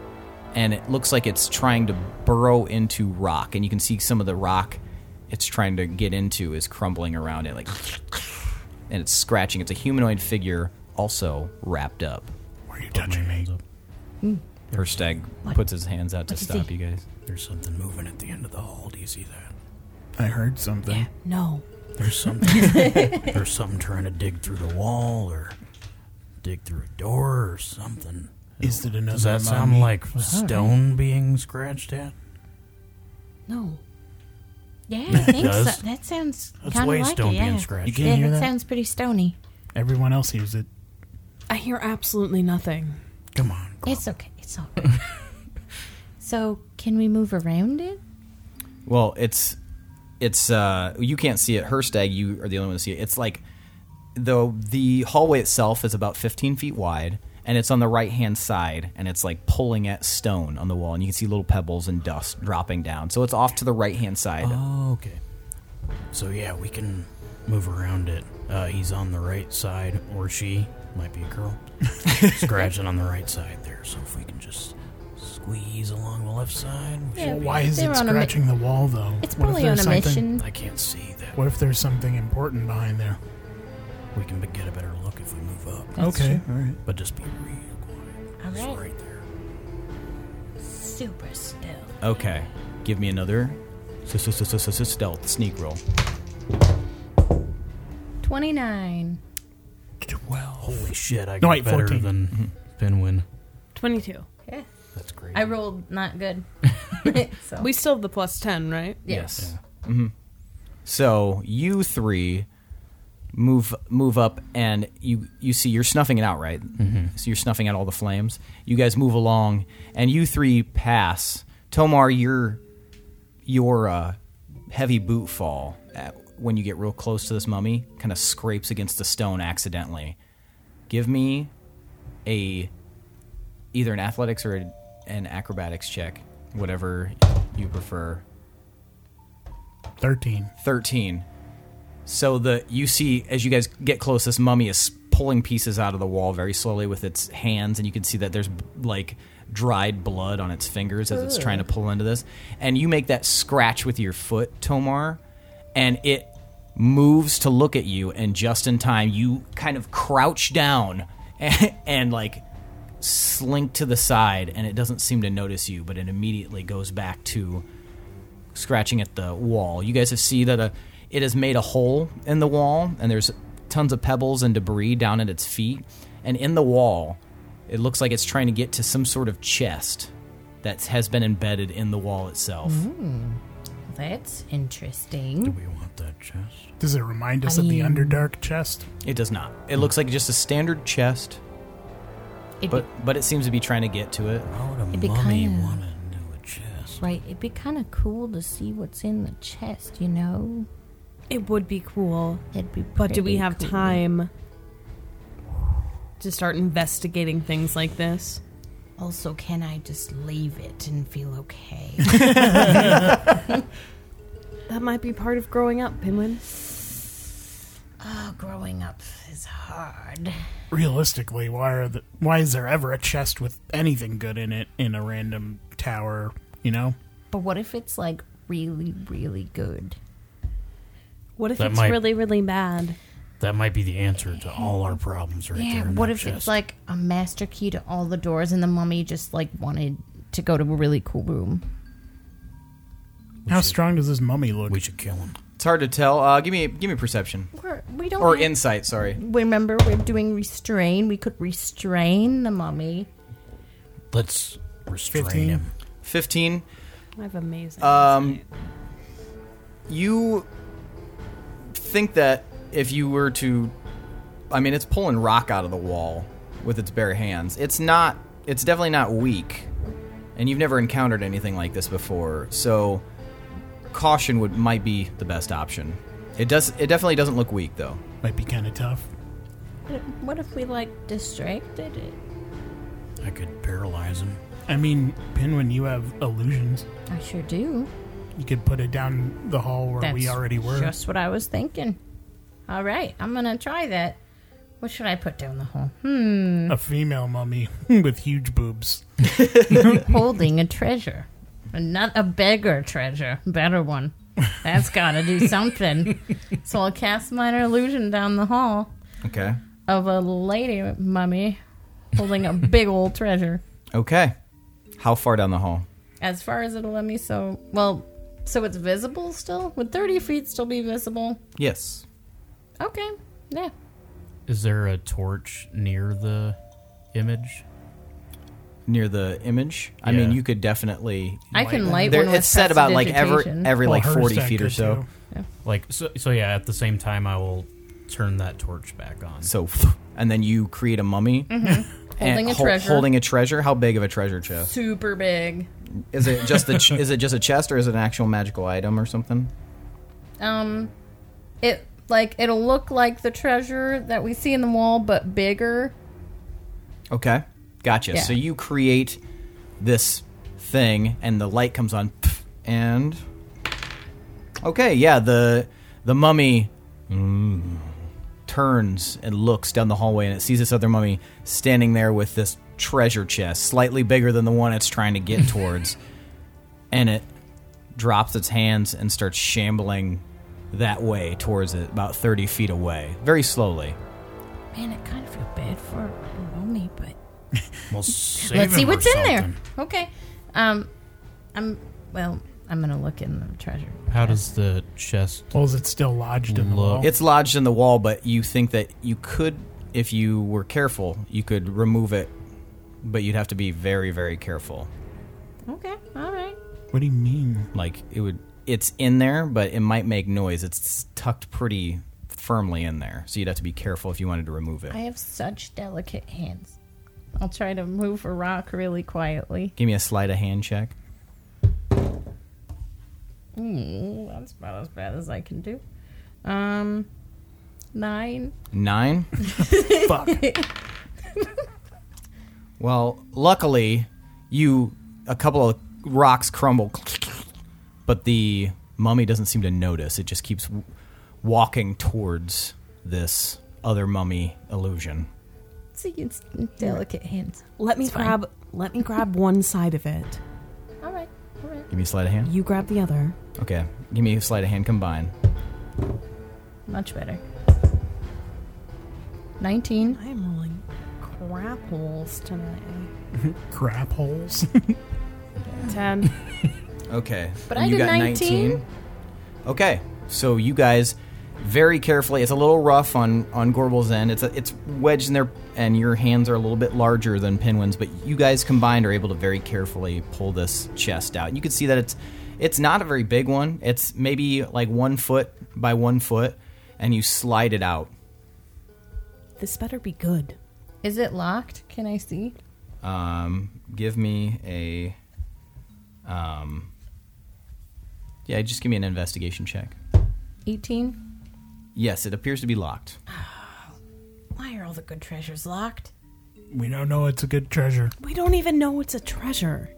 [SPEAKER 2] and it looks like it's trying to burrow into rock, and you can see some of the rock it's trying to get into is crumbling around it, like, and it's scratching. It's a humanoid figure, also wrapped up.
[SPEAKER 1] Why are you touching me?
[SPEAKER 2] Herstag
[SPEAKER 7] What?
[SPEAKER 2] puts his hands out to
[SPEAKER 7] What is
[SPEAKER 2] stop
[SPEAKER 7] he?
[SPEAKER 2] you guys.
[SPEAKER 7] There's something moving at the end of the hall. Do you see that?
[SPEAKER 1] I heard something.
[SPEAKER 6] No.
[SPEAKER 7] There's something. there's something trying to dig through the wall or dig through a door or something.
[SPEAKER 1] Is it another
[SPEAKER 7] Does that sound
[SPEAKER 1] mommy?
[SPEAKER 7] like
[SPEAKER 1] All right.
[SPEAKER 7] stone being scratched at?
[SPEAKER 3] No. Yeah, I think so.
[SPEAKER 7] does?
[SPEAKER 3] That sounds
[SPEAKER 7] That's
[SPEAKER 3] kind
[SPEAKER 7] way
[SPEAKER 3] of like
[SPEAKER 7] stone
[SPEAKER 3] it, yeah.
[SPEAKER 7] being scratched.
[SPEAKER 1] You can't
[SPEAKER 3] yeah,
[SPEAKER 1] hear that?
[SPEAKER 3] that, sounds pretty stony.
[SPEAKER 1] Everyone else hears it.
[SPEAKER 6] I hear absolutely nothing.
[SPEAKER 7] Come on.
[SPEAKER 3] It's okay. It's okay. so, can we move around it?
[SPEAKER 2] Well, it's it's uh you can't see it. Herstag, you are the only one to see it. It's like though the hallway itself is about 15 feet wide, and it's on the right hand side, and it's like pulling at stone on the wall, and you can see little pebbles and dust dropping down. So it's off to the right hand side.
[SPEAKER 7] Oh, okay. So yeah, we can move around it. Uh, he's on the right side, or she might be a girl. Scratching on the right side there. So if we can just squeeze along the left side. we
[SPEAKER 3] Yeah,
[SPEAKER 7] should be-
[SPEAKER 1] Why is
[SPEAKER 3] They're
[SPEAKER 1] it
[SPEAKER 3] on a mi-
[SPEAKER 1] scratching the wall, though?
[SPEAKER 3] It's
[SPEAKER 1] What if
[SPEAKER 3] probably on a
[SPEAKER 1] there's something-
[SPEAKER 3] mission.
[SPEAKER 7] I can't see that.
[SPEAKER 1] What if there's something important behind there?
[SPEAKER 7] We can be- get a better look if we move up.
[SPEAKER 3] That's
[SPEAKER 1] okay,
[SPEAKER 3] true.
[SPEAKER 1] all right.
[SPEAKER 7] But just be real quiet.
[SPEAKER 3] All
[SPEAKER 7] Just
[SPEAKER 3] right.
[SPEAKER 7] right there.
[SPEAKER 3] Super still.
[SPEAKER 2] Okay, give me another s- s- s- s- s- stealth sneak roll.
[SPEAKER 3] 29.
[SPEAKER 1] 12.
[SPEAKER 7] Holy shit! I
[SPEAKER 1] No,
[SPEAKER 7] got
[SPEAKER 1] wait,
[SPEAKER 7] better
[SPEAKER 1] 14.
[SPEAKER 7] than Pinwin.
[SPEAKER 6] 22.
[SPEAKER 3] Yeah.
[SPEAKER 7] That's great.
[SPEAKER 3] I rolled not good. so.
[SPEAKER 6] We still have the plus 10, right?
[SPEAKER 3] yes.
[SPEAKER 2] Mm-hmm. So you three move move up, and you you see you're snuffing it out, right? Mm-hmm. So you're snuffing out all the flames. You guys move along, and you three pass. Tomar, your your uh, heavy boot fall at, when you get real close to this mummy kind of scrapes against the stone accidentally. Give me a either an athletics or a, an acrobatics check, whatever you prefer.
[SPEAKER 1] 13.
[SPEAKER 2] 13. So the you see as you guys get close, this mummy is pulling pieces out of the wall very slowly with its hands, and you can see that there's like dried blood on its fingers as it's trying to pull into this. And you make that scratch with your foot, Tomar, and it moves to look at you, and just in time, you kind of crouch down and, and like slink to the side, and it doesn't seem to notice you, but it immediately goes back to scratching at the wall. You guys have seen that a, it has made a hole in the wall, and there's tons of pebbles and debris down at its feet. And in the wall, It looks like it's trying to get to some sort of chest that has been embedded in the wall itself.
[SPEAKER 3] Mm, that's interesting. Do we
[SPEAKER 7] want that chest?
[SPEAKER 1] Does it remind us
[SPEAKER 3] I
[SPEAKER 1] of the
[SPEAKER 3] mean-
[SPEAKER 1] Underdark chest?
[SPEAKER 2] It does not. It looks like just a standard chest,
[SPEAKER 3] It'd
[SPEAKER 2] but but it seems to be trying to get to it.
[SPEAKER 3] It'd be kind of right. It'd be kind of cool to see what's in the chest, you know.
[SPEAKER 6] It would be cool.
[SPEAKER 3] It'd be.
[SPEAKER 6] But do we
[SPEAKER 3] pretty
[SPEAKER 6] have
[SPEAKER 3] cool.
[SPEAKER 6] time to start investigating things like this?
[SPEAKER 3] Also, can I just leave it and feel okay?
[SPEAKER 6] That might be part of growing up, Pinwin.
[SPEAKER 3] oh, growing up is hard.
[SPEAKER 1] Realistically, why are the why is there ever a chest with anything good in it in a random tower? You know,
[SPEAKER 3] But what if it's like really, really good?
[SPEAKER 6] What if
[SPEAKER 7] That
[SPEAKER 6] it's
[SPEAKER 7] might-
[SPEAKER 6] really, really bad?
[SPEAKER 7] That might be the answer to all our problems right
[SPEAKER 3] yeah.
[SPEAKER 7] there. in
[SPEAKER 3] What
[SPEAKER 7] that
[SPEAKER 3] if
[SPEAKER 7] chest.
[SPEAKER 3] it's like a master key to all the doors, and the mummy just like wanted to go to a really cool room?
[SPEAKER 1] how strong does this mummy look?
[SPEAKER 7] We should kill him.
[SPEAKER 2] It's hard to tell. Uh, give me give me perception
[SPEAKER 3] We're, we don't.
[SPEAKER 2] or
[SPEAKER 3] have-
[SPEAKER 2] insight. Sorry.
[SPEAKER 3] Remember, we're doing restrain. We could restrain the mummy.
[SPEAKER 7] Let's restrain
[SPEAKER 1] 15.
[SPEAKER 7] him.
[SPEAKER 2] Fifteen.
[SPEAKER 6] I have amazing.
[SPEAKER 2] Um, you think that if you were to, I mean, it's pulling rock out of the wall with its bare hands. It's not. It's definitely not weak, and you've never encountered anything like this before. So, caution would might be the best option. It does. It definitely doesn't look weak though.
[SPEAKER 1] Might be kind of tough.
[SPEAKER 3] What if we like distracted it?
[SPEAKER 7] I could paralyze him.
[SPEAKER 1] I mean, Pinwin, you have illusions.
[SPEAKER 3] I sure do.
[SPEAKER 1] You could put it down the hall where we already were.
[SPEAKER 3] Just what I was thinking. All right, I'm gonna try that. What should I put down the hole? Hmm,
[SPEAKER 1] a female mummy with huge boobs.
[SPEAKER 3] holding a treasure, not a bigger treasure, better one. That's gotta do something. so I'll cast minor illusion down the hall
[SPEAKER 2] Okay.
[SPEAKER 3] of a lady mummy holding a big old treasure.
[SPEAKER 2] Okay. How far down the hall?
[SPEAKER 3] As far as it'll let me, so well, so it's visible still. Would thirty feet still be visible?
[SPEAKER 2] Yes.
[SPEAKER 3] Okay, yeah.
[SPEAKER 7] Is there a torch near the image?
[SPEAKER 2] Near the image. I
[SPEAKER 7] Yeah.
[SPEAKER 2] mean, you could definitely.
[SPEAKER 3] I can light
[SPEAKER 2] There-
[SPEAKER 3] one. With
[SPEAKER 2] it's set about like every
[SPEAKER 3] prestidigitation.
[SPEAKER 2] every like
[SPEAKER 1] Well, hers
[SPEAKER 2] forty
[SPEAKER 1] that
[SPEAKER 2] feet or
[SPEAKER 1] good,
[SPEAKER 2] so.
[SPEAKER 1] too.
[SPEAKER 7] Like so, so yeah, at the same time I will turn that torch back on.
[SPEAKER 2] So, and then you create a mummy and
[SPEAKER 3] Mm-hmm. Holding a
[SPEAKER 2] hol-
[SPEAKER 3] treasure.
[SPEAKER 2] Holding a treasure. How big of a treasure chest
[SPEAKER 3] super big.
[SPEAKER 2] is it? Just the ch- is it just a chest or is it an actual magical item or something?
[SPEAKER 3] Um, it like it'll look like the treasure that we see in the wall, but bigger.
[SPEAKER 2] Okay, gotcha.
[SPEAKER 3] Yeah.
[SPEAKER 2] So you create this thing, and the light comes on, and okay, yeah, the the mummy mm, turns and looks down the hallway, and it sees this other mummy standing there with this treasure chest, slightly bigger than the one it's trying to get towards, and it drops its hands and starts shambling that way towards it, about thirty feet away, very slowly.
[SPEAKER 3] Man, I kind of feel bad for Romy, but
[SPEAKER 7] We'll save
[SPEAKER 3] let's see
[SPEAKER 7] him or
[SPEAKER 3] what's in there.
[SPEAKER 7] something.
[SPEAKER 3] Okay. Um, I'm well. I'm gonna look in the treasure.
[SPEAKER 7] How does the chest
[SPEAKER 1] Well, is it still lodged in the
[SPEAKER 7] Look.
[SPEAKER 1] wall?
[SPEAKER 2] It's lodged in the wall, but you think that you could, if you were careful, you could remove it, but you'd have to be very, very careful.
[SPEAKER 3] Okay. All right.
[SPEAKER 1] what do you mean?
[SPEAKER 2] Like it would, it's in there, but it might make noise. It's tucked pretty firmly in there, so you'd have to be careful if you wanted to remove it.
[SPEAKER 3] I have such delicate hands. I'll try to move a rock really quietly.
[SPEAKER 2] Give me a sleight of hand check.
[SPEAKER 3] Ooh, that's about as bad as I can do. Um, nine.
[SPEAKER 2] Nine.
[SPEAKER 1] Fuck.
[SPEAKER 2] Well, luckily, you a couple of rocks crumble, but the mummy doesn't seem to notice. It just keeps w- walking towards this other mummy illusion.
[SPEAKER 3] See, it's delicate hands.
[SPEAKER 6] Let me
[SPEAKER 3] It's fine.
[SPEAKER 6] grab. Let me grab one side of it.
[SPEAKER 3] All right. All right.
[SPEAKER 2] Give me a sleight of hand.
[SPEAKER 6] You grab the other.
[SPEAKER 2] Okay, give me a sleight of hand combined.
[SPEAKER 3] Much better. 19.
[SPEAKER 6] I am rolling crap holes tonight.
[SPEAKER 1] Crap holes.
[SPEAKER 6] Ten.
[SPEAKER 2] Okay,
[SPEAKER 3] But
[SPEAKER 2] and
[SPEAKER 3] I
[SPEAKER 2] you
[SPEAKER 3] did
[SPEAKER 2] got
[SPEAKER 3] 19.
[SPEAKER 2] Okay, so you guys very carefully. It's a little rough on on Gorbel's end. It's a, it's wedged in there, and your hands are a little bit larger than Pinwin's. But you guys combined are able to very carefully pull this chest out. You can see that it's it's not a very big one. It's maybe like one foot by one foot, and you slide it out.
[SPEAKER 6] This better be good.
[SPEAKER 3] Is it locked? Can I see?
[SPEAKER 2] Um, give me a um. Yeah, just give me an investigation check.
[SPEAKER 3] 18?
[SPEAKER 2] Yes, it appears to be locked.
[SPEAKER 3] Why are all the good treasures locked?
[SPEAKER 1] We don't know it's a good treasure.
[SPEAKER 6] We don't even know it's a treasure.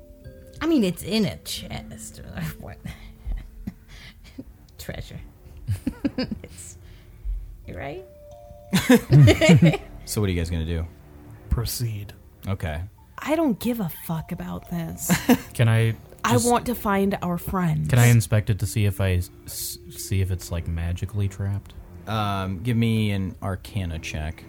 [SPEAKER 3] I mean, it's in a chest. what? treasure. it's. You're right.
[SPEAKER 2] So, what are you guys going to do?
[SPEAKER 1] Proceed.
[SPEAKER 2] Okay.
[SPEAKER 6] I don't give a fuck about this.
[SPEAKER 7] Can I?
[SPEAKER 6] I
[SPEAKER 7] just-
[SPEAKER 6] want to find our friends.
[SPEAKER 7] Can I inspect it to see if I s- s- see if it's like magically trapped?
[SPEAKER 2] Um, give me an Arcana check.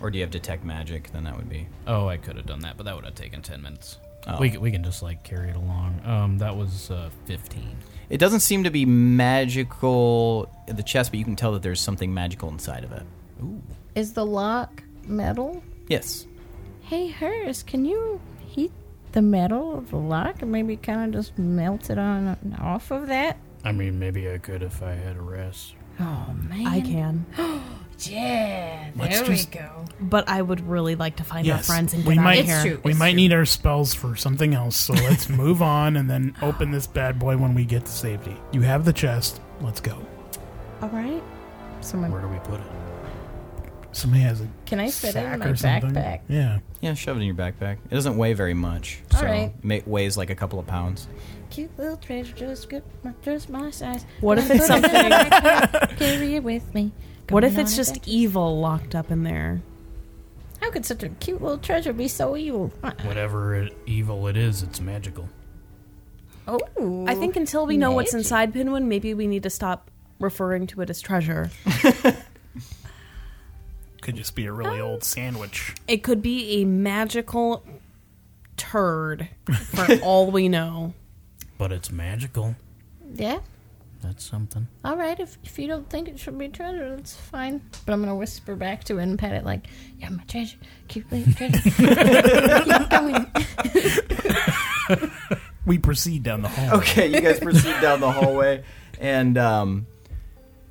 [SPEAKER 2] Or do you have Detect Magic? Then that would be.
[SPEAKER 7] Oh, I could have done that, but that would have taken ten minutes.
[SPEAKER 2] Oh.
[SPEAKER 7] We c- we can just like carry it along. Um, that was uh, fifteen.
[SPEAKER 2] It doesn't seem to be magical at the chest, but you can tell that there's something magical inside of it.
[SPEAKER 3] Is the lock metal?
[SPEAKER 2] Yes.
[SPEAKER 3] Hey, Hers, can you heat the metal of the lock and maybe kind of just melt it on off of that?
[SPEAKER 7] I mean, maybe I could if I had a rest.
[SPEAKER 3] Oh, man.
[SPEAKER 6] I can.
[SPEAKER 3] Yeah,
[SPEAKER 1] Let's
[SPEAKER 3] there
[SPEAKER 1] just-
[SPEAKER 3] we go.
[SPEAKER 6] But I would really like to find our
[SPEAKER 1] Yes,
[SPEAKER 6] friends and get
[SPEAKER 1] we
[SPEAKER 6] out
[SPEAKER 1] might
[SPEAKER 6] of here.
[SPEAKER 1] we might need our spells for something else. So let's move on and then open this bad boy when we get to safety. You have the chest. Let's go.
[SPEAKER 3] All right. Someone,
[SPEAKER 7] Where do we put it?
[SPEAKER 1] Somebody has a
[SPEAKER 3] can I fit it in
[SPEAKER 1] sack
[SPEAKER 3] my
[SPEAKER 1] or something.
[SPEAKER 3] backpack?
[SPEAKER 1] Yeah.
[SPEAKER 2] Yeah, shove it in your backpack. It doesn't weigh very much.
[SPEAKER 3] All
[SPEAKER 2] so
[SPEAKER 3] right.
[SPEAKER 2] It weighs like a couple of pounds.
[SPEAKER 3] Cute little treasure, just good, my- just my size.
[SPEAKER 6] What if it's
[SPEAKER 3] Put it in
[SPEAKER 6] something-
[SPEAKER 3] my backpack, Carry it with me.
[SPEAKER 6] What if
[SPEAKER 3] Going
[SPEAKER 6] it's
[SPEAKER 3] on
[SPEAKER 6] just
[SPEAKER 3] adventures.
[SPEAKER 6] evil locked up in there?
[SPEAKER 3] How could such a cute little treasure be so evil? Uh,
[SPEAKER 7] Whatever it, evil it is, it's magical.
[SPEAKER 3] Oh,
[SPEAKER 6] I think until we know what's inside Pinwin, maybe we need to stop referring to it as treasure.
[SPEAKER 1] Could just be a
[SPEAKER 3] Um,
[SPEAKER 1] really old sandwich.
[SPEAKER 6] It could be a magical turd for all we know.
[SPEAKER 7] But it's magical.
[SPEAKER 3] Yeah.
[SPEAKER 7] That's something.
[SPEAKER 3] All right. If, if you don't think it should be treasure, that's fine. But I'm gonna whisper back to it and pat it like, "Yeah, my treasure, cute little treasure." Keep going.
[SPEAKER 1] We proceed down the hall.
[SPEAKER 2] Okay, you guys proceed down the hallway, and um,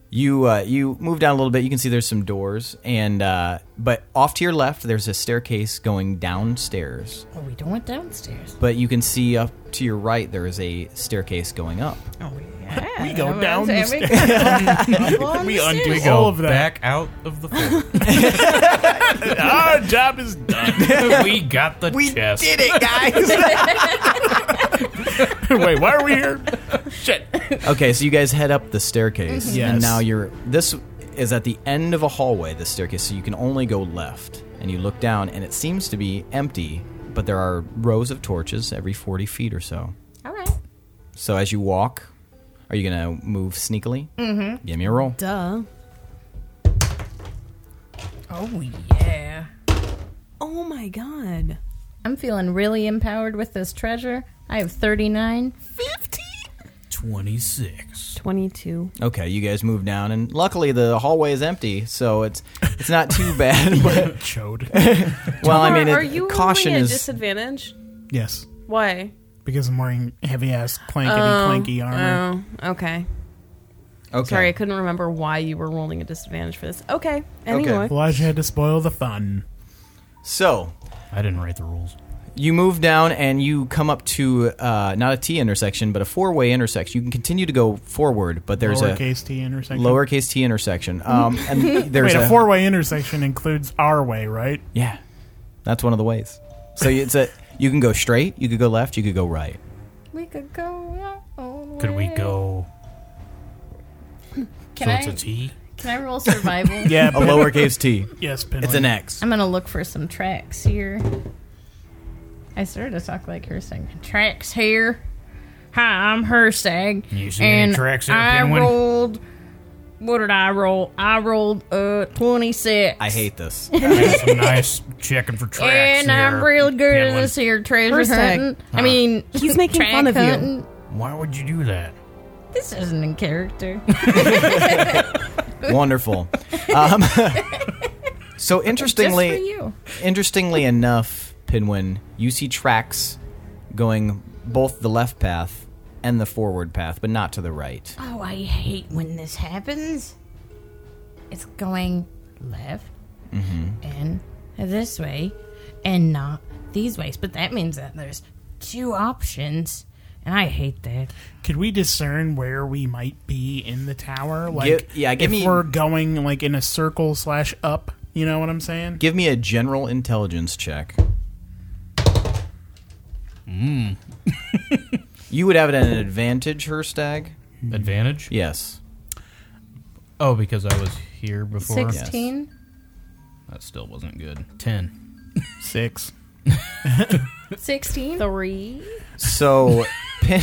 [SPEAKER 2] you uh, you move down a little bit. You can see there's some doors, and uh, but off to your left, there's a staircase going downstairs.
[SPEAKER 3] Oh, we don't want downstairs.
[SPEAKER 2] But you can see up to your right, there is a staircase going up.
[SPEAKER 3] Yeah,
[SPEAKER 1] We go
[SPEAKER 3] I'm
[SPEAKER 1] down the
[SPEAKER 3] every- Up on
[SPEAKER 1] We
[SPEAKER 3] the
[SPEAKER 1] undo
[SPEAKER 3] stairs.
[SPEAKER 1] all of that.
[SPEAKER 4] back out of the fort.
[SPEAKER 7] Ah,
[SPEAKER 1] Our job is done.
[SPEAKER 7] we got the chest.
[SPEAKER 2] it, guys!
[SPEAKER 1] Wait, why are we here? Shit.
[SPEAKER 2] okay, so you guys head up the staircase,
[SPEAKER 1] Yes.
[SPEAKER 2] and now you're this is at the end of a hallway. The staircase, so you can only go left, and you look down, and it seems to be empty. But there are rows of torches every 40 feet or so.
[SPEAKER 3] All right.
[SPEAKER 2] So as you walk, are you gonna move sneakily? Mm-hmm. Give me a roll.
[SPEAKER 6] Duh.
[SPEAKER 3] Oh yeah.
[SPEAKER 6] Oh my god.
[SPEAKER 3] I'm feeling really empowered with this treasure. I have 39.
[SPEAKER 7] 26.
[SPEAKER 6] 22.
[SPEAKER 2] Okay, you guys move down, and luckily the hallway is empty, so it's it's not too bad. But
[SPEAKER 1] Chode.
[SPEAKER 2] well, I mean, it,
[SPEAKER 6] are you
[SPEAKER 2] caution
[SPEAKER 6] really at
[SPEAKER 2] is
[SPEAKER 6] disadvantage?
[SPEAKER 1] Yes.
[SPEAKER 6] Why?
[SPEAKER 1] Because I'm wearing heavy ass clankety
[SPEAKER 3] Um,
[SPEAKER 1] clanky armor.
[SPEAKER 6] Oh, okay.
[SPEAKER 2] okay.
[SPEAKER 6] Sorry, I couldn't remember why you were rolling a disadvantage for this. Okay. Anyway.
[SPEAKER 3] uh,
[SPEAKER 1] Elijah had to spoil the fun.
[SPEAKER 2] So
[SPEAKER 7] I didn't write the rules.
[SPEAKER 2] you move down, and you come up to uh, not a T intersection, but a four way intersection. You can continue to go forward, but there's
[SPEAKER 1] lowercase t
[SPEAKER 2] a
[SPEAKER 1] intersection.
[SPEAKER 2] lowercase T intersection. Um, and there's
[SPEAKER 1] Wait, a four way intersection includes our way, right?
[SPEAKER 2] Yeah, that's one of the ways. So it's a you can go straight, you could go left, you could go right.
[SPEAKER 3] We could go our own
[SPEAKER 7] Could we
[SPEAKER 3] way.
[SPEAKER 7] go.
[SPEAKER 3] Can
[SPEAKER 7] so
[SPEAKER 3] I,
[SPEAKER 7] it's a T?
[SPEAKER 3] Can I roll survival?
[SPEAKER 1] Yeah,
[SPEAKER 2] A lowercase T.
[SPEAKER 1] yes, Pinwin.
[SPEAKER 2] It's an X.
[SPEAKER 3] I'm gonna look for some tracks here. I started to talk like Hersag. Tracks here. Hi, I'm Hersag.
[SPEAKER 7] You see any tracks there,
[SPEAKER 3] I
[SPEAKER 7] Penguin?
[SPEAKER 3] rolled. What did I roll? I rolled uh 26.
[SPEAKER 2] I hate this.
[SPEAKER 7] That's some nice checking for tracks.
[SPEAKER 3] and I'm
[SPEAKER 7] here,
[SPEAKER 3] real good at
[SPEAKER 7] Penguin.
[SPEAKER 3] this here treasure
[SPEAKER 6] Hersag.
[SPEAKER 3] hunting. I mean,
[SPEAKER 6] He's making
[SPEAKER 3] track
[SPEAKER 6] fun of you.
[SPEAKER 3] hunting.
[SPEAKER 7] Why would you do that?
[SPEAKER 3] This isn't in character.
[SPEAKER 2] Wonderful. Um, so interestingly,
[SPEAKER 3] Just for you.
[SPEAKER 2] interestingly enough, Pinwin, you see tracks going both the left path and the forward path, but not to the right.
[SPEAKER 3] Oh, I hate when this happens. It's going left
[SPEAKER 2] Mm-hmm.
[SPEAKER 3] and this way and not these ways. But that means that there's two options. And I hate that.
[SPEAKER 1] Could we discern where we might be in the tower? Like,
[SPEAKER 2] Give- yeah, give
[SPEAKER 1] if
[SPEAKER 2] me-
[SPEAKER 1] we're going like in a circle slash up. You know what I'm saying?
[SPEAKER 2] Give me a general intelligence check. Mm. you would have it at an advantage, Herstag.
[SPEAKER 7] Mm. Advantage?
[SPEAKER 2] Yes.
[SPEAKER 7] Oh, because I was here before.
[SPEAKER 3] 16?
[SPEAKER 7] That still wasn't good. 10.
[SPEAKER 1] 6.
[SPEAKER 8] 16? 3.
[SPEAKER 2] So, Pin,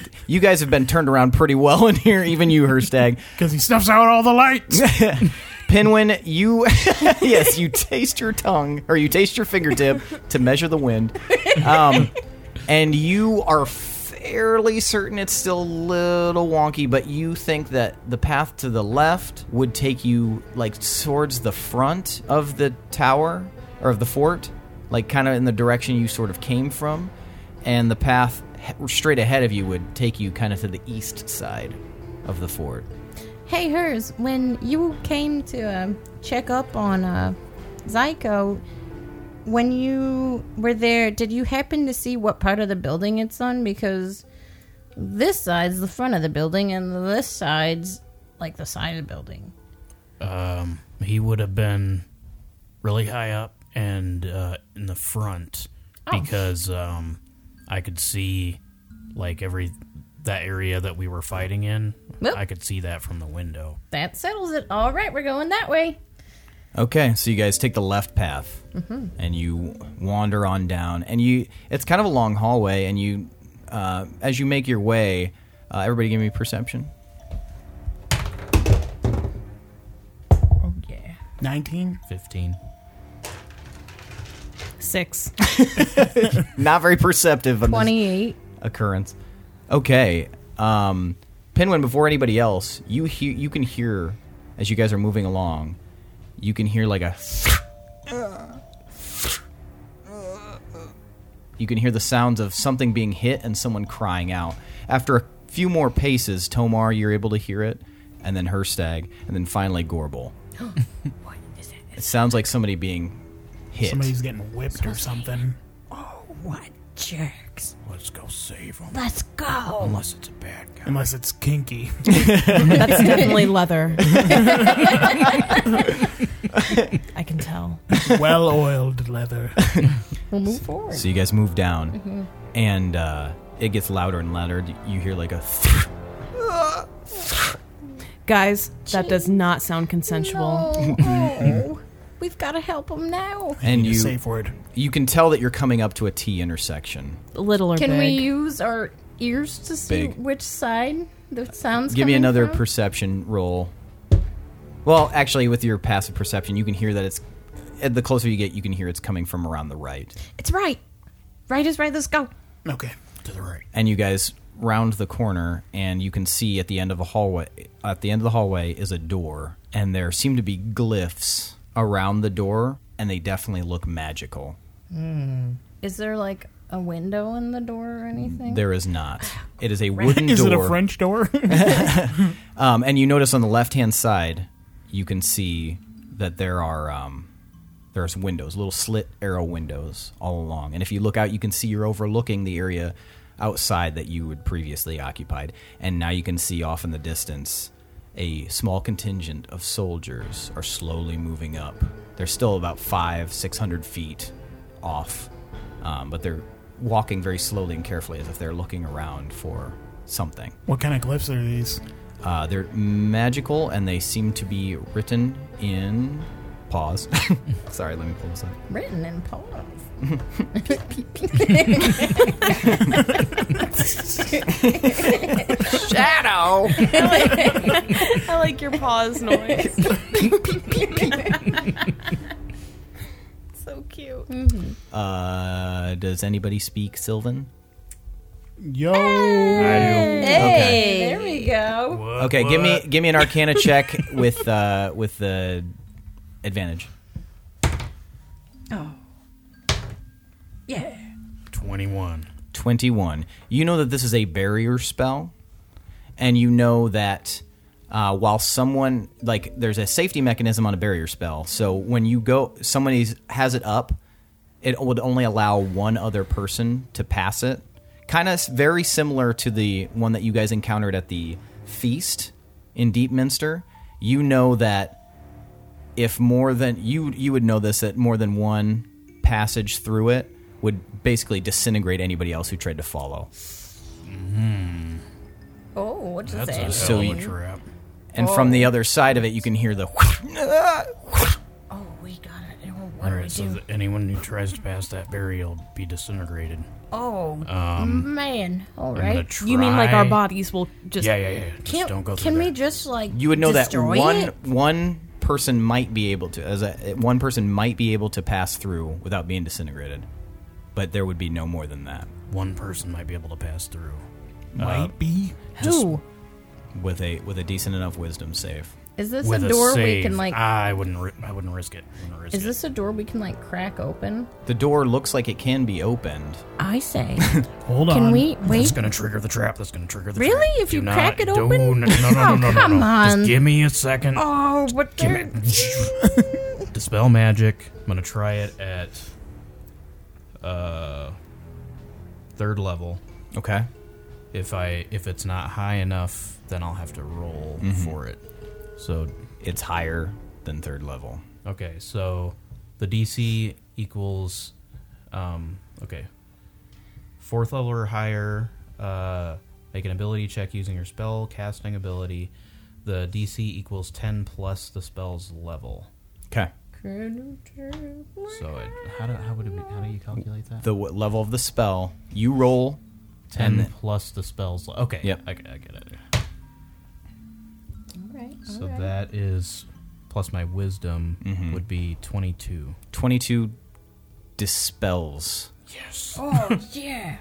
[SPEAKER 2] you guys have been turned around pretty well in here, even you, Herstag.
[SPEAKER 1] Because he snuffs out all the lights.
[SPEAKER 2] Pinwin, you yes, you taste your tongue or you taste your fingertip to measure the wind, um, and you are fairly certain it's still a little wonky, but you think that the path to the left would take you like towards the front of the tower or of the fort, like kind of in the direction you sort of came from, and the path he- straight ahead of you would take you kind of to the east side of the fort.
[SPEAKER 3] Hey, hers, when you came to um, check up on uh, Zyko, when you were there, did you happen to see what part of the building it's on? Because this side's the front of the building, and this side's like the side of the building.
[SPEAKER 7] Um, he would have been really high up and uh, in the front
[SPEAKER 3] Oh.
[SPEAKER 7] because um, I could see like every that area that we were fighting in.
[SPEAKER 3] Well.
[SPEAKER 7] I could see that from the window.
[SPEAKER 3] That settles it. All right, we're going that way.
[SPEAKER 2] Okay, so you guys take the left path
[SPEAKER 3] Mhm.
[SPEAKER 2] and you wander on down, and you it's kind of a long hallway, and you uh, as you make your way, uh, everybody give me perception.
[SPEAKER 1] 19?
[SPEAKER 7] 15.
[SPEAKER 6] Six.
[SPEAKER 2] Not very perceptive on this
[SPEAKER 3] 28.
[SPEAKER 2] occurrence. Okay, um, Pinwin, before anybody else, you hear you can hear as you guys are moving along, you can hear like a You can hear the sounds of something being hit and someone crying out. After a few more paces, Tomar, you're able to hear it, and then Herstag, and then finally Gorbel. It sounds like somebody being hit.
[SPEAKER 1] Somebody's getting whipped or something.
[SPEAKER 3] What jerks.
[SPEAKER 7] Let's go save him.
[SPEAKER 3] Let's go.
[SPEAKER 7] Unless it's a bad guy.
[SPEAKER 1] Unless it's kinky.
[SPEAKER 6] That's definitely leather. I can tell.
[SPEAKER 1] well oiled leather.
[SPEAKER 3] We'll move forward.
[SPEAKER 2] So you guys move down,
[SPEAKER 3] Mhm.
[SPEAKER 2] and uh, it gets louder and louder. You hear like a.
[SPEAKER 6] Guys, that does not sound consensual.
[SPEAKER 3] No. We've got to help him now.
[SPEAKER 2] and you
[SPEAKER 1] safe word.
[SPEAKER 2] You can tell that you're coming up to a T intersection.
[SPEAKER 6] Little or
[SPEAKER 3] Can we
[SPEAKER 6] big.
[SPEAKER 3] use our ears to see
[SPEAKER 2] Big.
[SPEAKER 3] which side the sounds?
[SPEAKER 2] Give me
[SPEAKER 3] coming
[SPEAKER 2] another
[SPEAKER 3] from?
[SPEAKER 2] perception roll. Well, actually, with your passive perception, you can hear that it's. eh, The closer you get, you can hear it's coming from around the right.
[SPEAKER 3] it's right. Right is right. Let's go.
[SPEAKER 1] Okay.
[SPEAKER 7] To the right.
[SPEAKER 2] And you guys round the corner, and you can see at the end of a hallway. At the end of the hallway is a door, and there seem to be glyphs around the door, and they definitely look magical.
[SPEAKER 3] Is there like a window in the door or anything?
[SPEAKER 2] There is not. It is a wooden
[SPEAKER 1] Is
[SPEAKER 2] door.
[SPEAKER 1] it a French door?
[SPEAKER 2] Um, and you notice on the left hand side, you can see that there are um, there's windows, little slit arrow windows all along. And if you look out, you can see you're overlooking the area outside that you had previously occupied. And now you can see off in the distance a small contingent of soldiers are slowly moving up. They're still about five, six hundred feet off, um, but they're walking very slowly and carefully as if they're looking around for something.
[SPEAKER 1] what kind of glyphs are these?
[SPEAKER 2] Uh, they're magical and they seem to be written in. Pause. Sorry, let me pull this up.
[SPEAKER 3] Written in pause.
[SPEAKER 2] Shadow!
[SPEAKER 6] I like your pause noise. so cute.
[SPEAKER 2] Uh, does anybody speak Sylvan?
[SPEAKER 1] Yo.
[SPEAKER 3] Hey, there we go.
[SPEAKER 7] Whoa.
[SPEAKER 2] Okay, give me
[SPEAKER 9] What?
[SPEAKER 2] give me an Arcana check with uh, with the advantage.
[SPEAKER 8] Oh. Yeah.
[SPEAKER 7] 21.
[SPEAKER 2] 21. You know that this is a barrier spell, and you know that uh, while someone, like, there's a safety mechanism on a barrier spell. So when you go, somebody has it up, it would only allow one other person to pass it. Kind of very similar to the one that you guys encountered at the feast in Deepminster. You know that if more than you you would know this that more than one passage through it would basically disintegrate anybody else who tried to follow.
[SPEAKER 8] Oh, what's
[SPEAKER 7] That's a
[SPEAKER 8] that?
[SPEAKER 2] So
[SPEAKER 7] hell
[SPEAKER 2] you,
[SPEAKER 7] of a trap.
[SPEAKER 2] and from the other side of it, you can hear the.
[SPEAKER 8] Oh, we got it. Oh, What
[SPEAKER 7] All
[SPEAKER 8] do we
[SPEAKER 7] right, so
[SPEAKER 8] do?
[SPEAKER 7] that anyone who tries to pass that barrier will be disintegrated.
[SPEAKER 8] oh,
[SPEAKER 7] Um,
[SPEAKER 8] man. All
[SPEAKER 7] I'm gonna
[SPEAKER 8] right.
[SPEAKER 6] You mean like our
[SPEAKER 7] try-
[SPEAKER 6] bodies will just?
[SPEAKER 7] Yeah, yeah, yeah. Just
[SPEAKER 8] Can't-
[SPEAKER 7] don't go through
[SPEAKER 8] can
[SPEAKER 7] that.
[SPEAKER 8] we just like
[SPEAKER 2] You would know that
[SPEAKER 8] destroy
[SPEAKER 2] one
[SPEAKER 8] it?
[SPEAKER 2] one person might be able to as a one person might be able to pass through without being disintegrated, but there would be no more than that
[SPEAKER 7] One person might be able to pass through.
[SPEAKER 1] Might be.
[SPEAKER 3] Who
[SPEAKER 2] with a with a decent enough wisdom save.
[SPEAKER 3] is this a
[SPEAKER 7] With
[SPEAKER 3] door
[SPEAKER 7] save,
[SPEAKER 3] we can like?
[SPEAKER 7] I wouldn't. Ri- I wouldn't risk it. Wouldn't risk
[SPEAKER 3] is
[SPEAKER 7] it.
[SPEAKER 3] this a door we can like crack open?
[SPEAKER 2] The door looks like it can be opened.
[SPEAKER 3] I say,
[SPEAKER 1] Hold
[SPEAKER 3] can
[SPEAKER 1] on.
[SPEAKER 3] we
[SPEAKER 7] That's
[SPEAKER 3] wait?
[SPEAKER 7] gonna trigger the trap. That's gonna trigger the trap.
[SPEAKER 3] Really? If
[SPEAKER 7] Do
[SPEAKER 3] you
[SPEAKER 7] not-
[SPEAKER 3] crack it
[SPEAKER 7] do-
[SPEAKER 3] open?
[SPEAKER 7] No, no, no, no,
[SPEAKER 3] Oh,
[SPEAKER 7] no, no,
[SPEAKER 3] come
[SPEAKER 7] no.
[SPEAKER 3] on.
[SPEAKER 7] Just give me a second.
[SPEAKER 8] Oh, but
[SPEAKER 7] Give
[SPEAKER 8] there.
[SPEAKER 7] me- Dispel magic. I'm gonna try it at uh third level.
[SPEAKER 2] Okay.
[SPEAKER 7] If I if it's not high enough, then I'll have to roll for it. So
[SPEAKER 2] It's higher than third level.
[SPEAKER 7] Okay, so the DC equals, um, okay, fourth level or higher. Uh, make an ability check using your spell casting ability. The DC equals ten plus the spell's level.
[SPEAKER 2] Okay.
[SPEAKER 7] So it, how do how would it be, how do you calculate that?
[SPEAKER 2] The w- level of the spell you roll
[SPEAKER 7] ten
[SPEAKER 2] and-
[SPEAKER 7] plus the spell's level. Okay,
[SPEAKER 2] Yep.
[SPEAKER 7] I, get- I get it. So that is plus my wisdom would be twenty two.
[SPEAKER 2] 22 dispels.
[SPEAKER 8] Oh, yeah.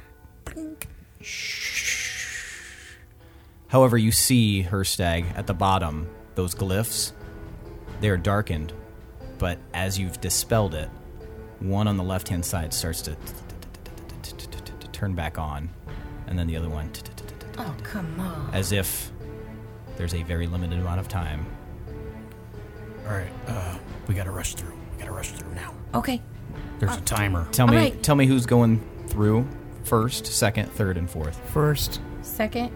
[SPEAKER 2] However, you see Herstag at the bottom, those glyphs, they are darkened, but as you've dispelled it, one on the left hand side starts to turn back on, and then the other one
[SPEAKER 8] Oh, come on.
[SPEAKER 2] as if there's a very limited amount of time.
[SPEAKER 7] All right, uh, we gotta rush through. We gotta rush through now.
[SPEAKER 8] Okay.
[SPEAKER 7] There's a timer.
[SPEAKER 2] Tell me,
[SPEAKER 8] Alright.
[SPEAKER 2] tell me who's going through first, second, third, and fourth.
[SPEAKER 1] First,
[SPEAKER 3] Second,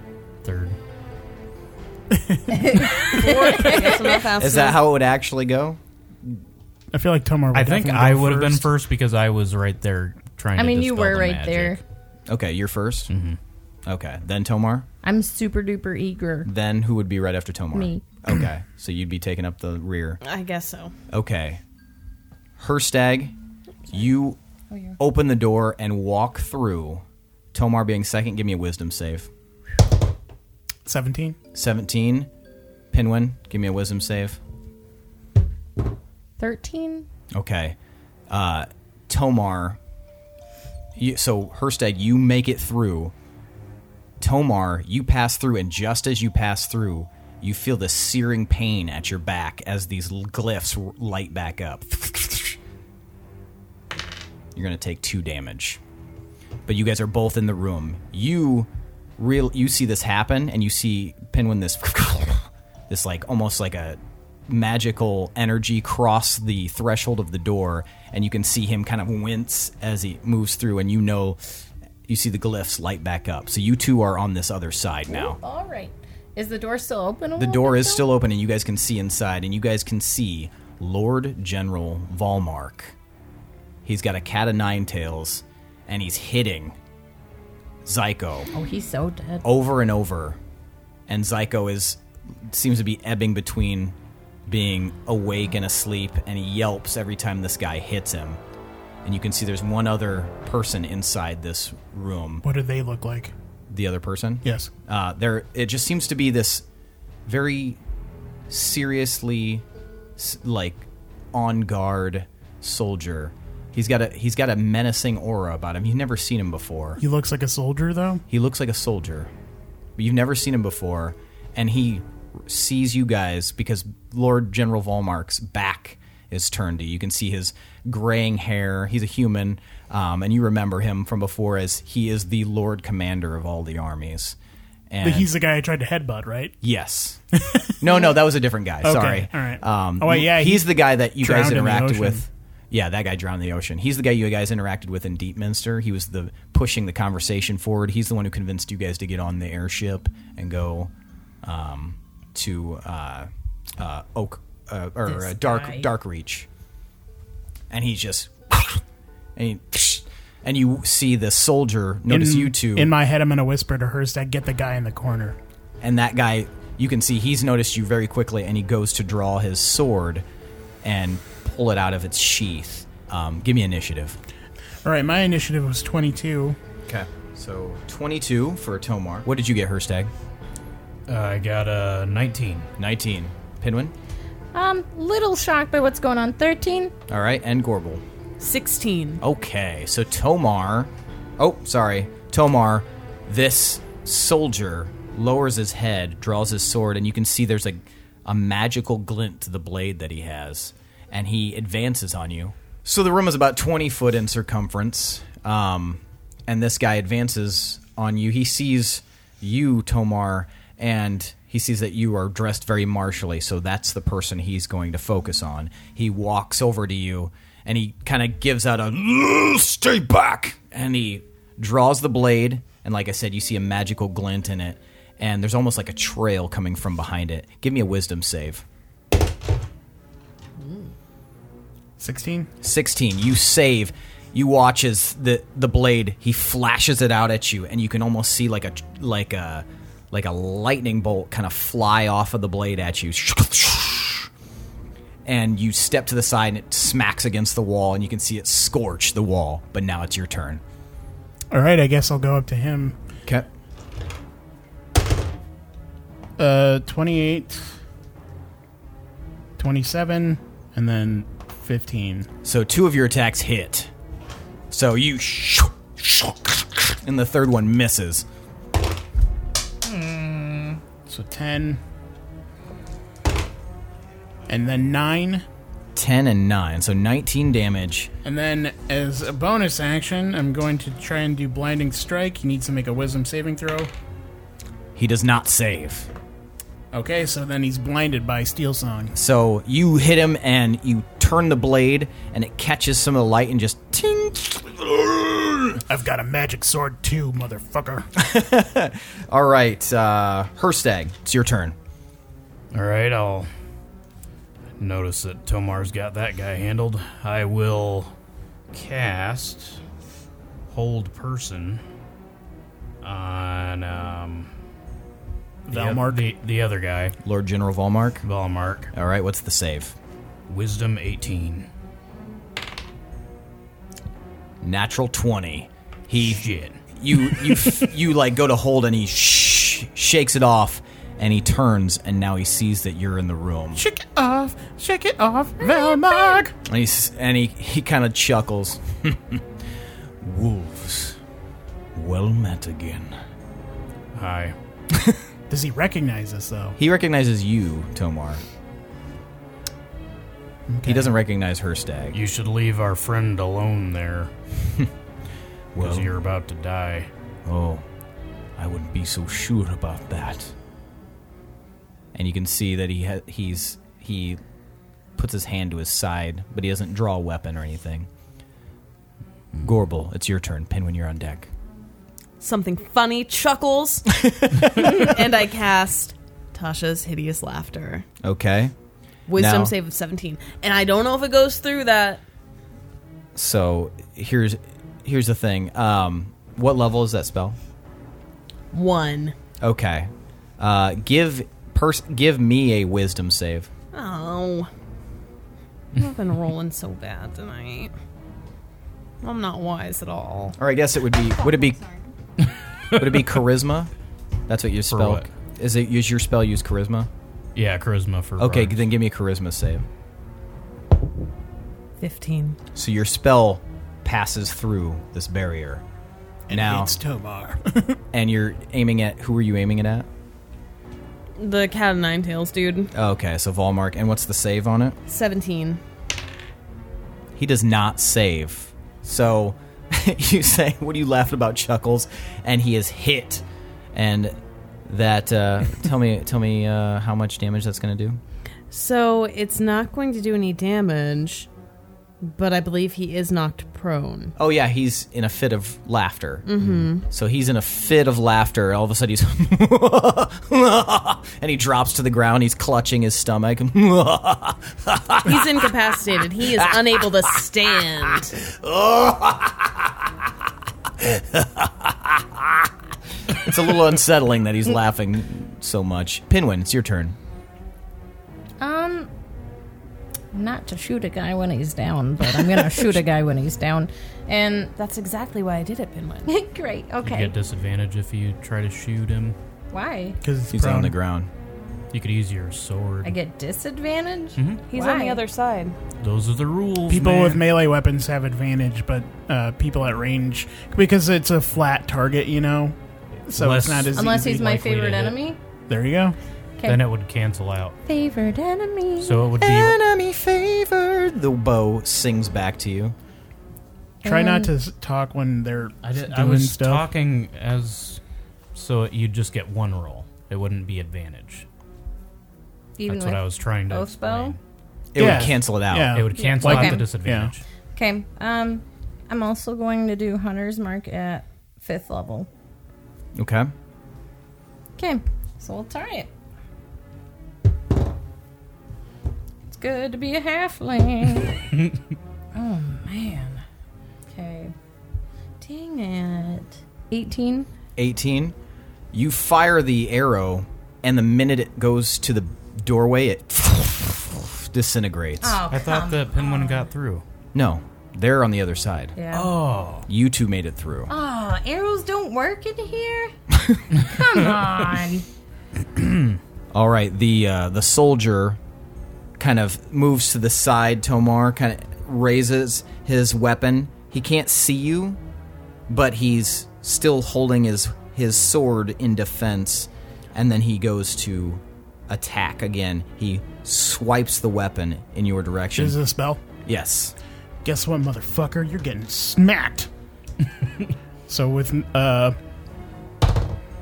[SPEAKER 7] Third.
[SPEAKER 2] Is that how it would actually go?
[SPEAKER 1] I feel like Tomar. Would
[SPEAKER 7] I think
[SPEAKER 1] definitely
[SPEAKER 7] I
[SPEAKER 1] go
[SPEAKER 7] would have been
[SPEAKER 1] first.
[SPEAKER 7] first because I was right there trying.
[SPEAKER 3] I mean,
[SPEAKER 7] to
[SPEAKER 3] you
[SPEAKER 7] dispel
[SPEAKER 3] were
[SPEAKER 7] the
[SPEAKER 3] right
[SPEAKER 7] magic.
[SPEAKER 3] there.
[SPEAKER 2] Okay, you're 1st Mm-hmm. Okay, then Tomar.
[SPEAKER 3] I'm super duper eager.
[SPEAKER 2] Then who would be right after Tomar?
[SPEAKER 3] Me.
[SPEAKER 2] Okay, so you'd be taking up the rear.
[SPEAKER 6] I guess so.
[SPEAKER 2] Okay. Herstag, you open the door and walk through. Tomar being second, give me a wisdom save.
[SPEAKER 1] 17.
[SPEAKER 2] 17. Pinwin, give me a wisdom save.
[SPEAKER 3] Thirteen.
[SPEAKER 2] Okay. Uh, Tomar. You, so, Herstag, you make it through. Tomar, you pass through, and just as you pass through, you feel the searing pain at your back as these l- glyphs r- light back up. You're going to take two damage. But you guys are both in the room. You real you see this happen and you see Pinwin this this like almost like a magical energy cross the threshold of the door and you can see him kind of wince as he moves through and you know you see the glyphs light back up. So you two are on this other side now.
[SPEAKER 3] All right. Is the door still open? A
[SPEAKER 2] The door is still open, and you guys can see inside, and you guys can see Lord General Valmark. He's got a cat of nine tails, and he's hitting Zyko
[SPEAKER 3] Oh, he's so dead.
[SPEAKER 2] over and over. And Zyko is seems to be ebbing between being awake and asleep, and he yelps every time this guy hits him. And you can see there's one other person inside this room.
[SPEAKER 1] What do they look like?
[SPEAKER 2] The other person?
[SPEAKER 1] Yes.
[SPEAKER 2] uh, there it just seems to be this very seriously s- like on guard soldier he's got a he's got a menacing aura about him you've never seen him before
[SPEAKER 1] He looks like a soldier, though.
[SPEAKER 2] he looks like a soldier but you've never seen him before and he sees you guys because Lord General Volmark's back is turned to you. You can see his graying hair. He's a human, um, and you remember him from before as he is the Lord Commander of all the armies. And
[SPEAKER 1] But he's the guy I tried to headbutt, right?
[SPEAKER 2] Yes. no, no, that was a different guy.
[SPEAKER 1] Okay,
[SPEAKER 2] Sorry.
[SPEAKER 1] all right.
[SPEAKER 2] Um,
[SPEAKER 1] Oh, wait, yeah,
[SPEAKER 2] He's
[SPEAKER 1] he
[SPEAKER 2] the guy that you guys
[SPEAKER 1] drowned in the
[SPEAKER 2] interacted
[SPEAKER 1] ocean.
[SPEAKER 2] with. Yeah, that guy drowned in the ocean. He's the guy you guys interacted with in Deepminster. He was the pushing the conversation forward. He's the one who convinced you guys to get on the airship and go um, to uh, uh, Oak uh, or uh,
[SPEAKER 10] This
[SPEAKER 2] Dark
[SPEAKER 10] guy.
[SPEAKER 2] Dark Reach. And he's just and he, and you see the soldier notice
[SPEAKER 1] in,
[SPEAKER 2] you two
[SPEAKER 1] In my head, I'm gonna whisper to Herstag, "Get the guy in the corner."
[SPEAKER 2] and that guy you can see he's noticed you very quickly and he goes to draw his sword and pull it out of its sheath um, give me initiative
[SPEAKER 1] All right, my initiative was 22.
[SPEAKER 2] okay so 22 for tomar what did you get herstag
[SPEAKER 7] Uh, i got a 19
[SPEAKER 2] 19 pinwin
[SPEAKER 3] Um, little shocked by what's going on. Thirteen.
[SPEAKER 2] all right and gorbel
[SPEAKER 6] 16.
[SPEAKER 2] Okay, so Tomar. Oh, sorry. Tomar, this soldier lowers his head, draws his sword, and you can see there's a, a magical glint to the blade that he has, and he advances on you. So the room is about 20 foot in circumference, um, and this guy advances on you. He sees you, Tomar, and he sees that you are dressed very martially, so that's the person he's going to focus on. He walks over to you and he kind of gives out a stay back and he draws the blade and like I said you see a magical glint in it and there's almost like a trail coming from behind it. Give me a wisdom save.
[SPEAKER 1] 16.
[SPEAKER 2] 16 you save you watch as the the blade he flashes it out at you and you can almost see like a like a like a lightning bolt kind of fly off of the blade at you and you step to the side and it smacks against the wall and you can see it scorch the wall but now it's your turn
[SPEAKER 1] All right, I guess I'll go up to him.
[SPEAKER 2] okay
[SPEAKER 1] Uh, 28, 27, and then 15.
[SPEAKER 2] so two of your attacks hit so you and the third one misses
[SPEAKER 1] So 10, and then 9.
[SPEAKER 2] 10 and 9 so 19 damage
[SPEAKER 1] And then, as a bonus action, I'm going to try and do Blinding Strike. He needs to make a Wisdom saving throw.
[SPEAKER 2] he does not save
[SPEAKER 1] Okay, so then he's blinded by Steel Song.
[SPEAKER 2] So you hit him and you turn the blade and it catches some of the light and just ting.
[SPEAKER 1] I've got a magic sword too, motherfucker.
[SPEAKER 2] All right, uh, Herstag, it's your turn.
[SPEAKER 7] All right, I'll notice that Tomar's got that guy handled. I will cast Hold Person on um, the, oth-
[SPEAKER 1] Valmark?
[SPEAKER 7] the, the other guy,
[SPEAKER 2] Lord General Volmark.
[SPEAKER 7] Valmark.
[SPEAKER 2] All right, what's the save?
[SPEAKER 7] Wisdom 18.
[SPEAKER 2] Natural twenty. He
[SPEAKER 7] Shit.
[SPEAKER 2] you you f- you like go to hold and he sh- shakes it off and he turns and now he sees that you're in the room
[SPEAKER 1] Shake it off, shake it off, Velmark.
[SPEAKER 2] and, he's, and he he kind of chuckles. Wolves, well met again.
[SPEAKER 7] Hi.
[SPEAKER 1] Does he recognize us though?
[SPEAKER 2] He recognizes you, Tomar.
[SPEAKER 1] Okay.
[SPEAKER 2] He doesn't recognize Herstag.
[SPEAKER 7] You should leave our friend alone there because you're about to die.
[SPEAKER 2] Oh, I wouldn't be so sure about that. And you can see that he ha- he's he puts his hand to his side, but he doesn't draw a weapon or anything. Gorbel, it's your turn. Pin when you're on deck.
[SPEAKER 6] Something funny chuckles. and I cast Tasha's Hideous Laughter.
[SPEAKER 2] Okay.
[SPEAKER 6] Wisdom
[SPEAKER 2] Now-
[SPEAKER 6] save of 17. And I don't know if it goes through that.
[SPEAKER 2] So here's here's the thing. Um, what level is that spell?
[SPEAKER 6] One.
[SPEAKER 2] Okay. Uh, give pers- give me a wisdom save.
[SPEAKER 6] Oh. I've been rolling so bad tonight. I'm not wise at all.
[SPEAKER 2] Or I guess it would be would it be would it be charisma? That's what your spell
[SPEAKER 7] what?
[SPEAKER 2] is. It is your spell use charisma?
[SPEAKER 7] Yeah, charisma for
[SPEAKER 2] Okay,
[SPEAKER 7] Varg.
[SPEAKER 2] then give me a charisma save.
[SPEAKER 6] 15.
[SPEAKER 2] So your spell passes through this barrier.
[SPEAKER 1] And
[SPEAKER 2] now,
[SPEAKER 1] it's Tomar.
[SPEAKER 2] and you're aiming at who are you aiming it at?
[SPEAKER 6] The cat of nine tails, dude.
[SPEAKER 2] Okay, so Volmark. And what's the save on it?
[SPEAKER 6] 17.
[SPEAKER 2] He does not save. So you say, What are you laughing about, Chuckles? And he is hit. And that, uh, tell me, tell me uh, how much damage that's going to do.
[SPEAKER 6] So it's not going to do any damage, but I believe he is knocked prone.
[SPEAKER 2] Oh, yeah, he's in a fit of laughter.
[SPEAKER 6] Mm-hmm.
[SPEAKER 2] So he's in a fit of laughter. All of a sudden, he's. and he drops to the ground. He's clutching his stomach.
[SPEAKER 6] He's incapacitated. He is unable to stand.
[SPEAKER 2] it's a little unsettling that he's laughing so much. Pinwin, it's your turn.
[SPEAKER 3] Um, not to shoot a guy when he's down, but I'm gonna shoot a guy when he's down, and
[SPEAKER 6] that's exactly why I did it, Pinwin.
[SPEAKER 3] Great.
[SPEAKER 7] You
[SPEAKER 3] Okay.
[SPEAKER 7] get disadvantage if you try to shoot him.
[SPEAKER 3] Why?
[SPEAKER 1] Because
[SPEAKER 2] He's on the ground.
[SPEAKER 7] You could use your sword.
[SPEAKER 3] I get disadvantage.
[SPEAKER 7] Mhm.
[SPEAKER 6] He's on the
[SPEAKER 3] Why?
[SPEAKER 6] other side.
[SPEAKER 7] Those are the rules.
[SPEAKER 1] People
[SPEAKER 7] man.
[SPEAKER 1] with melee weapons have advantage, but uh, people at range because it's a flat target, you know. So
[SPEAKER 7] Unless-
[SPEAKER 1] it's not as
[SPEAKER 3] Unless
[SPEAKER 1] easy.
[SPEAKER 3] he's my
[SPEAKER 7] likely to
[SPEAKER 3] favorite
[SPEAKER 7] hit.
[SPEAKER 3] enemy.
[SPEAKER 1] there you go.
[SPEAKER 3] Okay.
[SPEAKER 7] Then it would cancel out.
[SPEAKER 3] favorite enemy.
[SPEAKER 7] So it would be
[SPEAKER 2] Enemy favored. The bow sings back to you.
[SPEAKER 1] Try not to s- talk when they're
[SPEAKER 7] I, did,
[SPEAKER 1] doing
[SPEAKER 7] I was
[SPEAKER 1] stuff.
[SPEAKER 7] talking as so you'd just get one roll. It wouldn't be advantage.
[SPEAKER 3] Even
[SPEAKER 7] That's
[SPEAKER 3] with-
[SPEAKER 7] what I was trying to
[SPEAKER 3] oath spell?
[SPEAKER 7] explain.
[SPEAKER 2] It
[SPEAKER 1] Yeah.
[SPEAKER 2] would cancel it out.
[SPEAKER 1] Yeah.
[SPEAKER 7] It would cancel
[SPEAKER 1] Like
[SPEAKER 7] out the
[SPEAKER 1] it-
[SPEAKER 7] disadvantage.
[SPEAKER 3] Okay. Um, I'm also going to do Hunter's Mark at fifth level.
[SPEAKER 2] Okay.
[SPEAKER 3] Okay. So we'll try it. It's good to be a halfling. oh man. Okay. Dang it. 18.
[SPEAKER 2] 18. You fire the arrow, and the minute it goes to the doorway, it disintegrates.
[SPEAKER 3] Oh,
[SPEAKER 7] I thought that Pinwin got through.
[SPEAKER 2] No, they're on the other side.
[SPEAKER 3] yeah. Oh.
[SPEAKER 7] Oh,
[SPEAKER 2] You two made it through.
[SPEAKER 3] arrows don't work in here. Come on.
[SPEAKER 2] All right, the uh, the soldier kind of moves to the side. Tomar kind of raises his weapon. He can't see you, but he's still holding his his sword in defense. And then he goes to attack again. He swipes the weapon in your direction.
[SPEAKER 1] Is a spell?
[SPEAKER 2] yes.
[SPEAKER 1] Guess what, motherfucker? You're getting smacked. so with uh.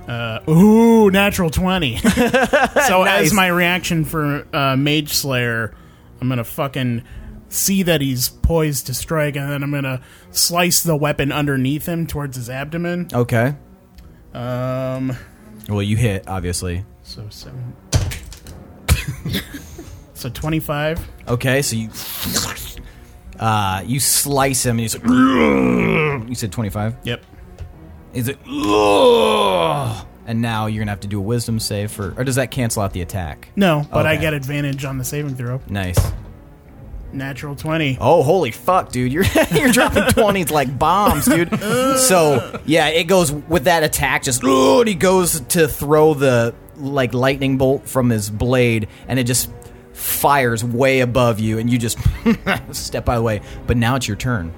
[SPEAKER 1] Uh, ooh, natural 20. so, as my reaction for uh, Mage Slayer, I'm going to fucking see that he's poised to strike, and then I'm going to slice the weapon underneath him towards his abdomen.
[SPEAKER 2] Okay.
[SPEAKER 1] Um,
[SPEAKER 2] Well, you hit obviously.
[SPEAKER 1] So seven. so twenty-five.
[SPEAKER 2] Okay, so you uh, you slice him, and he's like, you said twenty five.
[SPEAKER 1] Yep.
[SPEAKER 2] Is it? Ugh! And now you're gonna have to do a wisdom save for, or does that cancel out the attack?
[SPEAKER 1] No, but I
[SPEAKER 2] Okay.
[SPEAKER 1] get advantage on the saving throw.
[SPEAKER 2] Nice.
[SPEAKER 1] Natural twenty.
[SPEAKER 2] Oh, holy fuck, dude! You're you're dropping twenties like bombs, dude. so yeah, it goes with that attack. Just "Ugh," and he goes to throw the like lightning bolt from his blade, and it just fires way above you, and you just step out of the way. But now it's your turn.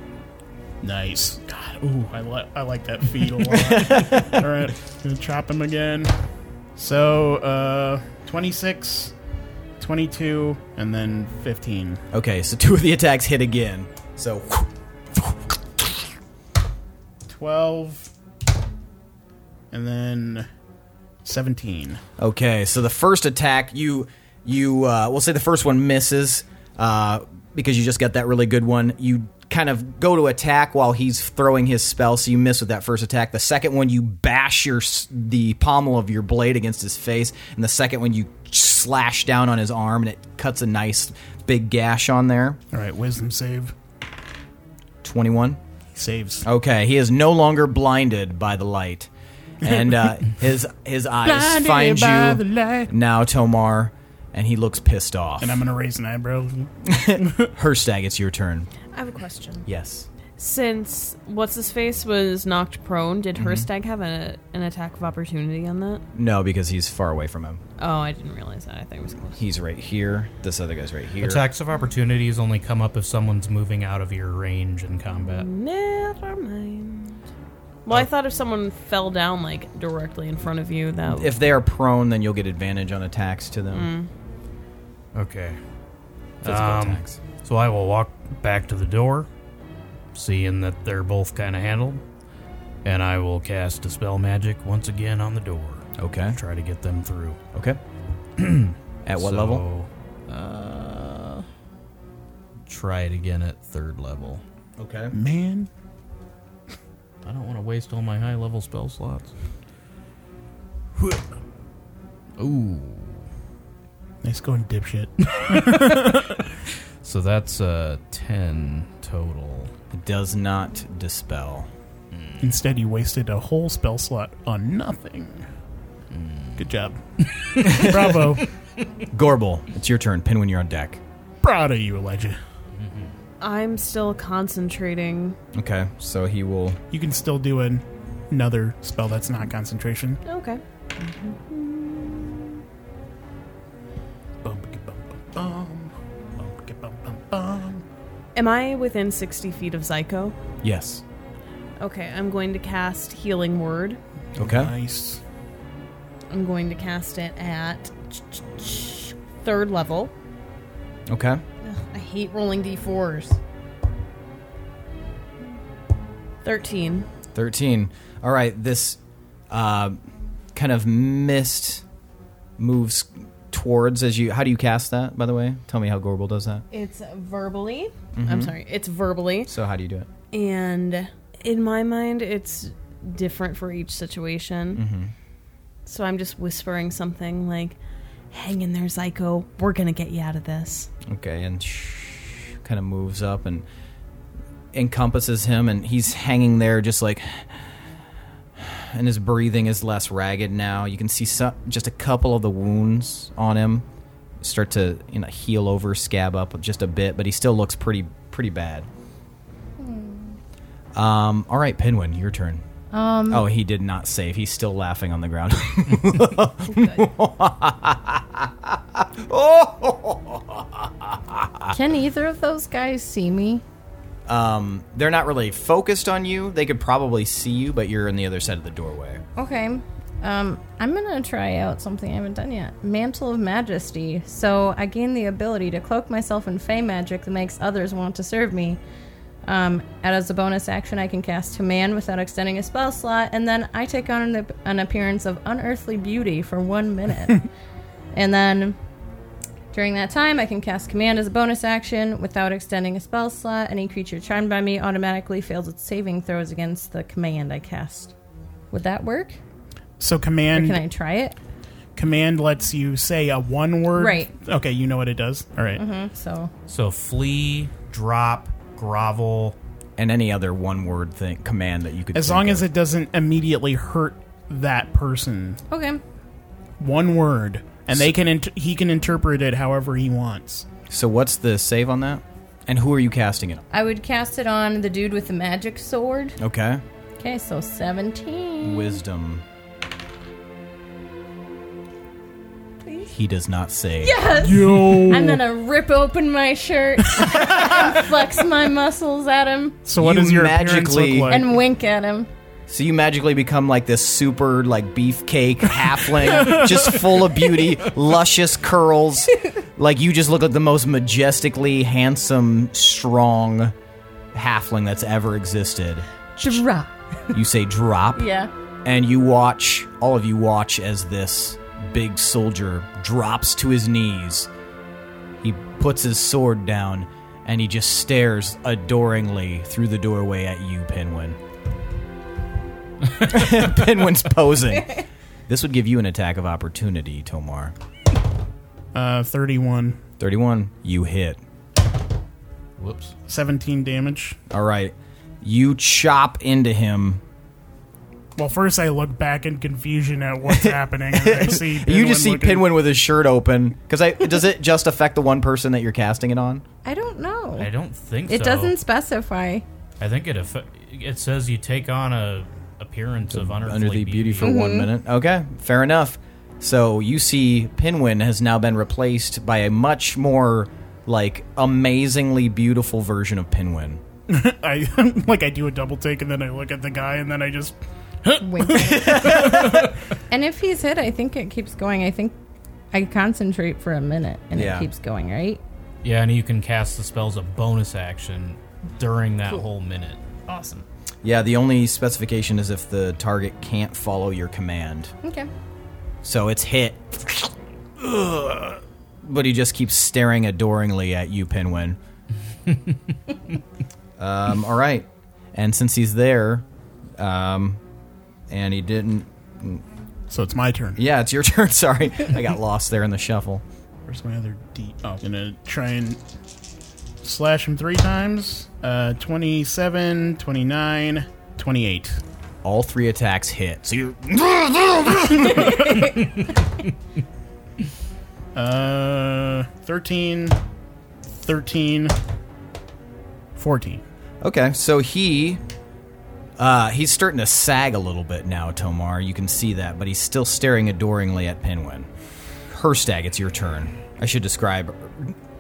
[SPEAKER 1] Nice. God. Ooh, I li- I like that feed a lot. All right, gonna chop him again. So uh, 26, 22, and then fifteen.
[SPEAKER 2] Okay, so two of the attacks hit again. So
[SPEAKER 1] 12, and then seventeen.
[SPEAKER 2] Okay, so the first attack, you you uh, we'll say the first one misses uh, because you just got that really good one. You kind of go to attack while he's throwing his spell, so you miss with that first attack. The second one, you bash your s- the pommel of your blade against his face, and the second one, you slash down on his arm, and it cuts a nice big gash on there.
[SPEAKER 1] All right, wisdom save.
[SPEAKER 2] Twenty one.
[SPEAKER 1] Saves.
[SPEAKER 2] Okay, he is no longer blinded by the light, and uh, his his eyes
[SPEAKER 1] Blinded
[SPEAKER 2] find
[SPEAKER 1] by
[SPEAKER 2] you
[SPEAKER 1] the light.
[SPEAKER 2] now, Tomar, and he looks pissed off.
[SPEAKER 1] And I'm gonna raise an eyebrow.
[SPEAKER 2] Herstag, it's your turn.
[SPEAKER 6] I have a question.
[SPEAKER 2] Yes.
[SPEAKER 6] Since what's his face was knocked prone, did her stag have a, an attack of opportunity on that?
[SPEAKER 2] No, because he's far away from him.
[SPEAKER 6] Oh, I didn't realize that. I think it was close.
[SPEAKER 2] He's right here. This other guy's right here.
[SPEAKER 7] attacks of opportunities only come up if someone's moving out of your range in combat.
[SPEAKER 6] Never mind. Well, I thought if someone fell down like directly in front of you, that
[SPEAKER 2] If they are prone, then you'll get advantage on attacks to them.
[SPEAKER 7] Okay.
[SPEAKER 6] Mm.
[SPEAKER 2] Physical attacks.
[SPEAKER 7] So I will walk back to the door, seeing that they're both kind of handled, and I will cast Dispel Magic once again on the door.
[SPEAKER 2] Okay.
[SPEAKER 7] Try to get them through.
[SPEAKER 2] Okay. At what
[SPEAKER 7] So,
[SPEAKER 2] level?
[SPEAKER 7] Uh, try it again at third level.
[SPEAKER 2] Okay.
[SPEAKER 1] Man.
[SPEAKER 7] I don't want to waste all my high level spell slots. Ooh.
[SPEAKER 1] Nice going, dipshit.
[SPEAKER 7] So that's uh, 10 total.
[SPEAKER 2] It does not dispel.
[SPEAKER 1] Instead, you wasted a whole spell slot on nothing.
[SPEAKER 2] Hmm.
[SPEAKER 1] Good job. Bravo.
[SPEAKER 2] Gorble, it's your turn. Pin when you're on deck.
[SPEAKER 1] Proud of you, Elijah.
[SPEAKER 6] I'm still concentrating.
[SPEAKER 2] Okay, so he will.
[SPEAKER 1] You can still do an, another spell that's not concentration.
[SPEAKER 6] Okay.
[SPEAKER 1] Bum, bum, bum, bum, bum, bum, bum, bum.
[SPEAKER 6] Am I within 60 feet of Zyko?
[SPEAKER 2] Yes.
[SPEAKER 6] Okay, I'm going to cast Healing Word.
[SPEAKER 2] Okay.
[SPEAKER 1] Nice.
[SPEAKER 6] I'm going to cast it at third level.
[SPEAKER 2] Okay.
[SPEAKER 6] Ugh, I hate rolling d4s. 13.
[SPEAKER 2] 13. All right, this uh, kind of mist moves towards as you. How do you cast that, by the way? Tell me how Gorble does that.
[SPEAKER 6] It's verbally.
[SPEAKER 3] Mm-hmm.
[SPEAKER 6] I'm sorry. It's verbally.
[SPEAKER 2] So, how do you do it?
[SPEAKER 6] And in my mind, it's different for each situation.
[SPEAKER 3] Mm-hmm.
[SPEAKER 6] So I'm just whispering something like, hang in there, Zyko. We're going to get you out of this.
[SPEAKER 2] Okay, and kind of moves up and encompasses him, and he's hanging there just like. And his breathing is less ragged now. You can see so, just a couple of the wounds on him start to you know heal over, scab up just a bit, but he still looks pretty pretty bad. Um, all right, Penguin, your turn. Um, oh, he did not save. He's still laughing on the ground.
[SPEAKER 3] Can either of those guys see me?
[SPEAKER 2] um, they're not really focused on you. They could probably see you, but you're on the other side of the doorway.
[SPEAKER 3] Okay. Um, I'm gonna try out something I haven't done yet. Mantle of Majesty. So I gain the ability to cloak myself in Fey magic that makes others want to serve me. Um, and as a bonus action, I can cast Command without extending a spell slot, and then I take on an, an appearance of unearthly beauty for one minute. and then during that time, I can cast Command as a bonus action without extending a spell slot. Any creature charmed by me automatically fails its saving throws against the command I cast. Would that work?
[SPEAKER 1] So
[SPEAKER 3] Or
[SPEAKER 1] command
[SPEAKER 3] can I try it?
[SPEAKER 1] command lets you say a one word.
[SPEAKER 3] Right.
[SPEAKER 1] Okay, you know what it does. All right.
[SPEAKER 3] Mm, So
[SPEAKER 7] So flee, drop, grovel.
[SPEAKER 2] and any other one word thing command that you could
[SPEAKER 1] As
[SPEAKER 2] think
[SPEAKER 1] long
[SPEAKER 2] of.
[SPEAKER 1] as it doesn't immediately hurt that person,
[SPEAKER 3] okay,
[SPEAKER 1] one word, and they can int- he can interpret it however he wants.
[SPEAKER 2] so what's the save on that and who are you casting it on
[SPEAKER 3] I would cast it on the dude with the magic sword.
[SPEAKER 2] okay
[SPEAKER 3] Okay, so seventeen.
[SPEAKER 2] wisdom he does not save
[SPEAKER 1] Yo.
[SPEAKER 3] I'm gonna rip open my shirt and flex my muscles at him
[SPEAKER 1] So what
[SPEAKER 2] You
[SPEAKER 1] does your appearance look
[SPEAKER 2] magically-
[SPEAKER 1] like?
[SPEAKER 3] and wink at him.
[SPEAKER 2] so you magically become like this super like beefcake halfling just full of beauty luscious curls like you just look like the most majestically handsome strong halfling that's ever existed
[SPEAKER 3] Drop.
[SPEAKER 2] you say drop
[SPEAKER 3] Yeah.
[SPEAKER 2] and you watch all of you watch as this big soldier drops to his knees he puts his sword down and he just stares adoringly through the doorway at you penguin penguin's posing this would give you an attack of opportunity tomar
[SPEAKER 1] uh, 31,
[SPEAKER 2] 31 you hit
[SPEAKER 7] Whoops.
[SPEAKER 1] 17 damage.
[SPEAKER 2] all right you chop into him
[SPEAKER 1] Well, first I look back in confusion at what's happening. And I see
[SPEAKER 2] you just see
[SPEAKER 1] looking-
[SPEAKER 2] penguin with his shirt open because i does it just affect the one person that you're casting it on
[SPEAKER 3] I don't know.
[SPEAKER 7] I don't think
[SPEAKER 3] it
[SPEAKER 7] so.
[SPEAKER 3] doesn't specify.
[SPEAKER 7] I think it affe- it says you take on a appearance of unearthly
[SPEAKER 2] under the beauty
[SPEAKER 7] beauty.
[SPEAKER 2] for one minute. Okay, fair enough. So you see, Pinwin has now been replaced by a much more like amazingly beautiful version of Pinwin.
[SPEAKER 1] I like I do a double take and then I look at the guy and then I just
[SPEAKER 3] And if he's hit, I think it keeps going. I think I concentrate for a minute and
[SPEAKER 7] Yeah.
[SPEAKER 3] it keeps going, right?
[SPEAKER 7] Yeah, and you can cast the spell as a bonus action during that
[SPEAKER 3] Cool.
[SPEAKER 7] whole minute.
[SPEAKER 3] Awesome.
[SPEAKER 2] Yeah, the only specification is if the target can't follow your command.
[SPEAKER 3] Okay.
[SPEAKER 2] So it's hit. Ugh. But he just keeps staring adoringly at you, Pinwin. um, all right. And since he's there, um, and he didn't.
[SPEAKER 1] So it's my turn.
[SPEAKER 2] Yeah, it's your turn. Sorry. I got lost there in the shuffle.
[SPEAKER 1] Where's my other D? Oh, I'm gonna try and slash him three times. Uh, 27, 29, 28.
[SPEAKER 2] All three attacks hit. So you.
[SPEAKER 1] uh, 13, 13, 14.
[SPEAKER 2] Okay, so he uh, he's starting to sag a little bit now, Tomar. You can see that, but he's still staring adoringly at Pinwin. Herstag, it's your turn. I should describe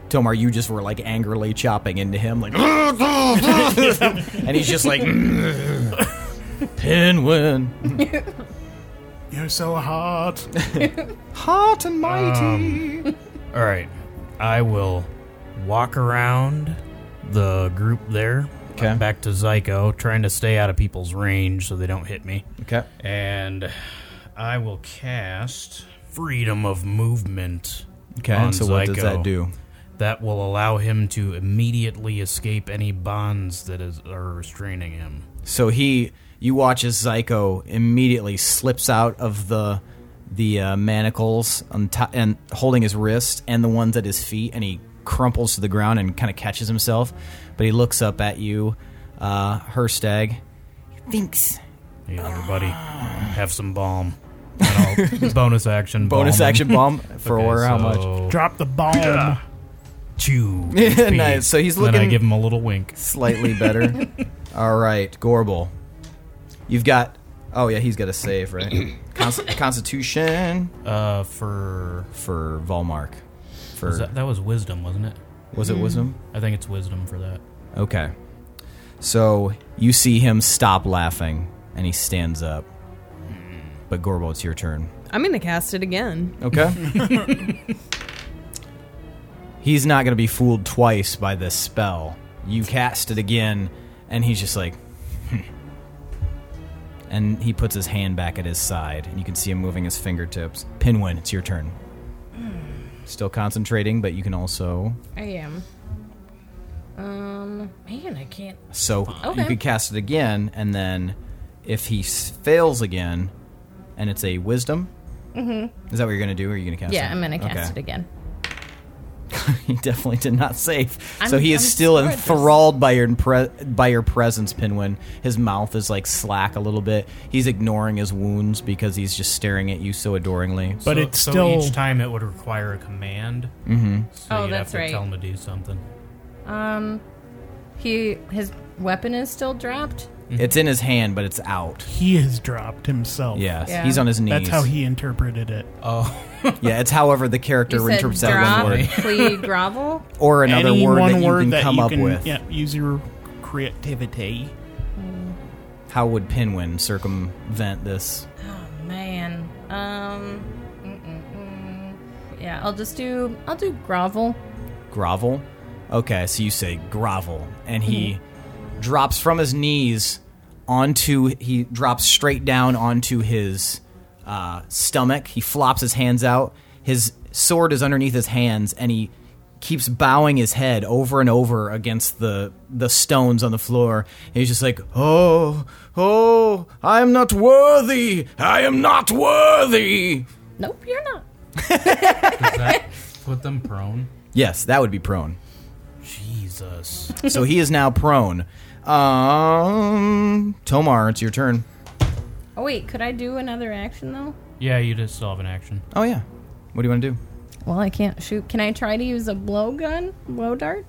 [SPEAKER 2] Tomar, you just were like angrily chopping into him like and he's just like Pinwin.
[SPEAKER 1] You're so hot.
[SPEAKER 2] hot and
[SPEAKER 7] Ah. mighty. All right, I will walk around the group there.
[SPEAKER 2] Okay.
[SPEAKER 7] Back to Zyko, trying to stay out of people's range so they don't hit me.
[SPEAKER 2] Okay.
[SPEAKER 7] And I will cast Freedom of Movement.
[SPEAKER 2] Okay,
[SPEAKER 7] on
[SPEAKER 2] so what does
[SPEAKER 7] Zyko.
[SPEAKER 2] that do?
[SPEAKER 7] That will allow him to immediately escape any bonds that is are restraining him.
[SPEAKER 2] So he, you watch as Zyko immediately slips out of the the uh, manacles on to- and holding his wrist and the ones at his feet, and he crumples to the ground and kind of catches himself. But he looks up at you, uh, Herstag.
[SPEAKER 11] Thanks.
[SPEAKER 7] Hey, everybody, have some balm. And I'll bonus action.
[SPEAKER 2] Bonus
[SPEAKER 7] balm him.
[SPEAKER 2] action balm for how much?
[SPEAKER 1] Drop the bomb.
[SPEAKER 7] Yeah. Chew.
[SPEAKER 2] Yeah,
[SPEAKER 7] Speed.
[SPEAKER 2] nice. So he's
[SPEAKER 7] Then I
[SPEAKER 2] looking-
[SPEAKER 7] give him a little wink.
[SPEAKER 2] Slightly better. All right, Gorbel. You've got. Oh yeah, he's got a save, right? Const- Constitution.
[SPEAKER 7] Uh, for
[SPEAKER 2] for Volmark. For
[SPEAKER 7] Was that, that was wisdom, wasn't it?
[SPEAKER 2] Was it Mm. wisdom?
[SPEAKER 7] I think it's wisdom for that.
[SPEAKER 2] Okay. So you see him stop laughing and he stands up. But Gorbo, it's your turn.
[SPEAKER 6] I'm gonna cast it again.
[SPEAKER 2] Okay. He's not going to be fooled twice by this spell. You cast it again and he's just like "Hmm." and he puts his hand back at his side and you can see him moving his fingertips. Pinwin, it's your turn. Still concentrating, but you can also
[SPEAKER 3] I am. Um, man, I can't.
[SPEAKER 2] So
[SPEAKER 3] Okay.
[SPEAKER 2] you could cast it again, and then if he s- fails again, and it's a wisdom,
[SPEAKER 3] Mhm.
[SPEAKER 2] is that what you're gonna do? Or are you gonna cast?
[SPEAKER 3] yeah,
[SPEAKER 2] it?
[SPEAKER 3] I'm gonna cast it again.
[SPEAKER 2] again. he definitely did not save. so
[SPEAKER 3] I'm-
[SPEAKER 2] he is
[SPEAKER 3] I'm
[SPEAKER 2] still
[SPEAKER 3] sorry, this-
[SPEAKER 2] enthralled by your impre- by your presence, Pinwin. His mouth is like slack a little bit. He's ignoring his wounds because he's just staring at you so adoringly.
[SPEAKER 7] So- so each time it would require a command.
[SPEAKER 2] Mhm.
[SPEAKER 7] So
[SPEAKER 3] Oh,
[SPEAKER 7] you'd
[SPEAKER 3] that's
[SPEAKER 7] have to
[SPEAKER 3] right.
[SPEAKER 7] Tell him to do something.
[SPEAKER 3] Um, he his weapon is still dropped.
[SPEAKER 1] Mm-hmm.
[SPEAKER 2] It's in his hand, but it's out.
[SPEAKER 1] He has dropped himself.
[SPEAKER 2] Yes, Yeah. he's on his
[SPEAKER 1] That's
[SPEAKER 2] knees.
[SPEAKER 1] how he interpreted it.
[SPEAKER 2] Oh. yeah, it's however the character
[SPEAKER 3] You said
[SPEAKER 2] interprets that
[SPEAKER 3] drop,
[SPEAKER 2] one word.
[SPEAKER 3] plea, grovel.
[SPEAKER 2] or another
[SPEAKER 1] Any
[SPEAKER 2] word
[SPEAKER 1] one
[SPEAKER 2] that you
[SPEAKER 1] word
[SPEAKER 2] can
[SPEAKER 1] that
[SPEAKER 2] come
[SPEAKER 1] you
[SPEAKER 2] up
[SPEAKER 1] can-
[SPEAKER 2] with.
[SPEAKER 1] Yeah, use your creativity.
[SPEAKER 2] How would Pinwin circumvent this?
[SPEAKER 3] Man, um, mm, mm, mm. yeah, I'll just do I'll do grovel.
[SPEAKER 2] Grovel? Okay, so you say grovel, and he drops from his knees onto he drops straight down onto his uh, stomach. He flops his hands out. His sword is underneath his hands, and he keeps bowing his head over and over against the the stones on the floor. And he's just like, oh, oh, I am not worthy. I am not worthy.
[SPEAKER 3] Nope, you're not.
[SPEAKER 7] Put them prone.
[SPEAKER 2] Yes, that would be prone.
[SPEAKER 7] Jesus.
[SPEAKER 2] so he is now prone. Um, Tomar, it's your turn.
[SPEAKER 3] Oh wait, could I do another action though?
[SPEAKER 7] Yeah, you just still have an action.
[SPEAKER 2] Oh yeah, what do you want to do?
[SPEAKER 3] Well, I can't shoot. Can I try to use a blowgun, blow dart?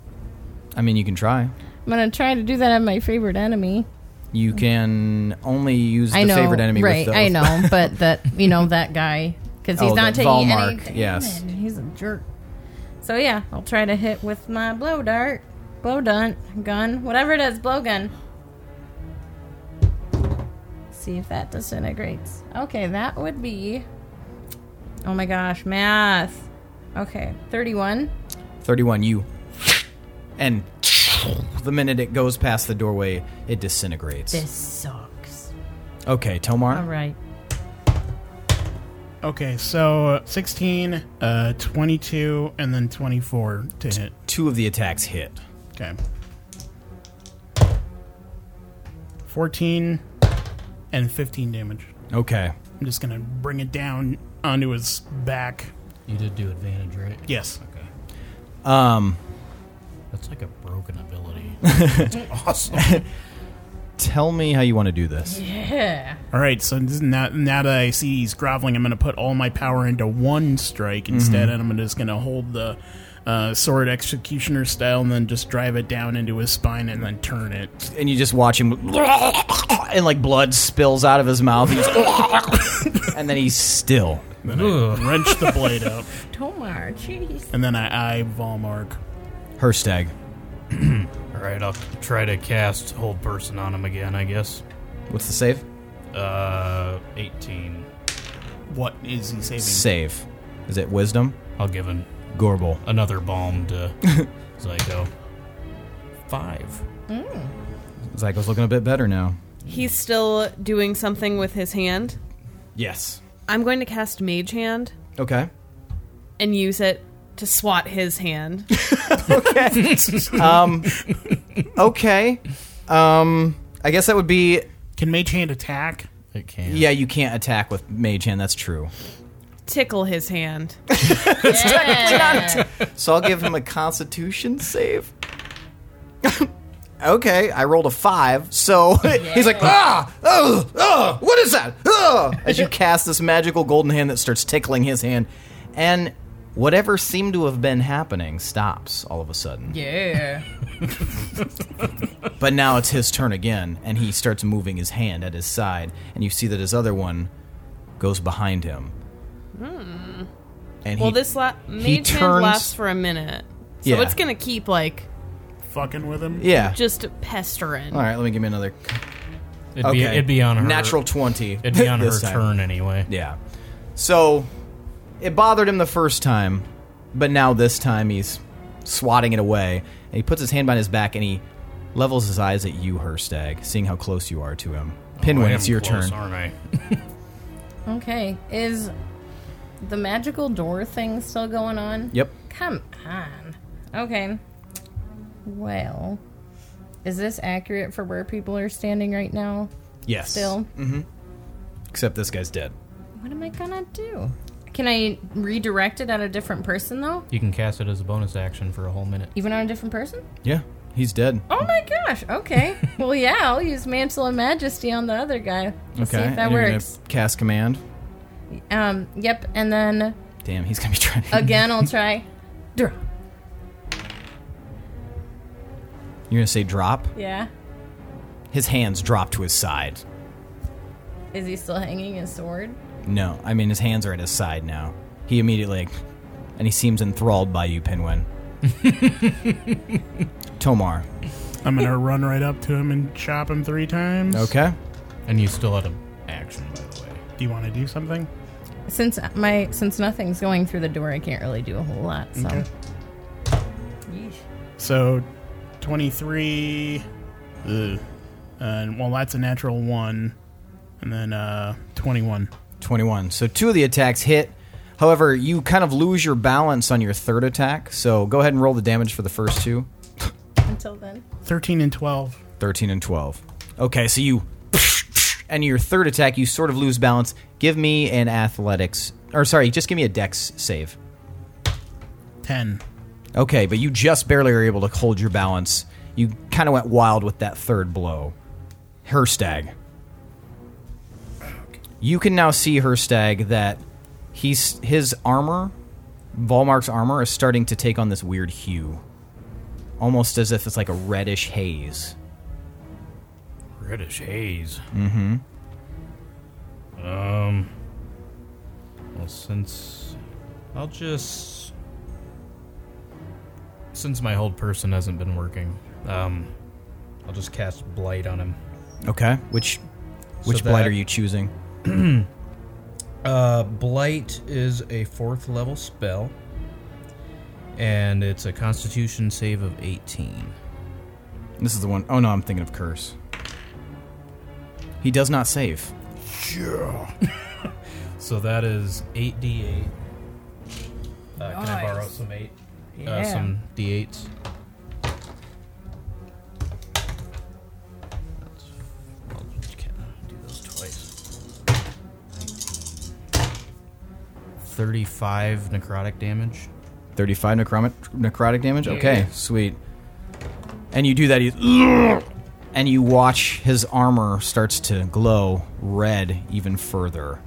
[SPEAKER 2] I mean, you can try.
[SPEAKER 3] I'm gonna try to do that on my favorite enemy.
[SPEAKER 2] You can only use
[SPEAKER 3] I
[SPEAKER 2] the
[SPEAKER 3] know,
[SPEAKER 2] favorite enemy.
[SPEAKER 3] right?
[SPEAKER 2] With
[SPEAKER 3] I know, but that you know that guy because he's
[SPEAKER 2] Oh,
[SPEAKER 3] not
[SPEAKER 2] the
[SPEAKER 3] taking
[SPEAKER 2] Volmark,
[SPEAKER 3] any.
[SPEAKER 2] yes.
[SPEAKER 3] damage. he's a jerk. So yeah, I'll try to hit with my blow dart. Blow dun- gun, whatever it is, blowgun. See if that disintegrates. Okay, that would be. Oh my gosh, math. Okay, 31.
[SPEAKER 2] 31, you. And the minute it goes past the doorway, it disintegrates.
[SPEAKER 3] This sucks.
[SPEAKER 2] Okay, Tomar.
[SPEAKER 3] All right.
[SPEAKER 1] Okay, so 16, uh, 22, and then 24 to hit.
[SPEAKER 2] Two of the attacks hit.
[SPEAKER 1] Okay. 14 and 15 damage.
[SPEAKER 2] Okay.
[SPEAKER 1] I'm just going to bring it down onto his back.
[SPEAKER 7] You did do advantage, right?
[SPEAKER 1] Yes.
[SPEAKER 7] Okay.
[SPEAKER 2] Um,
[SPEAKER 7] That's like a broken ability. That's awesome.
[SPEAKER 2] tell me how you want to do this.
[SPEAKER 3] Yeah.
[SPEAKER 1] All right, so this is now, now that I see he's groveling, I'm going to put all my power into one strike instead, and I'm just going to hold the uh, sword executioner style and then just drive it down into his spine and then turn it.
[SPEAKER 2] And you just watch him, and like blood spills out of his mouth, and, he's- and then he's still.
[SPEAKER 1] Then I wrench the blade out,
[SPEAKER 3] Tomar, jeez.
[SPEAKER 1] and then I eye Volmark.
[SPEAKER 2] Herstag.
[SPEAKER 7] All right, I'll try to cast hold person on him again. I guess.
[SPEAKER 2] What's the save?
[SPEAKER 7] Uh, eighteen.
[SPEAKER 1] What is he saving?
[SPEAKER 2] Save. Is it wisdom?
[SPEAKER 7] I'll give him
[SPEAKER 2] Gorble.
[SPEAKER 7] another balm to Zyko. Five.
[SPEAKER 2] Zyko's looking a bit better now.
[SPEAKER 6] He's still doing something with his hand.
[SPEAKER 2] Yes.
[SPEAKER 6] I'm going to cast Mage Hand
[SPEAKER 2] Okay.
[SPEAKER 6] and use it to swat his hand.
[SPEAKER 2] Um, Okay. Um, I guess that would be.
[SPEAKER 1] Can Mage Hand attack?
[SPEAKER 7] It can.
[SPEAKER 2] Yeah, you can't attack with Mage Hand. That's true.
[SPEAKER 6] Tickle his hand.
[SPEAKER 2] So I'll give him a Constitution save. okay, I rolled a five, so he's like, ah, oh, oh, what is that? Oh, as you cast this magical golden hand that starts tickling his hand, and whatever seemed to have been happening stops all of a sudden.
[SPEAKER 3] Yeah.
[SPEAKER 2] But now it's his turn again, and he starts moving his hand at his side, and you see that his other one goes behind him. And
[SPEAKER 6] Hmm. well,
[SPEAKER 2] he,
[SPEAKER 6] this la- Mage Hand
[SPEAKER 2] turns-
[SPEAKER 6] lasts for a minute. So
[SPEAKER 2] Yeah.
[SPEAKER 6] it's going to keep, like,
[SPEAKER 1] Fucking with him?
[SPEAKER 2] yeah.
[SPEAKER 6] just pestering.
[SPEAKER 2] all right, let me give me another.
[SPEAKER 7] It'd,
[SPEAKER 2] Okay,
[SPEAKER 7] be, it'd be on her.
[SPEAKER 2] natural twenty.
[SPEAKER 7] It'd be on her
[SPEAKER 2] this time.
[SPEAKER 7] turn anyway.
[SPEAKER 2] Yeah. So it bothered him the first time, but now this time he's swatting it away. And he puts his hand behind his back and he levels his eyes at you, Herstag, seeing how close you are to him. Pinwin,
[SPEAKER 7] Oh, I
[SPEAKER 2] it's
[SPEAKER 7] am
[SPEAKER 2] your
[SPEAKER 7] close,
[SPEAKER 2] turn.
[SPEAKER 7] aren't I?
[SPEAKER 3] okay, is the magical door thing still going on?
[SPEAKER 2] Yep.
[SPEAKER 3] Come on. Okay. Well, is this accurate for where people are standing right now?
[SPEAKER 2] Yes.
[SPEAKER 3] Still?
[SPEAKER 2] Except this guy's dead.
[SPEAKER 3] What am I gonna do? Can I redirect it at a different person though?
[SPEAKER 7] You can cast it as a bonus action for a whole minute.
[SPEAKER 3] Even on a different person?
[SPEAKER 2] Yeah. He's dead.
[SPEAKER 3] Oh my gosh. Okay. well, yeah, I'll use Mantle of Majesty on the other guy. Let's
[SPEAKER 2] okay.
[SPEAKER 3] see if that
[SPEAKER 2] and you're gonna
[SPEAKER 3] works.
[SPEAKER 2] cast command.
[SPEAKER 3] Um. Yep. And then
[SPEAKER 2] Damn, he's gonna be trying. to-
[SPEAKER 3] again, I'll try. Draw.
[SPEAKER 2] You're gonna say drop.
[SPEAKER 3] Yeah.
[SPEAKER 2] His hands drop to his side.
[SPEAKER 3] Is he still hanging his sword?
[SPEAKER 2] No, I mean his hands are at his side now. He immediately, like, and he seems enthralled by you, Pinwin. Tomar.
[SPEAKER 1] I'm going to run right up to him and chop him three times.
[SPEAKER 2] Okay.
[SPEAKER 7] And you still had an action, by the way.
[SPEAKER 1] Do you want to do something?
[SPEAKER 3] Since my since nothing's going through the door, I can't really do a whole lot. So.
[SPEAKER 1] Okay.
[SPEAKER 3] Yeesh.
[SPEAKER 1] So, 23. Ugh. And well, that's a natural one. And then uh, 21.
[SPEAKER 2] 21. So two of the attacks hit. However, you kind of lose your balance on your third attack. So go ahead and roll the damage for the first two
[SPEAKER 3] Until then.
[SPEAKER 1] 13 and 12.
[SPEAKER 2] 13 and 12. Okay, so you. And your third attack, you sort of lose balance. Give me an athletics. Or sorry, just give me a dex save.
[SPEAKER 1] 10.
[SPEAKER 2] Okay, but you just barely were able to hold your balance. You kind of went wild with that third blow. Herstag. You can now see Herstag that he's his armor, Volmark's armor, is starting to take on this weird hue, almost as if it's like a reddish haze.
[SPEAKER 7] British haze. Mm-hmm. Um. Well, since I'll just Since my hold person hasn't been working, um, I'll just cast blight on him.
[SPEAKER 2] Okay. Which
[SPEAKER 7] So
[SPEAKER 2] which blight
[SPEAKER 7] that-
[SPEAKER 2] are you choosing?
[SPEAKER 7] Uh, Blight is a fourth level spell, and it's a Constitution save of 18.
[SPEAKER 2] This is the one oh no, I'm thinking of curse. He does not save.
[SPEAKER 7] Yeah. so that is 8d8. Uh, Can I borrow
[SPEAKER 12] Nice.
[SPEAKER 7] some eight? Uh,
[SPEAKER 12] Yeah.
[SPEAKER 7] some d8s. I'll just ca- do those twice. 35 necrotic damage.
[SPEAKER 2] 35 necromic, necrotic damage? Okay,
[SPEAKER 7] Yeah.
[SPEAKER 2] sweet. And you do that, you, and you watch his armor starts to glow red even further.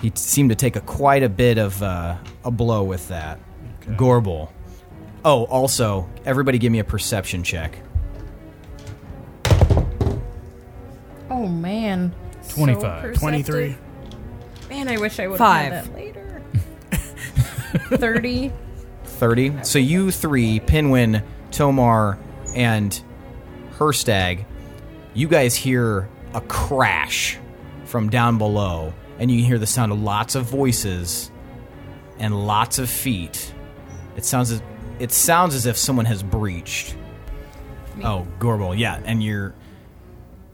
[SPEAKER 2] He t- seemed to take a quite a bit of uh, a blow with that. Gorble. Oh, also, everybody give me a perception check.
[SPEAKER 3] Oh man. So
[SPEAKER 2] 25.
[SPEAKER 3] perceptive.
[SPEAKER 2] 23.
[SPEAKER 3] Man, I wish I would have
[SPEAKER 6] Five.
[SPEAKER 3] that later. 30.
[SPEAKER 2] 30. So you three, Pinwin, Tomar, and Herstag, you guys hear a crash from down below, and you hear the sound of lots of voices and lots of feet. It sounds as, it sounds as if someone has breached. Oh, Gorbel, yeah, and you're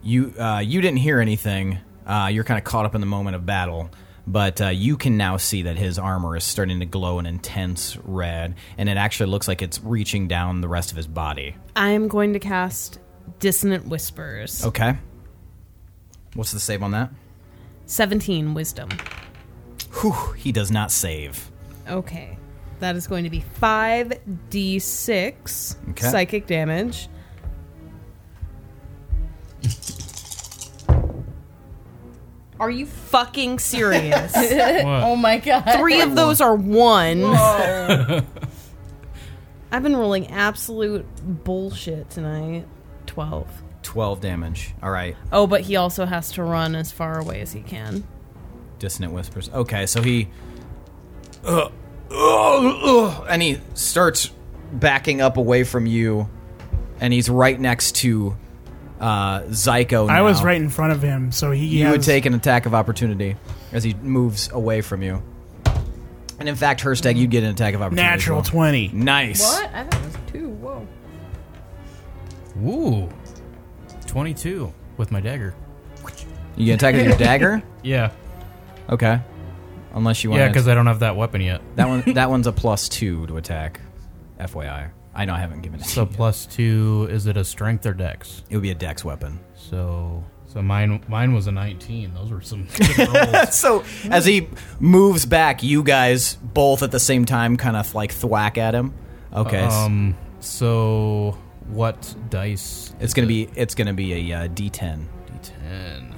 [SPEAKER 2] you uh, you didn't hear anything. Uh, you're kind of caught up in the moment of battle, but uh, you can now see that his armor is starting to glow an intense red, and it actually looks like it's reaching down the rest of his body.
[SPEAKER 6] I am going to cast Dissonant Whispers.
[SPEAKER 2] Okay. What's the save on that?
[SPEAKER 6] 17 Wisdom.
[SPEAKER 2] Whew, he does not save.
[SPEAKER 6] Okay. That is going to be 5d6
[SPEAKER 2] Okay.
[SPEAKER 6] psychic damage. Are you fucking serious?
[SPEAKER 3] oh my god.
[SPEAKER 6] Three of those are one.
[SPEAKER 3] Whoa.
[SPEAKER 6] I've been rolling absolute bullshit tonight. 12.
[SPEAKER 2] 12 damage. All right.
[SPEAKER 6] Oh, but he also has to run as far away as he can.
[SPEAKER 2] Dissonant whispers. Okay, so he. Uh, uh, uh, and he starts backing up away from you, and he's right next to uh, Zyko.
[SPEAKER 1] I was
[SPEAKER 2] now.
[SPEAKER 1] right in front of him, so he
[SPEAKER 2] You
[SPEAKER 1] has,
[SPEAKER 2] would take an attack of opportunity as he moves away from you. And in fact, Herstag, you'd get an attack of opportunity. as
[SPEAKER 1] Natural
[SPEAKER 2] well.
[SPEAKER 1] 20.
[SPEAKER 2] Nice.
[SPEAKER 3] What? I thought it was two. Whoa.
[SPEAKER 7] Ooh. 22 with my dagger.
[SPEAKER 2] You get attack with your dagger?
[SPEAKER 7] Yeah.
[SPEAKER 2] Okay. Unless you want
[SPEAKER 7] Yeah, because I don't have that weapon yet.
[SPEAKER 2] That one that one's a plus two to attack. FYI. I know I haven't given it to
[SPEAKER 7] So
[SPEAKER 2] you.
[SPEAKER 7] plus two, is it a strength or dex?
[SPEAKER 2] It would be a dex weapon.
[SPEAKER 7] So so mine mine was a 19. Those were some good rolls.
[SPEAKER 2] so as he moves back, you guys both at the same time kind of like thwack at him. Okay. s-
[SPEAKER 7] Um, so what dice?
[SPEAKER 2] it's gonna be it's gonna be a uh, D10.
[SPEAKER 7] D10.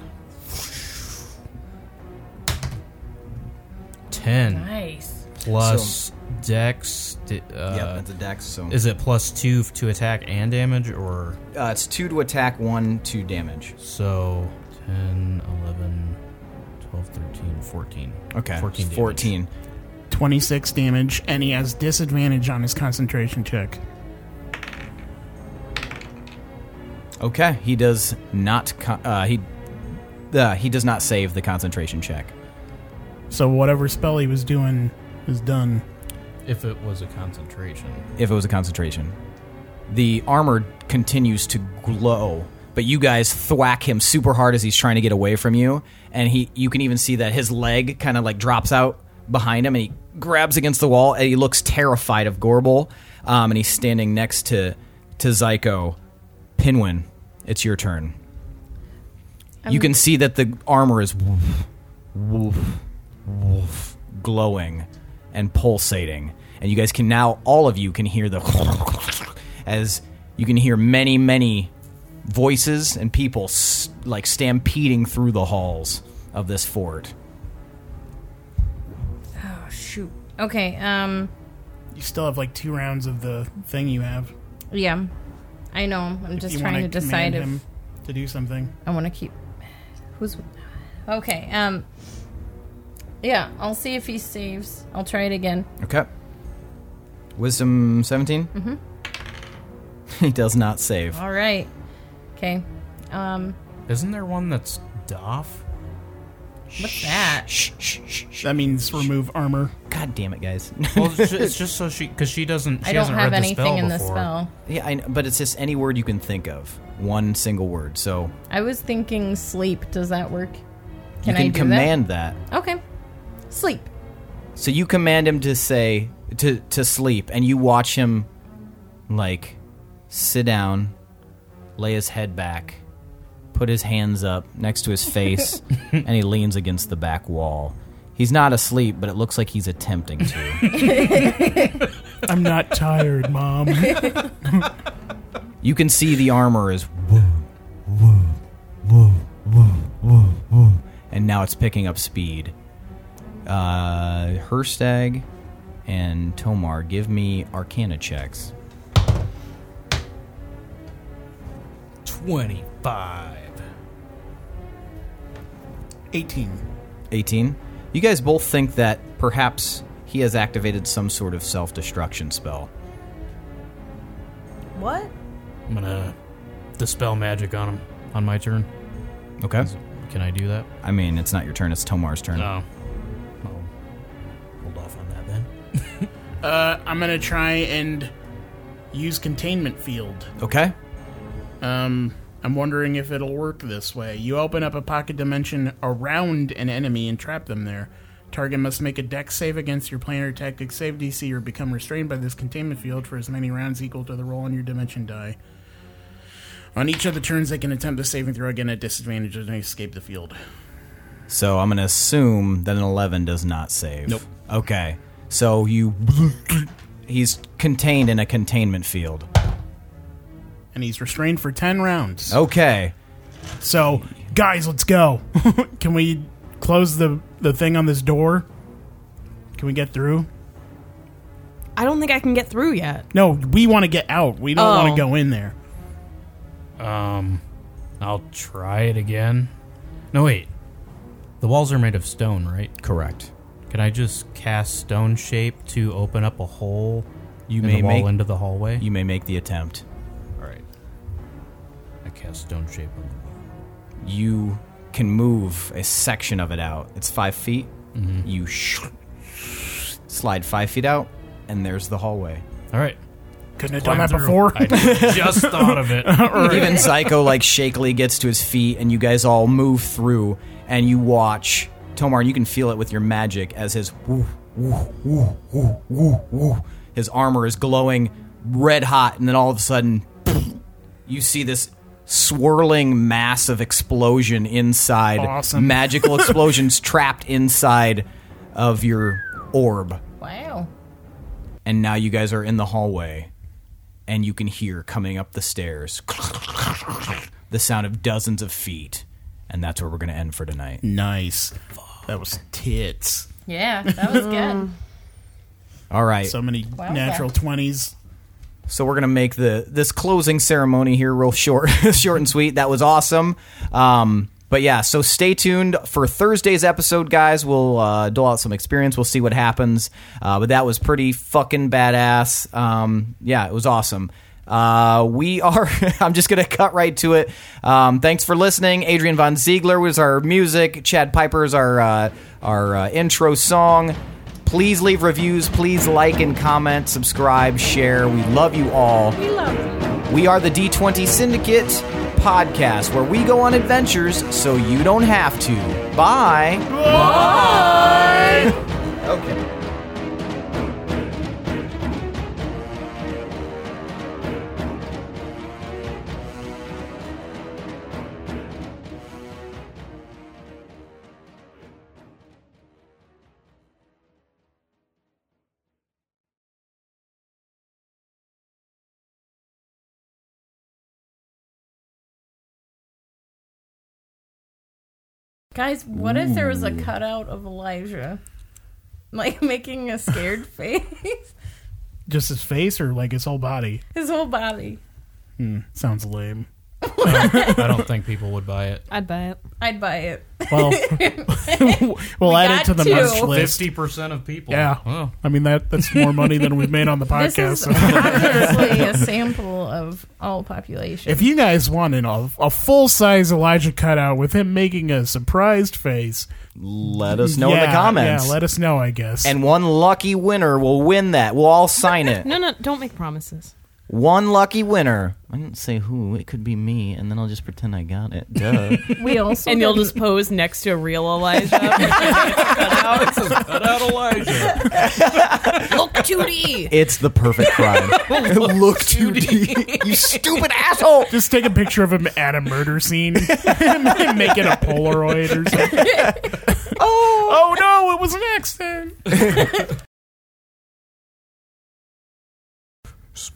[SPEAKER 7] 10
[SPEAKER 3] Nice.
[SPEAKER 7] plus dex. di- Uh,
[SPEAKER 2] Yep, that's a dex, so-
[SPEAKER 7] is it plus two f- to attack and damage, or
[SPEAKER 2] Uh, it's two to attack, one to damage.
[SPEAKER 7] so 10, 11, 12, 13, 14.
[SPEAKER 2] Okay,
[SPEAKER 7] 14. damage.
[SPEAKER 2] 14.
[SPEAKER 1] 26 damage, and he has disadvantage on his concentration check.
[SPEAKER 2] Okay, he does not. Con- uh, he uh, he does not save the concentration check.
[SPEAKER 1] So whatever spell he was doing is done.
[SPEAKER 7] If it was a concentration.
[SPEAKER 2] If it was a concentration, the armor continues to glow. But you guys thwack him super hard as he's trying to get away from you, and he you can even see that his leg kind of like drops out behind him, and he grabs against the wall, and he looks terrified of Gorbel, um, and he's standing next to to Zyko. Pinwin, it's your turn. you
[SPEAKER 3] I'm-
[SPEAKER 2] can see that the armor is woof, woof, woof, glowing and pulsating. And you guys can now, all of you can hear the as you can hear many, many voices and people s- like stampeding through the halls of this fort.
[SPEAKER 3] Oh shoot. Okay, um
[SPEAKER 1] You still have like two rounds of the thing you have.
[SPEAKER 3] yeah. I know. I'm
[SPEAKER 1] If
[SPEAKER 3] just
[SPEAKER 1] you
[SPEAKER 3] trying
[SPEAKER 1] wanna
[SPEAKER 3] to decide
[SPEAKER 1] command
[SPEAKER 3] if
[SPEAKER 1] him to do something.
[SPEAKER 3] I want to keep who's Okay, um Yeah, I'll see if he saves. I'll try it again.
[SPEAKER 2] Okay. Wisdom 17?
[SPEAKER 3] Mhm.
[SPEAKER 2] He does not save.
[SPEAKER 3] All right. Okay. Um,
[SPEAKER 7] Isn't there one that's Doff?
[SPEAKER 3] what's that?
[SPEAKER 1] That means remove armor.
[SPEAKER 2] God damn it, guys.
[SPEAKER 7] Well, it's ju- it's just so she because she doesn't. She
[SPEAKER 3] I don't
[SPEAKER 7] hasn't
[SPEAKER 3] have
[SPEAKER 7] read the spell
[SPEAKER 3] anything in the
[SPEAKER 7] before.
[SPEAKER 3] spell.
[SPEAKER 2] yeah, I, kn- but it's just any word you can think of. One single word. So
[SPEAKER 3] I was thinking sleep. Does that work? Can
[SPEAKER 2] you can
[SPEAKER 3] I do
[SPEAKER 2] command that?
[SPEAKER 3] that? Okay. Sleep.
[SPEAKER 2] So you command him to say to to sleep, and you watch him like sit down, lay his head back, put his hands up next to his face, and he leans against the back wall. He's not asleep, but it looks like he's attempting to.
[SPEAKER 1] I'm not tired, mom.
[SPEAKER 2] you can see the armor is whoa, whoa, whoa, whoa, whoa, whoa, and now it's picking up speed. Uh, Herstag and Tomar, give me Arcana checks.
[SPEAKER 7] Twenty-five.
[SPEAKER 1] 18.
[SPEAKER 2] 18. You guys both think that perhaps he has activated some sort of self destruction spell.
[SPEAKER 6] What?
[SPEAKER 7] I'm gonna dispel magic on him on my turn.
[SPEAKER 2] Okay.
[SPEAKER 7] Can I do that?
[SPEAKER 2] I mean, it's not your turn, it's Tomar's turn.
[SPEAKER 7] No. I'll hold off on that then.
[SPEAKER 1] Uh, I'm gonna try and use containment field.
[SPEAKER 2] Okay.
[SPEAKER 1] Um, I'm wondering if it'll work this way. You open up a pocket dimension around an enemy and trap them there. Target must make a dex save against your planar tactic save DC or become restrained by this containment field for as many rounds equal to the roll on your dimension die. On each of the turns, they can attempt the saving throw again at disadvantage and escape the field.
[SPEAKER 2] So I'm going to assume that an 11 does not save. Nope. Okay. So you. He's contained in a containment field.
[SPEAKER 1] And he's restrained for 10 rounds.
[SPEAKER 2] Okay.
[SPEAKER 1] So, guys, let's go. Can we close the, the thing on this door? Can we get through?
[SPEAKER 6] I don't think I can get through yet.
[SPEAKER 1] No, we want to get out. We don't want
[SPEAKER 6] Oh.
[SPEAKER 1] to go in there.
[SPEAKER 7] Um, I'll try it again. No, wait. The walls are made of stone, right?
[SPEAKER 2] Correct.
[SPEAKER 7] Can I just cast stone shape to open up a hole
[SPEAKER 2] You
[SPEAKER 7] in
[SPEAKER 2] may
[SPEAKER 7] the wall
[SPEAKER 2] make
[SPEAKER 7] into the hallway?
[SPEAKER 2] you may make the attempt.
[SPEAKER 7] All right. I cast stone shape on the wall.
[SPEAKER 2] You can move a section of it out. It's five feet. You sh- slide five feet out, and there's the hallway.
[SPEAKER 7] All right.
[SPEAKER 1] Couldn't have
[SPEAKER 7] Climb
[SPEAKER 1] done that
[SPEAKER 7] through.
[SPEAKER 1] before.
[SPEAKER 7] I just thought of it.
[SPEAKER 2] Even Psycho like shakily gets to his feet, and you guys all move through, and you watch Tomar. You can feel it with your magic as his woo, woo, woo, woo, woo, woo. his armor is glowing red hot, and then all of a sudden, you see this swirling mass of explosion inside.
[SPEAKER 1] Awesome.
[SPEAKER 2] Magical explosions trapped inside of your orb
[SPEAKER 3] Wow.
[SPEAKER 2] and now you guys are in the hallway and you can hear coming up the stairs the sound of dozens of feet and that's where we're going to end for tonight
[SPEAKER 1] nice. That was tits.
[SPEAKER 3] Yeah, that was good.
[SPEAKER 2] all right
[SPEAKER 1] So many natural twenties.
[SPEAKER 2] So we're gonna make the this closing ceremony here real short, short and sweet. That was awesome. Um, but yeah, so stay tuned for Thursday's episode, guys. We'll uh, dole out some experience. We'll see what happens. Uh, but that was pretty fucking badass. Um, yeah, it was awesome. Uh, we are. I'm just gonna cut right to it. Um, thanks for listening. Adrian von Ziegler was our music. Chad Piper's our uh, our uh, intro song. Please leave reviews. Please like and comment, subscribe, share. We love you all. We love you. We are the D20 Syndicate podcast where we go on adventures so you don't have to. Bye. Bye. okay.
[SPEAKER 3] Guys, what if there was a cutout of Elijah? Like making a scared face?
[SPEAKER 1] Just his face or like his whole body?
[SPEAKER 3] His whole body.
[SPEAKER 1] Sounds lame.
[SPEAKER 7] I don't, I don't think people would buy it.
[SPEAKER 6] I'd buy it.
[SPEAKER 3] I'd buy it.
[SPEAKER 1] Well, we'll add it to the merch list.
[SPEAKER 7] Fifty percent of people.
[SPEAKER 1] Yeah,
[SPEAKER 7] Wow.
[SPEAKER 1] I mean that that's more money than we've made on the podcast.
[SPEAKER 3] This is
[SPEAKER 1] so.
[SPEAKER 3] obviously a sample of all population.
[SPEAKER 1] If you guys want an, a, a full size Elijah cutout with him making a surprised face,
[SPEAKER 2] Let us know in the comments.
[SPEAKER 1] Yeah, let us know, I guess.
[SPEAKER 2] and one lucky winner will win that. We'll all sign it.
[SPEAKER 6] No, no, don't make promises.
[SPEAKER 2] One lucky winner. I didn't say who. It could be me, and then I'll just pretend I got it. Duh.
[SPEAKER 3] we also
[SPEAKER 6] And you'll
[SPEAKER 3] didn't-
[SPEAKER 6] just pose next to a real Elijah.
[SPEAKER 7] Cut out Elijah.
[SPEAKER 6] Look, 2D.
[SPEAKER 2] it's the perfect crime. Look 2D. you stupid asshole.
[SPEAKER 1] Just take a picture of him at a murder scene and make it a Polaroid or something. oh, oh no, it was an accident.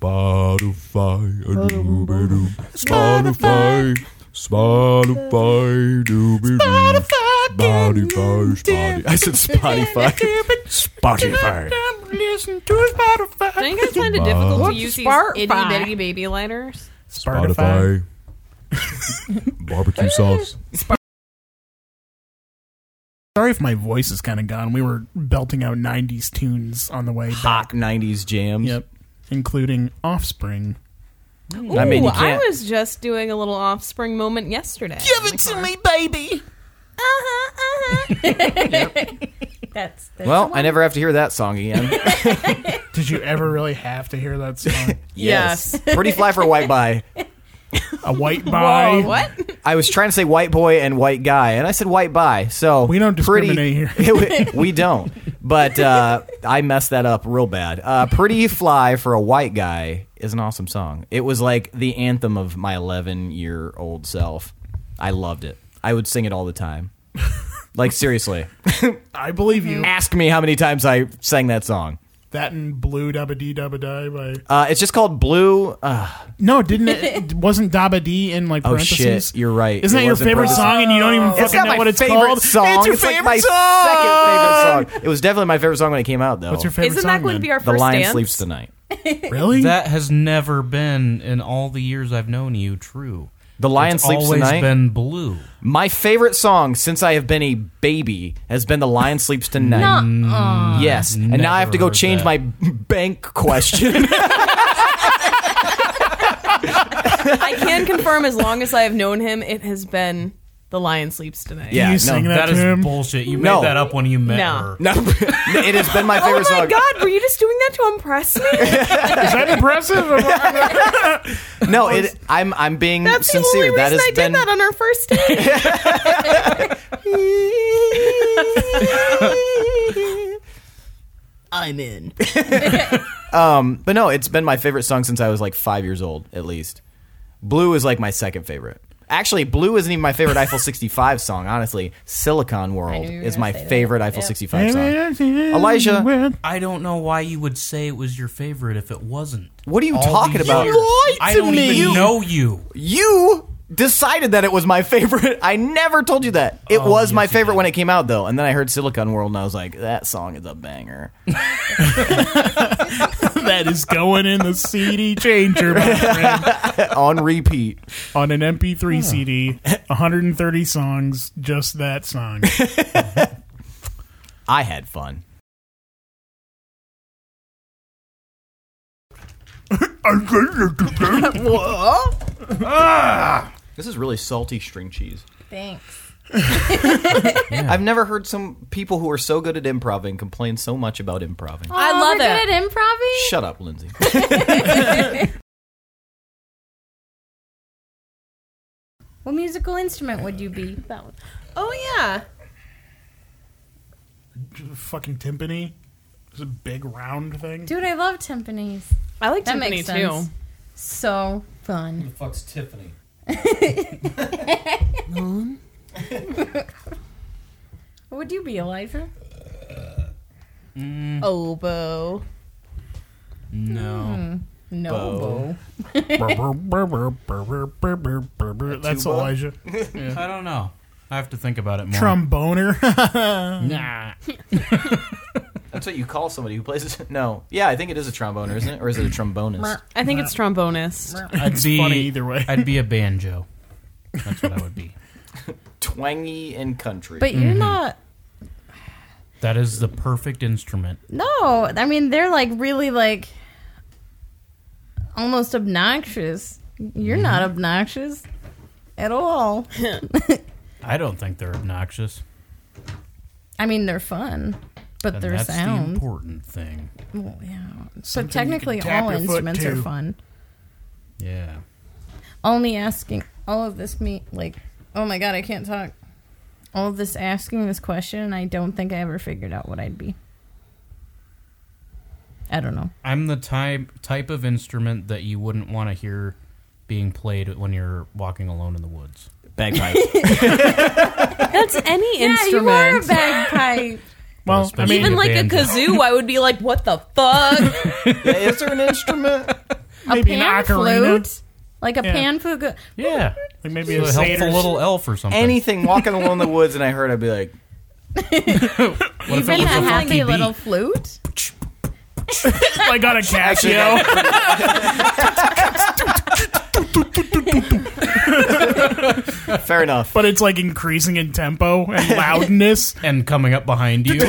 [SPEAKER 13] Spotify, a doobie-doo. Spotify, Spotify, doobie-doo. Spotify, Spotify. I said Spotify. Spotify.
[SPEAKER 1] Listen to Spotify.
[SPEAKER 6] Don't you guys find it difficult to use these
[SPEAKER 3] Spark
[SPEAKER 6] itty
[SPEAKER 3] fry.
[SPEAKER 6] bitty baby liners?
[SPEAKER 1] Spotify.
[SPEAKER 13] Barbecue sauce.
[SPEAKER 1] Sorry if my voice is kind of gone. We were belting out 90s tunes on the way
[SPEAKER 2] Hot
[SPEAKER 1] back.
[SPEAKER 2] 90s jams.
[SPEAKER 1] Yep. Including Offspring.
[SPEAKER 6] Ooh,
[SPEAKER 2] I mean, you
[SPEAKER 6] I
[SPEAKER 2] can't.
[SPEAKER 6] was just doing a little offspring moment yesterday. Uh-huh. Give it to me.
[SPEAKER 3] that's, that's
[SPEAKER 2] Well, I never have to hear that song again.
[SPEAKER 1] Did you ever really have to hear that song?
[SPEAKER 6] Yes.
[SPEAKER 2] Pretty fly for white by.
[SPEAKER 1] A white bye.
[SPEAKER 6] Oh, what?
[SPEAKER 2] I was trying to say white boy and white guy, and I said white by. So
[SPEAKER 1] We don't discriminate
[SPEAKER 2] here. we don't. But uh, I messed that up real bad. Uh, Pretty fly for a white guy is an awesome song. It was like the anthem of my 11 year old self. I loved it. I would sing it all the time. Like seriously,
[SPEAKER 1] I believe you.
[SPEAKER 2] ask me how many times I sang that song.
[SPEAKER 1] That and Blue Dabba Dee Dabba Die by.
[SPEAKER 2] Uh, it's just called Blue. Uh,
[SPEAKER 1] No, didn't it? Wasn't Dabba Dee in like
[SPEAKER 2] oh
[SPEAKER 1] parentheses?
[SPEAKER 2] shit, you're right.
[SPEAKER 1] Isn't
[SPEAKER 2] It
[SPEAKER 1] that your
[SPEAKER 2] was in
[SPEAKER 1] favorite
[SPEAKER 2] parentheses.
[SPEAKER 1] song and you don't even
[SPEAKER 2] It's
[SPEAKER 1] fucking
[SPEAKER 2] not
[SPEAKER 1] know
[SPEAKER 2] my
[SPEAKER 1] what it's
[SPEAKER 2] favorite
[SPEAKER 1] called?
[SPEAKER 2] song.
[SPEAKER 1] It's your
[SPEAKER 2] like
[SPEAKER 1] favorite
[SPEAKER 2] my
[SPEAKER 1] song.
[SPEAKER 2] second favorite song. It was definitely my favorite song when it came out, though.
[SPEAKER 1] What's your favorite
[SPEAKER 6] Isn't
[SPEAKER 1] song?
[SPEAKER 6] that going to
[SPEAKER 1] then?
[SPEAKER 6] be our
[SPEAKER 2] The
[SPEAKER 6] first
[SPEAKER 2] Lion
[SPEAKER 6] dance?
[SPEAKER 2] Sleeps Tonight.
[SPEAKER 1] really?
[SPEAKER 7] That has never been in all the years I've known you true.
[SPEAKER 2] The Lion
[SPEAKER 7] It's
[SPEAKER 2] Sleeps
[SPEAKER 7] always
[SPEAKER 2] Tonight.
[SPEAKER 7] been blue.
[SPEAKER 2] my favorite song since I have been a baby has been The Lion Sleeps Tonight. yes, and now I have to go
[SPEAKER 7] never heard
[SPEAKER 2] change
[SPEAKER 7] that.
[SPEAKER 2] my bank question.
[SPEAKER 6] I can confirm, as long as I have known him, it has been the lion sleeps tonight.
[SPEAKER 1] Do
[SPEAKER 2] yeah,
[SPEAKER 1] you
[SPEAKER 2] no,
[SPEAKER 1] sing that,
[SPEAKER 7] That
[SPEAKER 1] to
[SPEAKER 7] is
[SPEAKER 1] him?
[SPEAKER 7] bullshit. You
[SPEAKER 2] No.
[SPEAKER 7] made that up when you met
[SPEAKER 6] No.
[SPEAKER 7] her.
[SPEAKER 2] no, it has been my
[SPEAKER 6] Oh
[SPEAKER 2] favorite
[SPEAKER 6] my
[SPEAKER 2] song.
[SPEAKER 6] god, were you just doing that to impress me?
[SPEAKER 1] Is that impressive?
[SPEAKER 2] No, it, I'm I'm being
[SPEAKER 6] That's
[SPEAKER 2] sincere.
[SPEAKER 6] the only
[SPEAKER 2] that
[SPEAKER 6] reason
[SPEAKER 2] has
[SPEAKER 6] I
[SPEAKER 2] been
[SPEAKER 6] did that on our first date.
[SPEAKER 8] I'm in.
[SPEAKER 2] But no, it's been my favorite song since I was like five years old, at least. Blue is like my second favorite. Actually, Blue isn't even my favorite Eiffel 65 song, honestly. Silicon World
[SPEAKER 3] knew you were
[SPEAKER 2] is
[SPEAKER 3] gonna
[SPEAKER 2] my
[SPEAKER 3] say that.
[SPEAKER 2] favorite Eiffel 65 song. Elijah.
[SPEAKER 7] I don't know why you would say it was your favorite if it wasn't.
[SPEAKER 2] What are you
[SPEAKER 7] All
[SPEAKER 2] talking
[SPEAKER 7] these
[SPEAKER 2] about?
[SPEAKER 7] years.
[SPEAKER 2] You lied
[SPEAKER 7] I
[SPEAKER 2] to
[SPEAKER 7] don't
[SPEAKER 2] me.
[SPEAKER 7] even know you.
[SPEAKER 2] You decided that it was my favorite. I never told you that. It
[SPEAKER 7] Oh,
[SPEAKER 2] was my favorite when it came out, though. And then I heard Silicon World and I was like, that song is a banger.
[SPEAKER 1] that is going in the CD changer, my friend.
[SPEAKER 2] On repeat.
[SPEAKER 1] On an MP3 CD, 130 songs, just that song.
[SPEAKER 2] I had fun. This is really salty string cheese.
[SPEAKER 3] thanks.
[SPEAKER 2] I've never heard some people who are so good at improving complain so much about improving.
[SPEAKER 6] I
[SPEAKER 3] Aw,
[SPEAKER 6] love
[SPEAKER 3] we're
[SPEAKER 6] it.
[SPEAKER 3] Good at improv-y?
[SPEAKER 2] Shut up, Lindsay.
[SPEAKER 3] What musical instrument would you be? That one.
[SPEAKER 6] oh yeah.
[SPEAKER 1] Fucking timpani. It's a big round thing.
[SPEAKER 3] Dude, I love timpanis.
[SPEAKER 6] I like
[SPEAKER 3] That
[SPEAKER 6] Tiffany
[SPEAKER 3] makes
[SPEAKER 6] too.
[SPEAKER 3] sense. So fun.
[SPEAKER 7] Fuck's Tiffany.
[SPEAKER 3] What would you be, Elijah?
[SPEAKER 6] Oboe.
[SPEAKER 7] No.
[SPEAKER 3] No.
[SPEAKER 1] That's
[SPEAKER 2] Tuba?
[SPEAKER 1] Elijah.
[SPEAKER 7] I don't know. I have to think about it more.
[SPEAKER 1] Tromboner.
[SPEAKER 7] Nah.
[SPEAKER 2] That's what you call somebody who plays. No, yeah, I think it is a tromboner, isn't it? Or is it a trombonist?
[SPEAKER 6] I think it's trombonist.
[SPEAKER 2] It's funny either way.
[SPEAKER 7] I'd be a banjo. That's what I would be.
[SPEAKER 2] Twangy and country.
[SPEAKER 3] But
[SPEAKER 1] Mm-hmm.
[SPEAKER 3] you're not.
[SPEAKER 7] That is the perfect instrument.
[SPEAKER 3] No, I mean they're like really like almost obnoxious.
[SPEAKER 1] Mm-hmm.
[SPEAKER 3] You're not obnoxious at all.
[SPEAKER 7] I don't think they're obnoxious.
[SPEAKER 3] I mean they're fun, but
[SPEAKER 7] And
[SPEAKER 3] their
[SPEAKER 7] that's the
[SPEAKER 3] sound.
[SPEAKER 7] important thing.
[SPEAKER 3] Well, yeah.
[SPEAKER 1] Something you can
[SPEAKER 3] but technically,
[SPEAKER 1] tap
[SPEAKER 3] all
[SPEAKER 1] your foot
[SPEAKER 3] instruments are
[SPEAKER 1] to.
[SPEAKER 3] fun.
[SPEAKER 7] Yeah.
[SPEAKER 3] Only asking all of this me like, oh my god, I can't talk. All of this asking this question, and I don't think I ever figured out what I'd be. I don't know.
[SPEAKER 7] I'm the type type of instrument that you wouldn't want to hear being played when you're walking alone in the woods.
[SPEAKER 9] Bagpipes.
[SPEAKER 6] That's any instrument.
[SPEAKER 3] you are a bagpipe.
[SPEAKER 1] Well, Oh, I mean,
[SPEAKER 6] Even like a kazoo, I would be like, "What the fuck?"
[SPEAKER 2] is there an instrument?
[SPEAKER 1] maybe
[SPEAKER 3] pan
[SPEAKER 1] an ocarina.
[SPEAKER 3] flute, like a
[SPEAKER 1] Yeah.
[SPEAKER 3] pan flute. go-
[SPEAKER 7] Yeah.
[SPEAKER 1] Like maybe
[SPEAKER 7] So
[SPEAKER 1] a
[SPEAKER 7] it helps a
[SPEAKER 1] satyr's-
[SPEAKER 7] little elf or something.
[SPEAKER 2] Anything walking along the woods, and I heard, I'd be like,
[SPEAKER 7] What if
[SPEAKER 3] Even
[SPEAKER 7] it
[SPEAKER 3] a
[SPEAKER 7] was a funky
[SPEAKER 3] happy
[SPEAKER 7] beat?
[SPEAKER 3] little flute.
[SPEAKER 1] I got a
[SPEAKER 2] actually,
[SPEAKER 1] Casio.
[SPEAKER 2] fair enough.
[SPEAKER 1] but it's like increasing in tempo and loudness.
[SPEAKER 7] and coming up behind you.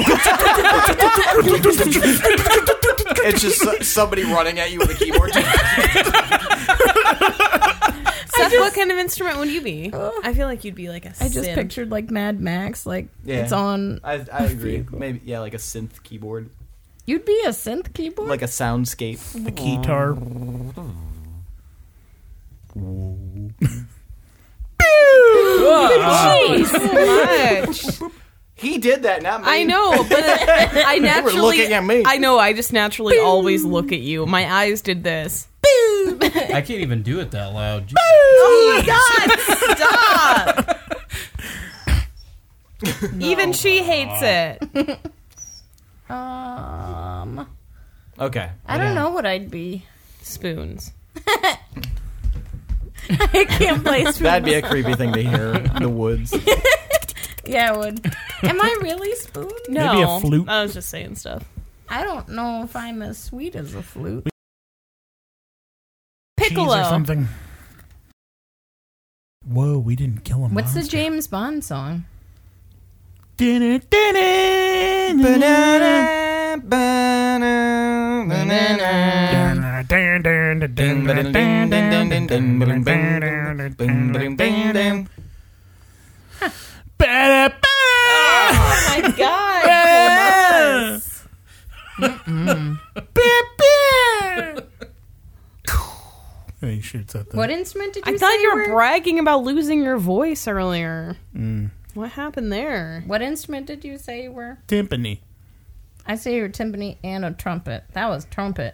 [SPEAKER 2] It's just so- somebody running at you with a keyboard.
[SPEAKER 6] Seth, what kind of instrument would you be? I feel like you'd be like a.
[SPEAKER 3] I just pictured like Mad Max, like
[SPEAKER 2] Yeah.
[SPEAKER 3] it's on.
[SPEAKER 2] I, I agree. Maybe yeah, like a synth keyboard,
[SPEAKER 3] You'd be a synth keyboard.
[SPEAKER 2] like a soundscape.
[SPEAKER 1] the guitar.
[SPEAKER 2] He did that, not me.
[SPEAKER 6] I know, but I naturally.
[SPEAKER 2] looking at me.
[SPEAKER 6] I know. I just naturally always look at you. My eyes did this.
[SPEAKER 7] I can't even do it that loud. Jeez.
[SPEAKER 6] Stop! Even she hates it.
[SPEAKER 3] um,
[SPEAKER 9] Okay.
[SPEAKER 3] I don't know what I'd be.
[SPEAKER 6] Spoons.
[SPEAKER 3] I can't play. spoon-
[SPEAKER 2] That'd be a creepy thing to hear in the woods.
[SPEAKER 3] yeah, I would. Am I really spoon?
[SPEAKER 6] No,
[SPEAKER 1] Maybe a flute.
[SPEAKER 6] I was just saying stuff.
[SPEAKER 3] I don't know if I'm as sweet as a flute.
[SPEAKER 1] Cheese or
[SPEAKER 6] Piccolo.
[SPEAKER 1] something. Whoa, we didn't kill him.
[SPEAKER 3] What's the James Bond song?
[SPEAKER 1] Dinner,
[SPEAKER 2] Banana, banana, banana.
[SPEAKER 6] Oh my god!
[SPEAKER 1] He shoots at the.
[SPEAKER 3] What instrument did you
[SPEAKER 6] I thought
[SPEAKER 3] say
[SPEAKER 6] you were
[SPEAKER 3] were-
[SPEAKER 6] bragging about losing your voice earlier.
[SPEAKER 1] Mm.
[SPEAKER 6] What happened there?
[SPEAKER 3] What instrument did you say you were?
[SPEAKER 1] timpani?
[SPEAKER 3] I say you were timpani and a trumpet. That was trumpet.